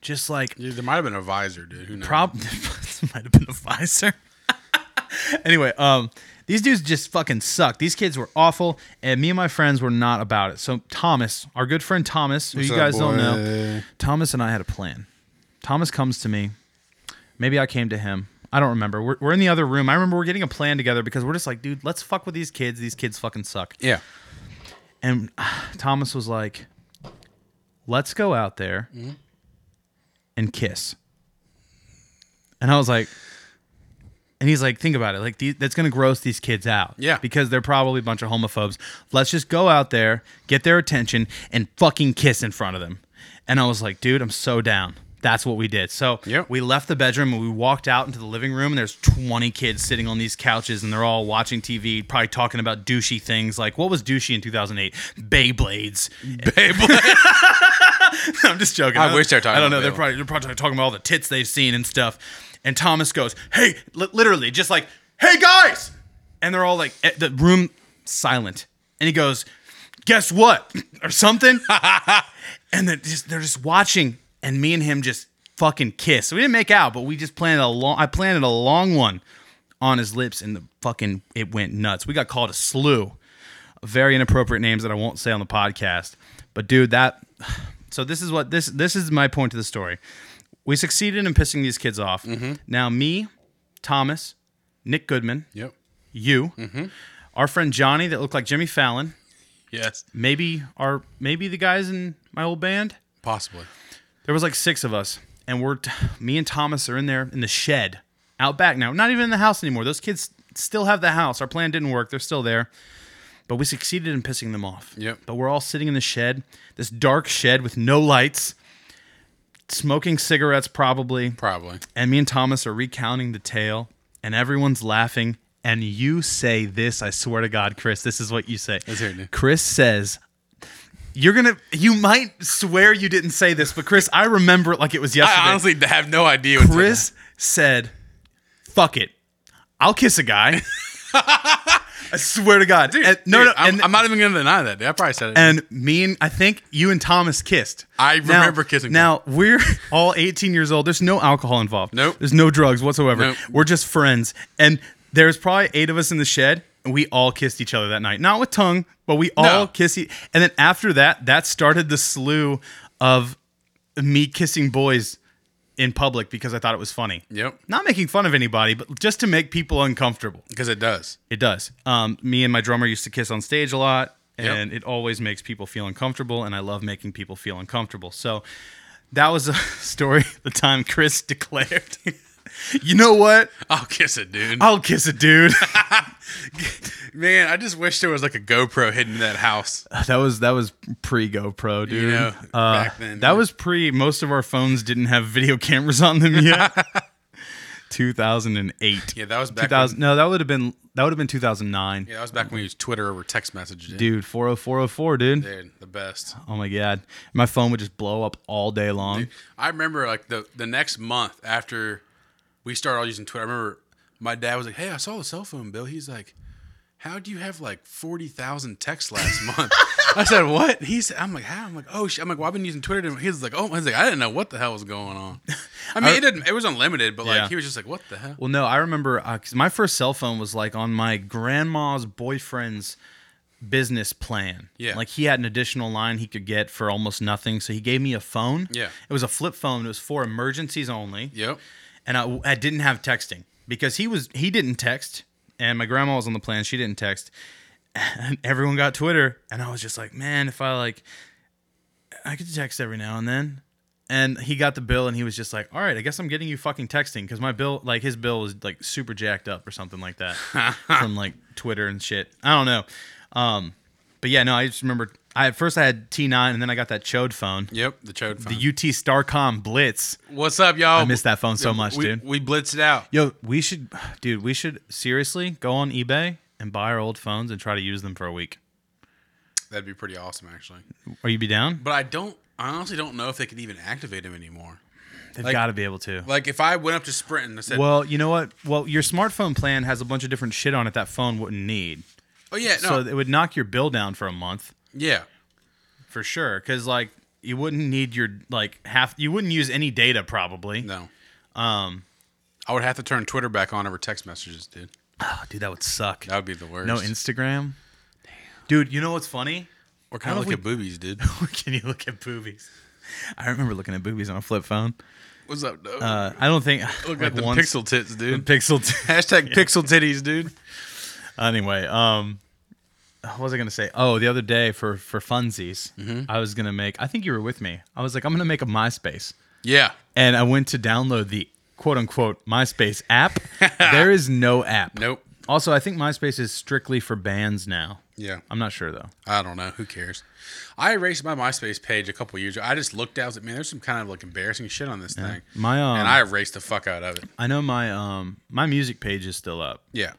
[SPEAKER 1] just like
[SPEAKER 2] Dude, there might have been a visor, dude. Who knows?
[SPEAKER 1] prob might have been a visor. anyway, um, these dudes just fucking suck. These kids were awful, and me and my friends were not about it. So Thomas, our good friend Thomas, who you
[SPEAKER 2] up,
[SPEAKER 1] guys don't know,
[SPEAKER 2] boy?
[SPEAKER 1] Thomas and I had a plan. Thomas comes to me. Maybe I came to him. I don't remember. We're, we're in the other room. I remember we're getting a plan together because we're just like, dude, let's fuck with these kids. These kids fucking suck.
[SPEAKER 2] yeah.
[SPEAKER 1] And Thomas was like, let's go out there and kiss. And I was like, and he's like, think about it. Like, the, that's going to gross these kids out.
[SPEAKER 2] Yeah.
[SPEAKER 1] Because they're probably a bunch of homophobes. Let's just go out there, get their attention, and fucking kiss in front of them. And I was like, dude, I'm so down. That's what we did. So
[SPEAKER 2] Yep.
[SPEAKER 1] we left the bedroom and we walked out into the living room. And there's 20 kids sitting on these couches and they're all watching TV, probably talking about douchey things. Like, what was douchey in 2008? Beyblades. I'm just joking.
[SPEAKER 2] I
[SPEAKER 1] don't-
[SPEAKER 2] wish they were talking
[SPEAKER 1] I don't
[SPEAKER 2] about
[SPEAKER 1] know. They're
[SPEAKER 2] Beyblades.
[SPEAKER 1] probably, they're probably talking about all the tits they've seen and stuff. And Thomas goes, "Hey, li- literally, just like, hey guys!" And they're all like, eh, the room silent. And he goes, "Guess what?" or something. and then just they're just watching, and me and him just fucking kiss. We didn't make out, but we just planted a long. I planted a long one on his lips, and the fucking it went nuts. We got called a slew very inappropriate names that I won't say on the podcast. But dude, that so this is what this this is my point to the story. We succeeded in pissing these kids off. Now me, Thomas, Nick Goodman,
[SPEAKER 2] Yep.
[SPEAKER 1] you, our friend Johnny that looked like Jimmy Fallon,
[SPEAKER 2] Yes.
[SPEAKER 1] maybe our maybe the guys in my old band.
[SPEAKER 2] Possibly.
[SPEAKER 1] There was like six of us, and we're t- me and Thomas are in there in the shed out back now. Not even in the house anymore. Those kids still have the house. Our plan didn't work. They're still there, but we succeeded in pissing them off.
[SPEAKER 2] Yep.
[SPEAKER 1] But we're all sitting in the shed, this dark shed with no lights, smoking cigarettes probably,
[SPEAKER 2] Probably.
[SPEAKER 1] and me and Thomas are recounting the tale, and everyone's laughing. And you say this, I swear to God, Chris, this is what you say.
[SPEAKER 2] Let's hear it, dude.
[SPEAKER 1] Chris says, You're gonna, you might swear you didn't say this, but Chris, I remember it like it was yesterday.
[SPEAKER 2] I honestly have no idea. What
[SPEAKER 1] Chris said, Fuck it, I'll kiss a guy. I swear to God. And- no, no,
[SPEAKER 2] I'm,
[SPEAKER 1] and,
[SPEAKER 2] I'm not even gonna deny that. Dude. I probably said it.
[SPEAKER 1] and me and I think you and Thomas kissed.
[SPEAKER 2] I remember kissing.
[SPEAKER 1] Now we're all 18 years old. There's no alcohol involved.
[SPEAKER 2] Nope.
[SPEAKER 1] There's no drugs whatsoever.
[SPEAKER 2] Nope.
[SPEAKER 1] We're just friends. And there's probably eight of us in the shed, and we all kissed each other that night. Not with tongue, but we all
[SPEAKER 2] No.
[SPEAKER 1] kissed. E- and then after that, that started the slew of me kissing boys in public because I thought it was funny.
[SPEAKER 2] Yep.
[SPEAKER 1] Not making fun of anybody, but just to make people uncomfortable.
[SPEAKER 2] Because it does.
[SPEAKER 1] It does. Um, me and my drummer used to kiss on stage a lot, and it always makes people feel uncomfortable, and I love making people feel uncomfortable. So that was a story the time Chris declared, you know what?
[SPEAKER 2] I'll kiss it, dude.
[SPEAKER 1] I'll kiss a dude.
[SPEAKER 2] Man, I just wish there was like a GoPro hidden in that house.
[SPEAKER 1] that was that was pre GoPro, dude.
[SPEAKER 2] know,
[SPEAKER 1] Uh,
[SPEAKER 2] back then,
[SPEAKER 1] That
[SPEAKER 2] yeah.
[SPEAKER 1] was pre most of our phones didn't have video cameras on them yet. 2008.
[SPEAKER 2] Yeah, that was back. When,
[SPEAKER 1] 2000 No, that would have been that would have been 2009.
[SPEAKER 2] yeah, that was back when we used Twitter over text messages. Dude,
[SPEAKER 1] Dude, 40404, dude.
[SPEAKER 2] the best.
[SPEAKER 1] Oh my god, my phone would just blow up all day long.
[SPEAKER 2] I remember like the the next month after we started all using Twitter. I remember my dad was like, "Hey, I saw the cell phone bill." He's like, "How do you have like forty thousand texts last month?" I said, "What?" He said, "I'm like, how?" I'm like, "Oh, shit." I'm like, "Well, I've been using Twitter." He was like, "Oh," I was like, "I didn't know what the hell was going on." I mean, it didn't. It was unlimited, but like
[SPEAKER 1] Yeah.
[SPEAKER 2] he was just like, "What the hell?"
[SPEAKER 1] Well, no, I remember uh 'cause my first cell phone was like on my grandma's boyfriend's business plan.
[SPEAKER 2] Yeah.
[SPEAKER 1] like he had an additional line he could get for almost nothing, so he gave me a phone.
[SPEAKER 2] Yeah.
[SPEAKER 1] it was a flip phone. It was for emergencies only.
[SPEAKER 2] Yep.
[SPEAKER 1] and I, I didn't have texting because he was he didn't text and my grandma was on the plan she didn't text and everyone got twitter and i was just like man if i like i could text every now and then and he got the bill and he was just like all right i guess i'm getting you fucking texting because my bill like his bill was like super jacked up or something like that from like twitter and shit i don't know um but yeah no i just remember i at first i had t9 and then i got that chode phone
[SPEAKER 2] Yep. The chode phone.
[SPEAKER 1] ut starcom blitz
[SPEAKER 2] What's up, y'all?
[SPEAKER 1] i miss that phone so much
[SPEAKER 2] we,
[SPEAKER 1] dude
[SPEAKER 2] We blitzed it out.
[SPEAKER 1] Yo, we should, dude, we should seriously go on eBay and buy our old phones and try to use them for a week.
[SPEAKER 2] That'd be pretty awesome, actually.
[SPEAKER 1] Are you be down?
[SPEAKER 2] But I don't. I honestly don't know if they could even activate him anymore.
[SPEAKER 1] They've
[SPEAKER 2] Like-
[SPEAKER 1] got to be able to.
[SPEAKER 2] Like if I went up to Sprint and I said,
[SPEAKER 1] well, you know what? Well, your smartphone plan has a bunch of different shit on it that phone wouldn't need.
[SPEAKER 2] "Oh yeah, no,
[SPEAKER 1] So it would knock your bill down for a month
[SPEAKER 2] yeah,
[SPEAKER 1] for sure. Cause like you wouldn't need your, like half, you wouldn't use any data probably.
[SPEAKER 2] no." Um, I would have to turn Twitter back on over text messages, dude.
[SPEAKER 1] Oh, dude, that would suck.
[SPEAKER 2] That would be the worst.
[SPEAKER 1] No Instagram. Dude, you know what's funny?
[SPEAKER 2] Or kind
[SPEAKER 1] how
[SPEAKER 2] of look
[SPEAKER 1] we-
[SPEAKER 2] at boobies, dude.
[SPEAKER 1] Can you look at boobies? I remember looking at boobies on a flip phone.
[SPEAKER 2] What's up, dude?
[SPEAKER 1] Uh, I don't think
[SPEAKER 2] look
[SPEAKER 1] like
[SPEAKER 2] at the
[SPEAKER 1] once-
[SPEAKER 2] pixel tits, dude.
[SPEAKER 1] Pixel. T-
[SPEAKER 2] Hashtag pixel titties, dude.
[SPEAKER 1] anyway, um, what was I gonna say? Oh, the other day for for funsies,
[SPEAKER 2] Mm-hmm.
[SPEAKER 1] I was gonna make. I think you were with me. I was like, I'm gonna make a MySpace,
[SPEAKER 2] Yeah,
[SPEAKER 1] and I went to download the quote unquote MySpace app. there is no app.
[SPEAKER 2] Nope.
[SPEAKER 1] Also, I think MySpace is strictly for bands now.
[SPEAKER 2] yeah.
[SPEAKER 1] I'm not sure though.
[SPEAKER 2] I don't know. Who cares? I erased my MySpace page a couple years ago. I just looked down. I was like, man, there's some kind of like embarrassing shit on this thing.
[SPEAKER 1] My um,
[SPEAKER 2] and I erased the fuck out of it.
[SPEAKER 1] I know my um, my music page is still up.
[SPEAKER 2] Yeah.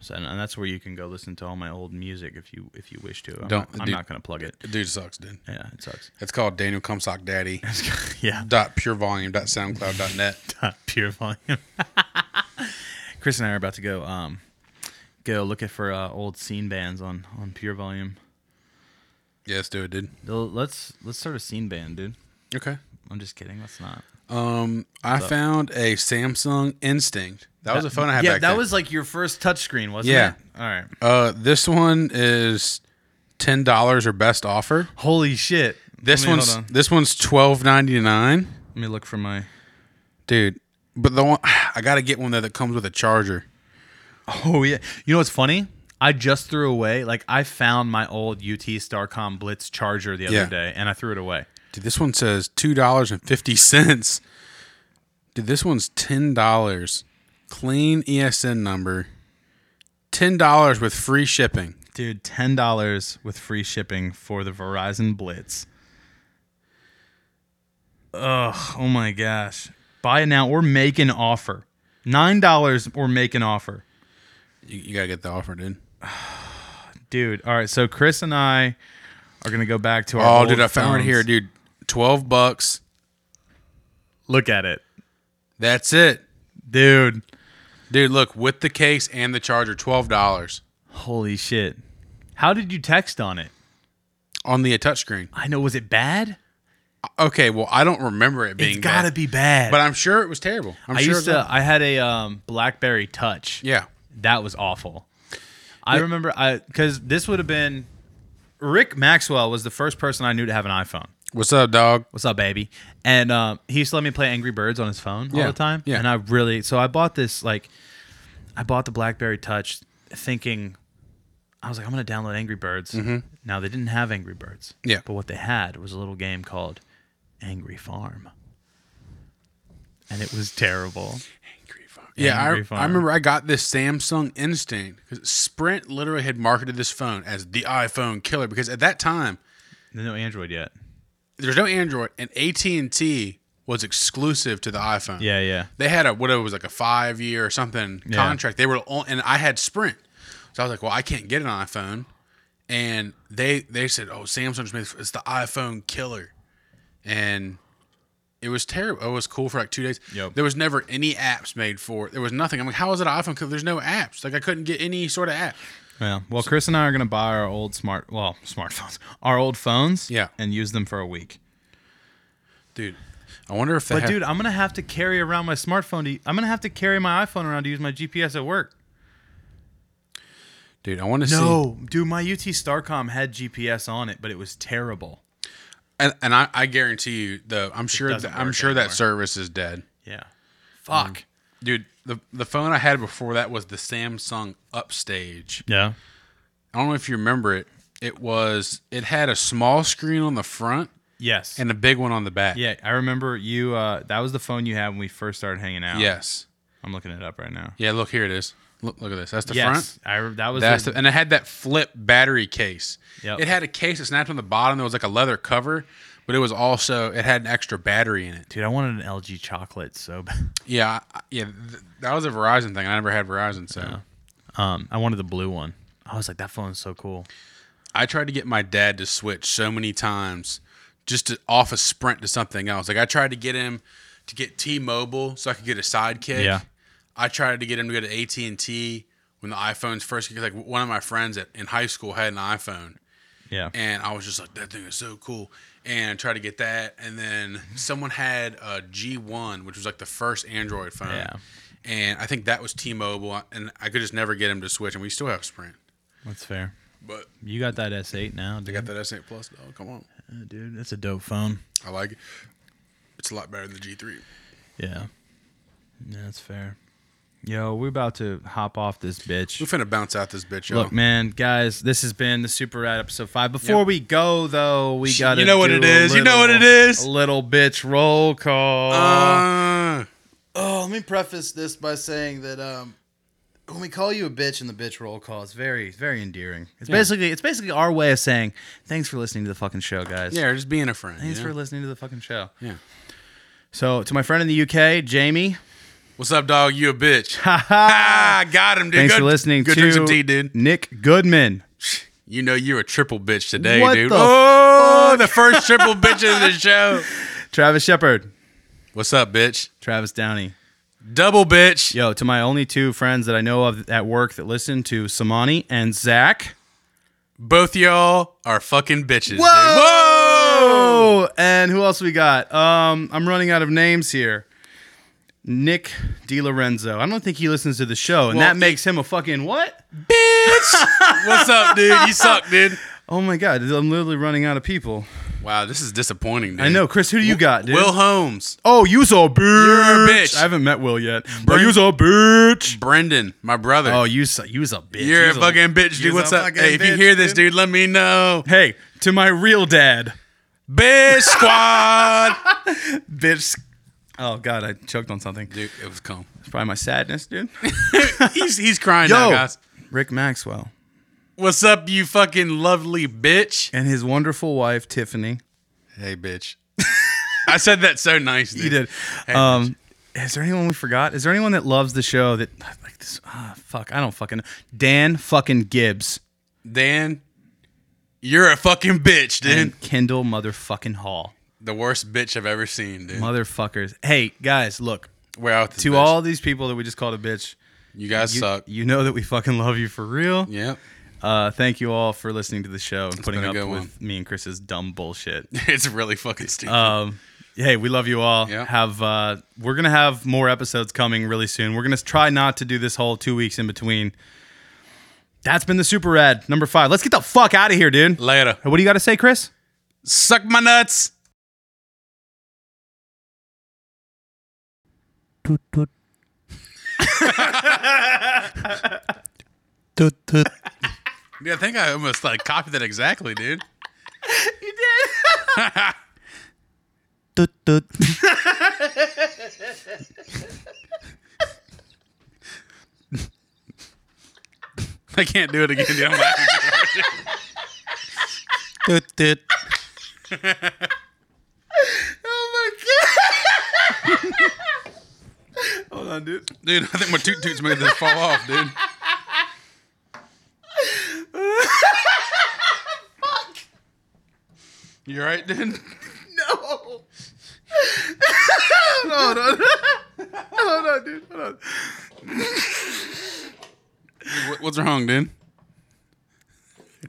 [SPEAKER 1] So, and that's where you can go listen to all my old music if you if you wish to. I'm
[SPEAKER 2] Don't-
[SPEAKER 1] Not, I'm
[SPEAKER 2] dude.
[SPEAKER 1] not gonna plug it.
[SPEAKER 2] The dude sucks, dude.
[SPEAKER 1] Yeah, it sucks.
[SPEAKER 2] It's called Daniel Cumsock Daddy.
[SPEAKER 1] yeah.
[SPEAKER 2] dot purevolume dot soundcloud dot net.
[SPEAKER 1] Uh, pure volume. Chris and I are about to go um go looking for uh, old scene bands on on pure volume.
[SPEAKER 2] Yeah, let's do it, dude.
[SPEAKER 1] They'll- Let's let's start a scene band, dude.
[SPEAKER 2] Okay.
[SPEAKER 1] I'm just kidding. Let's not.
[SPEAKER 2] Um, I found a Samsung Instinct. That was a phone I had
[SPEAKER 1] Yeah,
[SPEAKER 2] back
[SPEAKER 1] that
[SPEAKER 2] then.
[SPEAKER 1] was like your first touchscreen, wasn't
[SPEAKER 2] Yeah.
[SPEAKER 1] it? All right.
[SPEAKER 2] Uh, this one is ten dollars or best offer.
[SPEAKER 1] Holy shit.
[SPEAKER 2] This
[SPEAKER 1] Let me-
[SPEAKER 2] one's
[SPEAKER 1] Hold on.
[SPEAKER 2] this one's twelve ninety nine,
[SPEAKER 1] Let me look for my.
[SPEAKER 2] dude. But the one I gotta get one though that comes with a charger.
[SPEAKER 1] Oh yeah. You know what's funny? I just threw away. Like I found my old UT Starcom Blitz charger the other
[SPEAKER 2] Yeah.
[SPEAKER 1] day, and I threw it away.
[SPEAKER 2] Dude, this one says two dollars and fifty cents. Dude, this one's ten dollars. Clean ESN number. Ten dollars with free shipping.
[SPEAKER 1] Dude, ten dollars with free shipping for the Verizon Blitz. Ugh, oh my gosh. Buy it now or make an offer. Nine dollars or make an offer.
[SPEAKER 2] You, you gotta get the offer, dude.
[SPEAKER 1] Dude, all right, so Chris and I are gonna go back to our
[SPEAKER 2] Oh, dude,
[SPEAKER 1] old
[SPEAKER 2] I found it
[SPEAKER 1] phones.
[SPEAKER 2] here, dude. Twelve bucks.
[SPEAKER 1] Look at it.
[SPEAKER 2] That's it,
[SPEAKER 1] Dude.
[SPEAKER 2] dude. Look with the case and the charger, twelve dollars
[SPEAKER 1] Holy shit. How did you text on it?
[SPEAKER 2] on the touchscreen.
[SPEAKER 1] I know, was it bad?
[SPEAKER 2] Okay, well, I don't remember it being.
[SPEAKER 1] It's gotta
[SPEAKER 2] bad,
[SPEAKER 1] be bad.
[SPEAKER 2] but I'm sure it was terrible. I'm
[SPEAKER 1] I
[SPEAKER 2] sure.
[SPEAKER 1] used
[SPEAKER 2] it
[SPEAKER 1] to
[SPEAKER 2] was-
[SPEAKER 1] I had a um Blackberry touch.
[SPEAKER 2] yeah,
[SPEAKER 1] That was awful. I remember I because this would have been Rick Maxwell was the first person I knew to have an iPhone.
[SPEAKER 2] What's up, dog?
[SPEAKER 1] What's up, baby? And um, he used to let me play Angry Birds on his phone all
[SPEAKER 2] Yeah,
[SPEAKER 1] the time.
[SPEAKER 2] yeah.
[SPEAKER 1] And I really so I bought this like I bought the BlackBerry Touch thinking I was like I'm gonna download Angry Birds. Now they didn't have Angry Birds.
[SPEAKER 2] Mm-hmm. Yeah.
[SPEAKER 1] But what they had was a little game called Angry Farm, and it was terrible.
[SPEAKER 2] Yeah,
[SPEAKER 1] Angry
[SPEAKER 2] I, I
[SPEAKER 1] Farm.
[SPEAKER 2] remember I got this Samsung Instinct because Sprint literally had marketed this phone as the iPhone killer because at that time
[SPEAKER 1] No Android yet.
[SPEAKER 2] there's no Android and AT and T was exclusive to the iPhone.
[SPEAKER 1] Yeah, yeah.
[SPEAKER 2] they had a whatever it was like a five year or something
[SPEAKER 1] Yeah.
[SPEAKER 2] contract. They were on, and I had Sprint, so I was like, well, I can't get an iPhone, and they they said, oh, Samsung just made it's the iPhone killer, and it was terrible. It was cool for like two days.
[SPEAKER 1] Yep.
[SPEAKER 2] There was never any apps made for it. There was nothing. I'm like, how is it an iPhone killer? There's no apps. Like I couldn't get any sort of app.
[SPEAKER 1] Yeah. Well, Chris and I are gonna buy our old smart well smartphones, our old phones.
[SPEAKER 2] Yeah.
[SPEAKER 1] And use them for a week.
[SPEAKER 2] Dude, I wonder if they
[SPEAKER 1] But
[SPEAKER 2] have-
[SPEAKER 1] dude, I'm gonna have to carry around my smartphone. To, I'm gonna have to carry my iPhone around to use my GPS at work.
[SPEAKER 2] dude, I want to see.
[SPEAKER 1] No, dude, my UT Starcom had GPS on it, but it was terrible.
[SPEAKER 2] And, and I, I guarantee you, the I'm sure
[SPEAKER 1] doesn't
[SPEAKER 2] that I'm
[SPEAKER 1] work
[SPEAKER 2] sure
[SPEAKER 1] anymore.
[SPEAKER 2] that service is dead.
[SPEAKER 1] Yeah. Fuck.
[SPEAKER 2] Mm. Dude, the the phone I had before that was the Samsung Upstage.
[SPEAKER 1] Yeah.
[SPEAKER 2] I don't know if you remember it. It was it had a small screen on the front
[SPEAKER 1] Yes.
[SPEAKER 2] and a big one on the back.
[SPEAKER 1] yeah, I remember you. Uh, that was the phone you had when we first started hanging out.
[SPEAKER 2] Yes.
[SPEAKER 1] I'm looking it up right now.
[SPEAKER 2] Yeah, look here it is. Look look at this. That's the front.
[SPEAKER 1] Yes, I. re- That was.
[SPEAKER 2] That's
[SPEAKER 1] the-
[SPEAKER 2] the, and it had that flip battery case.
[SPEAKER 1] Yep.
[SPEAKER 2] It had a case that snapped on the bottom that was like a leather cover, but it was also it had an extra battery in it.
[SPEAKER 1] dude, I wanted an LG chocolate so. bad.
[SPEAKER 2] Yeah, I, yeah, th- that was a Verizon thing. I never had Verizon, so
[SPEAKER 1] Um, I wanted the blue one. I was like, that phone's so cool.
[SPEAKER 2] I tried to get my dad to switch so many times just to off a sprint to something else. Like I tried to get him to get T-Mobile so I could get a sidekick.
[SPEAKER 1] Yeah.
[SPEAKER 2] I tried to get him to go to AT&T when the iPhones first came. Like one of my friends at, in high school had an iPhone
[SPEAKER 1] Yeah.
[SPEAKER 2] and I was just like, that thing is so cool. And tried to get that. And then someone had a G1, which was like the first Android phone.
[SPEAKER 1] Yeah.
[SPEAKER 2] And I think that was T-Mobile. And I could just never get him to switch. And we still have Sprint.
[SPEAKER 1] That's fair.
[SPEAKER 2] But
[SPEAKER 1] You got that S8 now. Dude.
[SPEAKER 2] I got that S8 Plus, though. Come on.
[SPEAKER 1] Uh, dude, that's a dope phone.
[SPEAKER 2] I like it. It's a lot better than the G3.
[SPEAKER 1] Yeah. Yeah, that's fair. Yo, we're about to hop off this bitch.
[SPEAKER 2] We're finna bounce out this bitch.
[SPEAKER 1] Look,
[SPEAKER 2] y'all.
[SPEAKER 1] man, guys, this has been the Super Rad episode five. Before
[SPEAKER 2] Yep.
[SPEAKER 1] we go, though, we got to
[SPEAKER 2] you know what it is. You know what it is.
[SPEAKER 1] A little bitch roll call.
[SPEAKER 2] Uh,
[SPEAKER 3] Oh, let me preface this by saying that um, when we call you a bitch in the bitch roll call, it's very, it's very endearing.
[SPEAKER 1] it's basically it's basically our way of saying thanks for listening to the fucking show, guys.
[SPEAKER 2] yeah, just being a friend.
[SPEAKER 1] Thanks
[SPEAKER 2] you
[SPEAKER 1] for
[SPEAKER 2] know?
[SPEAKER 1] listening to the fucking show.
[SPEAKER 2] Yeah.
[SPEAKER 1] So, to my friend in the UK, Jamie,
[SPEAKER 2] What's up, dog? You a bitch. Ha ha. Got him, dude.
[SPEAKER 1] thanks
[SPEAKER 2] Go-
[SPEAKER 1] for listening
[SPEAKER 2] Go
[SPEAKER 1] to
[SPEAKER 2] drink some tea, dude.
[SPEAKER 1] Nick Goodman.
[SPEAKER 2] You know you're a triple bitch today,
[SPEAKER 1] What
[SPEAKER 2] dude.
[SPEAKER 1] the
[SPEAKER 2] oh, the first triple bitch of the show.
[SPEAKER 1] Travis Shepard,
[SPEAKER 2] What's up, bitch?
[SPEAKER 1] Travis Downey.
[SPEAKER 2] Double bitch.
[SPEAKER 1] Yo, to my only two friends that I know of at work that listen to Samani and Zach.
[SPEAKER 2] Both y'all are fucking bitches. Dude. Whoa.
[SPEAKER 1] Whoa! And who else we got? Um, I'm running out of names here. Nick Di Lorenzo. I don't think he listens to the show, and
[SPEAKER 2] Well,
[SPEAKER 1] that
[SPEAKER 2] he-
[SPEAKER 1] makes him a fucking what?
[SPEAKER 2] Bitch. What's up, dude? You suck, dude.
[SPEAKER 1] Oh my god, I'm literally running out of people.
[SPEAKER 2] Wow, this is disappointing, dude.
[SPEAKER 1] I know, Chris. Who do you got, dude?
[SPEAKER 2] Will Holmes.
[SPEAKER 1] oh, you saw bitch.
[SPEAKER 2] You're a bitch.
[SPEAKER 1] I haven't met Will yet. But
[SPEAKER 2] Brent-
[SPEAKER 1] you's a bitch.
[SPEAKER 2] Brendan, my brother.
[SPEAKER 1] Oh, you saw, you's a bitch.
[SPEAKER 2] You're a
[SPEAKER 1] You's
[SPEAKER 2] fucking bitch,
[SPEAKER 1] you's
[SPEAKER 2] dude. What's
[SPEAKER 1] a
[SPEAKER 2] up?
[SPEAKER 1] fucking
[SPEAKER 2] Hey, if you
[SPEAKER 1] bitch,
[SPEAKER 2] hear this, dude, let me know.
[SPEAKER 1] Hey, to my real dad.
[SPEAKER 2] Bitch squad.
[SPEAKER 1] bitch. Oh god, I choked on something.
[SPEAKER 2] dude, it was calm.
[SPEAKER 1] It's probably my sadness, dude.
[SPEAKER 2] He's he's crying now, guys.
[SPEAKER 1] Rick Maxwell
[SPEAKER 2] What's up, you fucking lovely bitch?
[SPEAKER 1] and his wonderful wife Tiffany.
[SPEAKER 2] Hey, bitch. I said that so nice, dude.
[SPEAKER 1] You did. Um, is there anyone we forgot? Is there anyone that loves the show that like this? Ah, fuck, I don't fucking know. Dan fucking Gibbs
[SPEAKER 2] Dan, you're a fucking bitch, dude.
[SPEAKER 1] and Kendall motherfucking Hall,
[SPEAKER 2] the worst bitch I've ever seen, dude.
[SPEAKER 1] motherfuckers. Hey guys, look
[SPEAKER 2] We're out with this
[SPEAKER 1] to
[SPEAKER 2] bitch.
[SPEAKER 1] all these people that we just called a bitch.
[SPEAKER 2] You guys
[SPEAKER 1] You,
[SPEAKER 2] suck.
[SPEAKER 1] you know that we fucking love you for real.
[SPEAKER 2] Yeah.
[SPEAKER 1] Uh, thank you all for listening to the show and putting
[SPEAKER 2] been a
[SPEAKER 1] up with
[SPEAKER 2] good
[SPEAKER 1] me and Chris's dumb bullshit.
[SPEAKER 2] It's really fucking stupid.
[SPEAKER 1] um hey we love you all
[SPEAKER 2] Yeah.
[SPEAKER 1] have uh we're gonna have more episodes coming really soon we're gonna try not to do this whole two weeks in between that's been the super rad number five let's get the fuck out of here dude
[SPEAKER 2] Later.
[SPEAKER 1] what do you gotta say chris
[SPEAKER 2] Suck my nuts.
[SPEAKER 4] toot toot. toot toot.
[SPEAKER 2] Dude, I think I almost like copied that exactly, dude.
[SPEAKER 4] Toot toot.
[SPEAKER 2] I can't do it again. Dude. I'm laughing.
[SPEAKER 4] Toot toot.
[SPEAKER 3] Oh my god! Hold on, dude.
[SPEAKER 2] dude, I think my toot toots made this fall off, dude. You alright, dude?
[SPEAKER 3] No. Hold on. Hold on, dude. Hold on.
[SPEAKER 2] What- What's wrong, dude?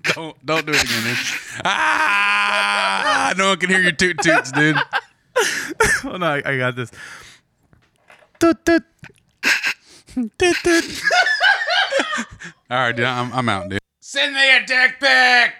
[SPEAKER 2] Don't don't do it again, dude. Ah! No one can hear your toot toots, dude.
[SPEAKER 1] Oh no, I, I got this.
[SPEAKER 4] Toot toot. Toot toot.
[SPEAKER 2] All right, dude, I'm, I'm out, dude. Send me a dick pic.